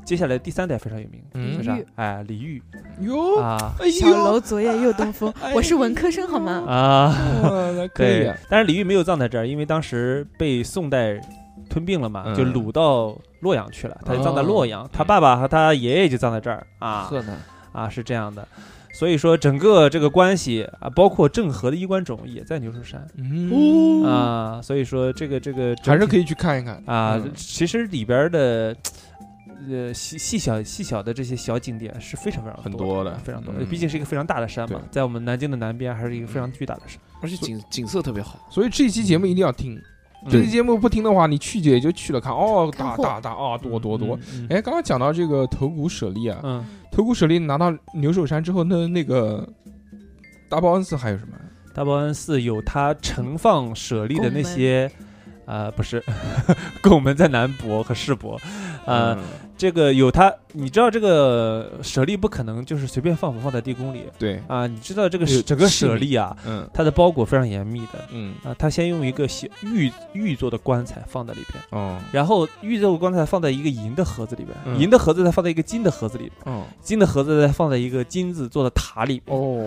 Speaker 5: 接下来第三代非常有名，
Speaker 1: 嗯
Speaker 5: 是啥
Speaker 3: 李煜？
Speaker 5: 哎，李煜
Speaker 1: 哟，
Speaker 5: 啊
Speaker 1: 哎
Speaker 3: 小
Speaker 1: 呦，哎哦
Speaker 3: 楼昨夜又 东风，我是文科生好吗？
Speaker 5: 啊，
Speaker 1: 哇那可以
Speaker 5: 对
Speaker 1: 啊，，
Speaker 5: 但是李煜没有葬在这儿，因为当时被宋代吞并了嘛，
Speaker 1: 嗯
Speaker 5: 就掳到洛阳去了，他就葬在
Speaker 1: 哦
Speaker 5: 洛阳，他爸爸和他爷爷就葬在这儿啊
Speaker 2: 河南
Speaker 5: 啊，是这样的。所以说，整个这个关系啊，包括郑和的衣冠冢也在牛首山
Speaker 1: 嗯，
Speaker 5: 啊，所以说这个这个
Speaker 1: 还是可
Speaker 5: 以
Speaker 1: 以去看一看
Speaker 5: 啊
Speaker 1: 嗯。
Speaker 5: 其实里边的呃细细小细小的这些小景点是非常非常
Speaker 1: 很
Speaker 5: 多
Speaker 1: 多的
Speaker 5: 非常多，
Speaker 1: 嗯
Speaker 5: 毕竟是一个非常大的山嘛
Speaker 1: 对，嗯
Speaker 5: 在我们南京的南边还是一个非常巨大的山。
Speaker 2: 而且景景色特别好，
Speaker 1: 所以这期节目一定要听，
Speaker 5: 嗯
Speaker 1: 这期节目不听的话，你去也就去了看哦，
Speaker 3: 看
Speaker 1: 打
Speaker 3: 货
Speaker 1: 打打啊，多多多。，
Speaker 5: 嗯
Speaker 1: 哎，刚刚讲到这个头骨舍利啊，
Speaker 5: 嗯，
Speaker 1: 头骨舍利拿到牛首山之后，那那个大报恩寺还有什么？
Speaker 5: 大报恩寺有它盛放舍利的那些，呃，不是， 拱门在南博和世博，呃，
Speaker 1: 嗯，
Speaker 5: 这个有它，你知道这个舍利不可能就是随便放放放在地宫里
Speaker 1: 对，
Speaker 5: 啊、你知道这个
Speaker 1: 有
Speaker 5: 整个
Speaker 1: 器皿
Speaker 5: 舍利啊，
Speaker 1: 嗯
Speaker 5: 它的包裹非常严密的。
Speaker 1: 嗯
Speaker 5: 啊、它先用一个小玉玉做的棺材放在里边，
Speaker 1: 哦
Speaker 5: 然后玉做的棺材放在一个银的盒子里边，
Speaker 1: 嗯
Speaker 5: 银的盒子再放在一个金的盒子里，
Speaker 1: 哦
Speaker 5: 金的盒子再放在一个金子做的塔里边。
Speaker 1: 哦，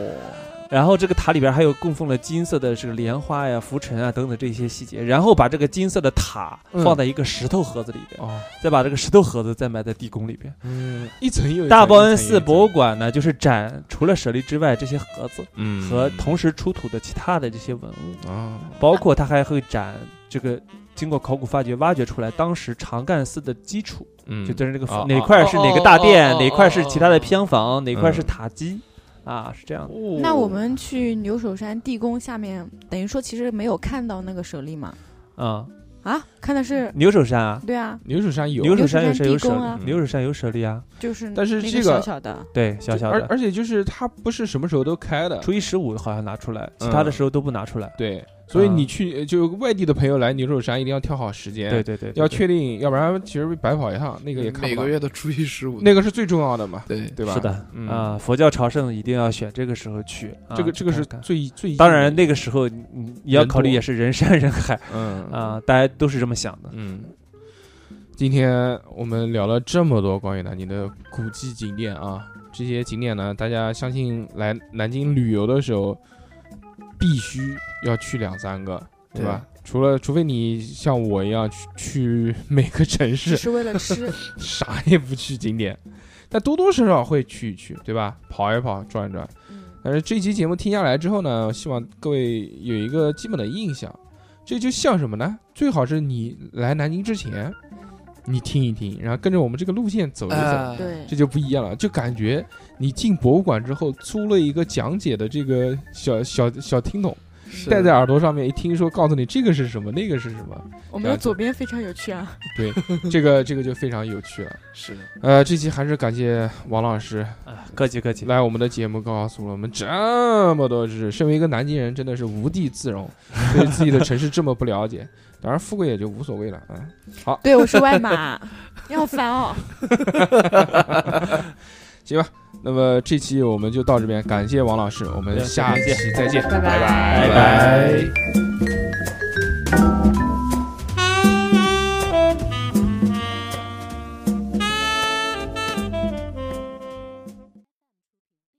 Speaker 5: 然后这个塔里边还有供奉了金色的这个莲花呀、拂尘啊等等这些细节，然后把这个金色的塔
Speaker 1: 嗯
Speaker 5: 放在一个石头盒子里边，
Speaker 1: 哦，
Speaker 5: 再把这个石头盒子再埋在地宫里边。
Speaker 1: 嗯，一层又一层
Speaker 5: 大报恩寺博物，
Speaker 1: 一层
Speaker 5: 馆呢，就是展除了舍利之外这些盒子
Speaker 1: 又一层嗯，
Speaker 5: 和同时出土的其他的这些文物，
Speaker 1: 啊，
Speaker 5: 包括它还会展这个。经过考古发掘，挖掘出来当时长干寺的基础，
Speaker 1: 嗯，
Speaker 5: 就就是这个
Speaker 1: 哦
Speaker 5: 哪块是哪个大
Speaker 2: 哦哦
Speaker 1: 啊
Speaker 5: 殿，
Speaker 2: 哦
Speaker 5: 哪块是其他的偏房，哪块是
Speaker 1: 嗯
Speaker 5: 塔基，啊，是这样的。
Speaker 1: 哦
Speaker 3: 那我们去牛首山地宫下面，等于说其实没有看到那个舍利嘛？
Speaker 5: 啊，
Speaker 3: 啊，看的是
Speaker 5: 牛首山
Speaker 1: 嗯
Speaker 5: 啊，
Speaker 3: 对啊，
Speaker 1: 牛首哦山有，嗯
Speaker 5: 牛
Speaker 3: 首
Speaker 5: 首
Speaker 3: 山
Speaker 5: 山有谁有
Speaker 3: 地
Speaker 5: 舍
Speaker 3: 宫啊
Speaker 5: 利？牛首山有舍利啊，
Speaker 3: 就是
Speaker 1: 但是
Speaker 3: 那
Speaker 1: 这
Speaker 3: 个
Speaker 1: 个
Speaker 3: 小小的，
Speaker 5: 对，小小
Speaker 1: 而
Speaker 5: 的。
Speaker 1: 而且就是它不是什么时候都开的，
Speaker 5: 初一十五好像拿出来，
Speaker 1: 嗯
Speaker 5: 其他的时候都不拿出来。
Speaker 1: 对，所以
Speaker 5: 嗯
Speaker 1: 你去呃就外地的朋友来牛首山一定要挑好时间，
Speaker 5: 对，对对，嗯对
Speaker 1: 要确定，要不然其实白跑一趟，那个也看不
Speaker 2: 每
Speaker 1: 到
Speaker 2: 个月的初一十五，
Speaker 1: 那个是最重要的嘛，
Speaker 2: 对
Speaker 1: 对吧？
Speaker 5: 是，的
Speaker 1: 嗯
Speaker 5: 啊，佛教朝圣一定要选这个时候去。啊
Speaker 1: 这个这个是
Speaker 5: 去看看
Speaker 1: 最最
Speaker 5: 当然，那个时候你你也要
Speaker 1: 人
Speaker 5: 考虑
Speaker 1: 多
Speaker 5: 也是人山人海
Speaker 1: 嗯
Speaker 5: 啊，大家都是这么想的。
Speaker 1: 嗯。今天我们聊了这么多关于南京的古迹景点啊，这些景点呢，大家相信来南京旅游的时候，必须要去两三个，对吧？除了除非你像我一样去去每个城市
Speaker 3: 只，是为了 吃。
Speaker 1: 啥也不去景点，但多多少少会去一去，对吧？跑一跑，转一转。
Speaker 3: 嗯
Speaker 1: 但是这期节目听下来之后呢，希望各位有一个基本的印象，这就像什么呢？最好是你来南京之前，你听一听，然后跟着我们这个路线走一走，
Speaker 2: 啊，
Speaker 3: 对
Speaker 1: 这，就不一样了，就感觉你进博物馆之后租了一个讲解的这个小小小听筒，
Speaker 2: 是
Speaker 1: 戴在耳朵上面一听说，告诉你这个是什么，那个是什么，
Speaker 3: 我们的左边非常有趣啊，
Speaker 1: 这个这个就非常有趣了。
Speaker 2: 是的，
Speaker 1: 呃，这期还是感谢王老师
Speaker 5: 啊，客气客气。
Speaker 1: 来我们的节目，告诉了我们这么多知识。身为一个南京人，真的是无地自容，对自己的城市这么不了解。 当然，富贵也就无所谓了啊。
Speaker 3: 对我是 外码，你好烦哦。
Speaker 1: 行吧，那么这期我们就到这边，感谢王老师，我们
Speaker 5: 对
Speaker 1: 下期
Speaker 5: 再
Speaker 1: 再见，
Speaker 3: 拜拜
Speaker 1: 拜
Speaker 5: 拜
Speaker 1: 拜
Speaker 5: 拜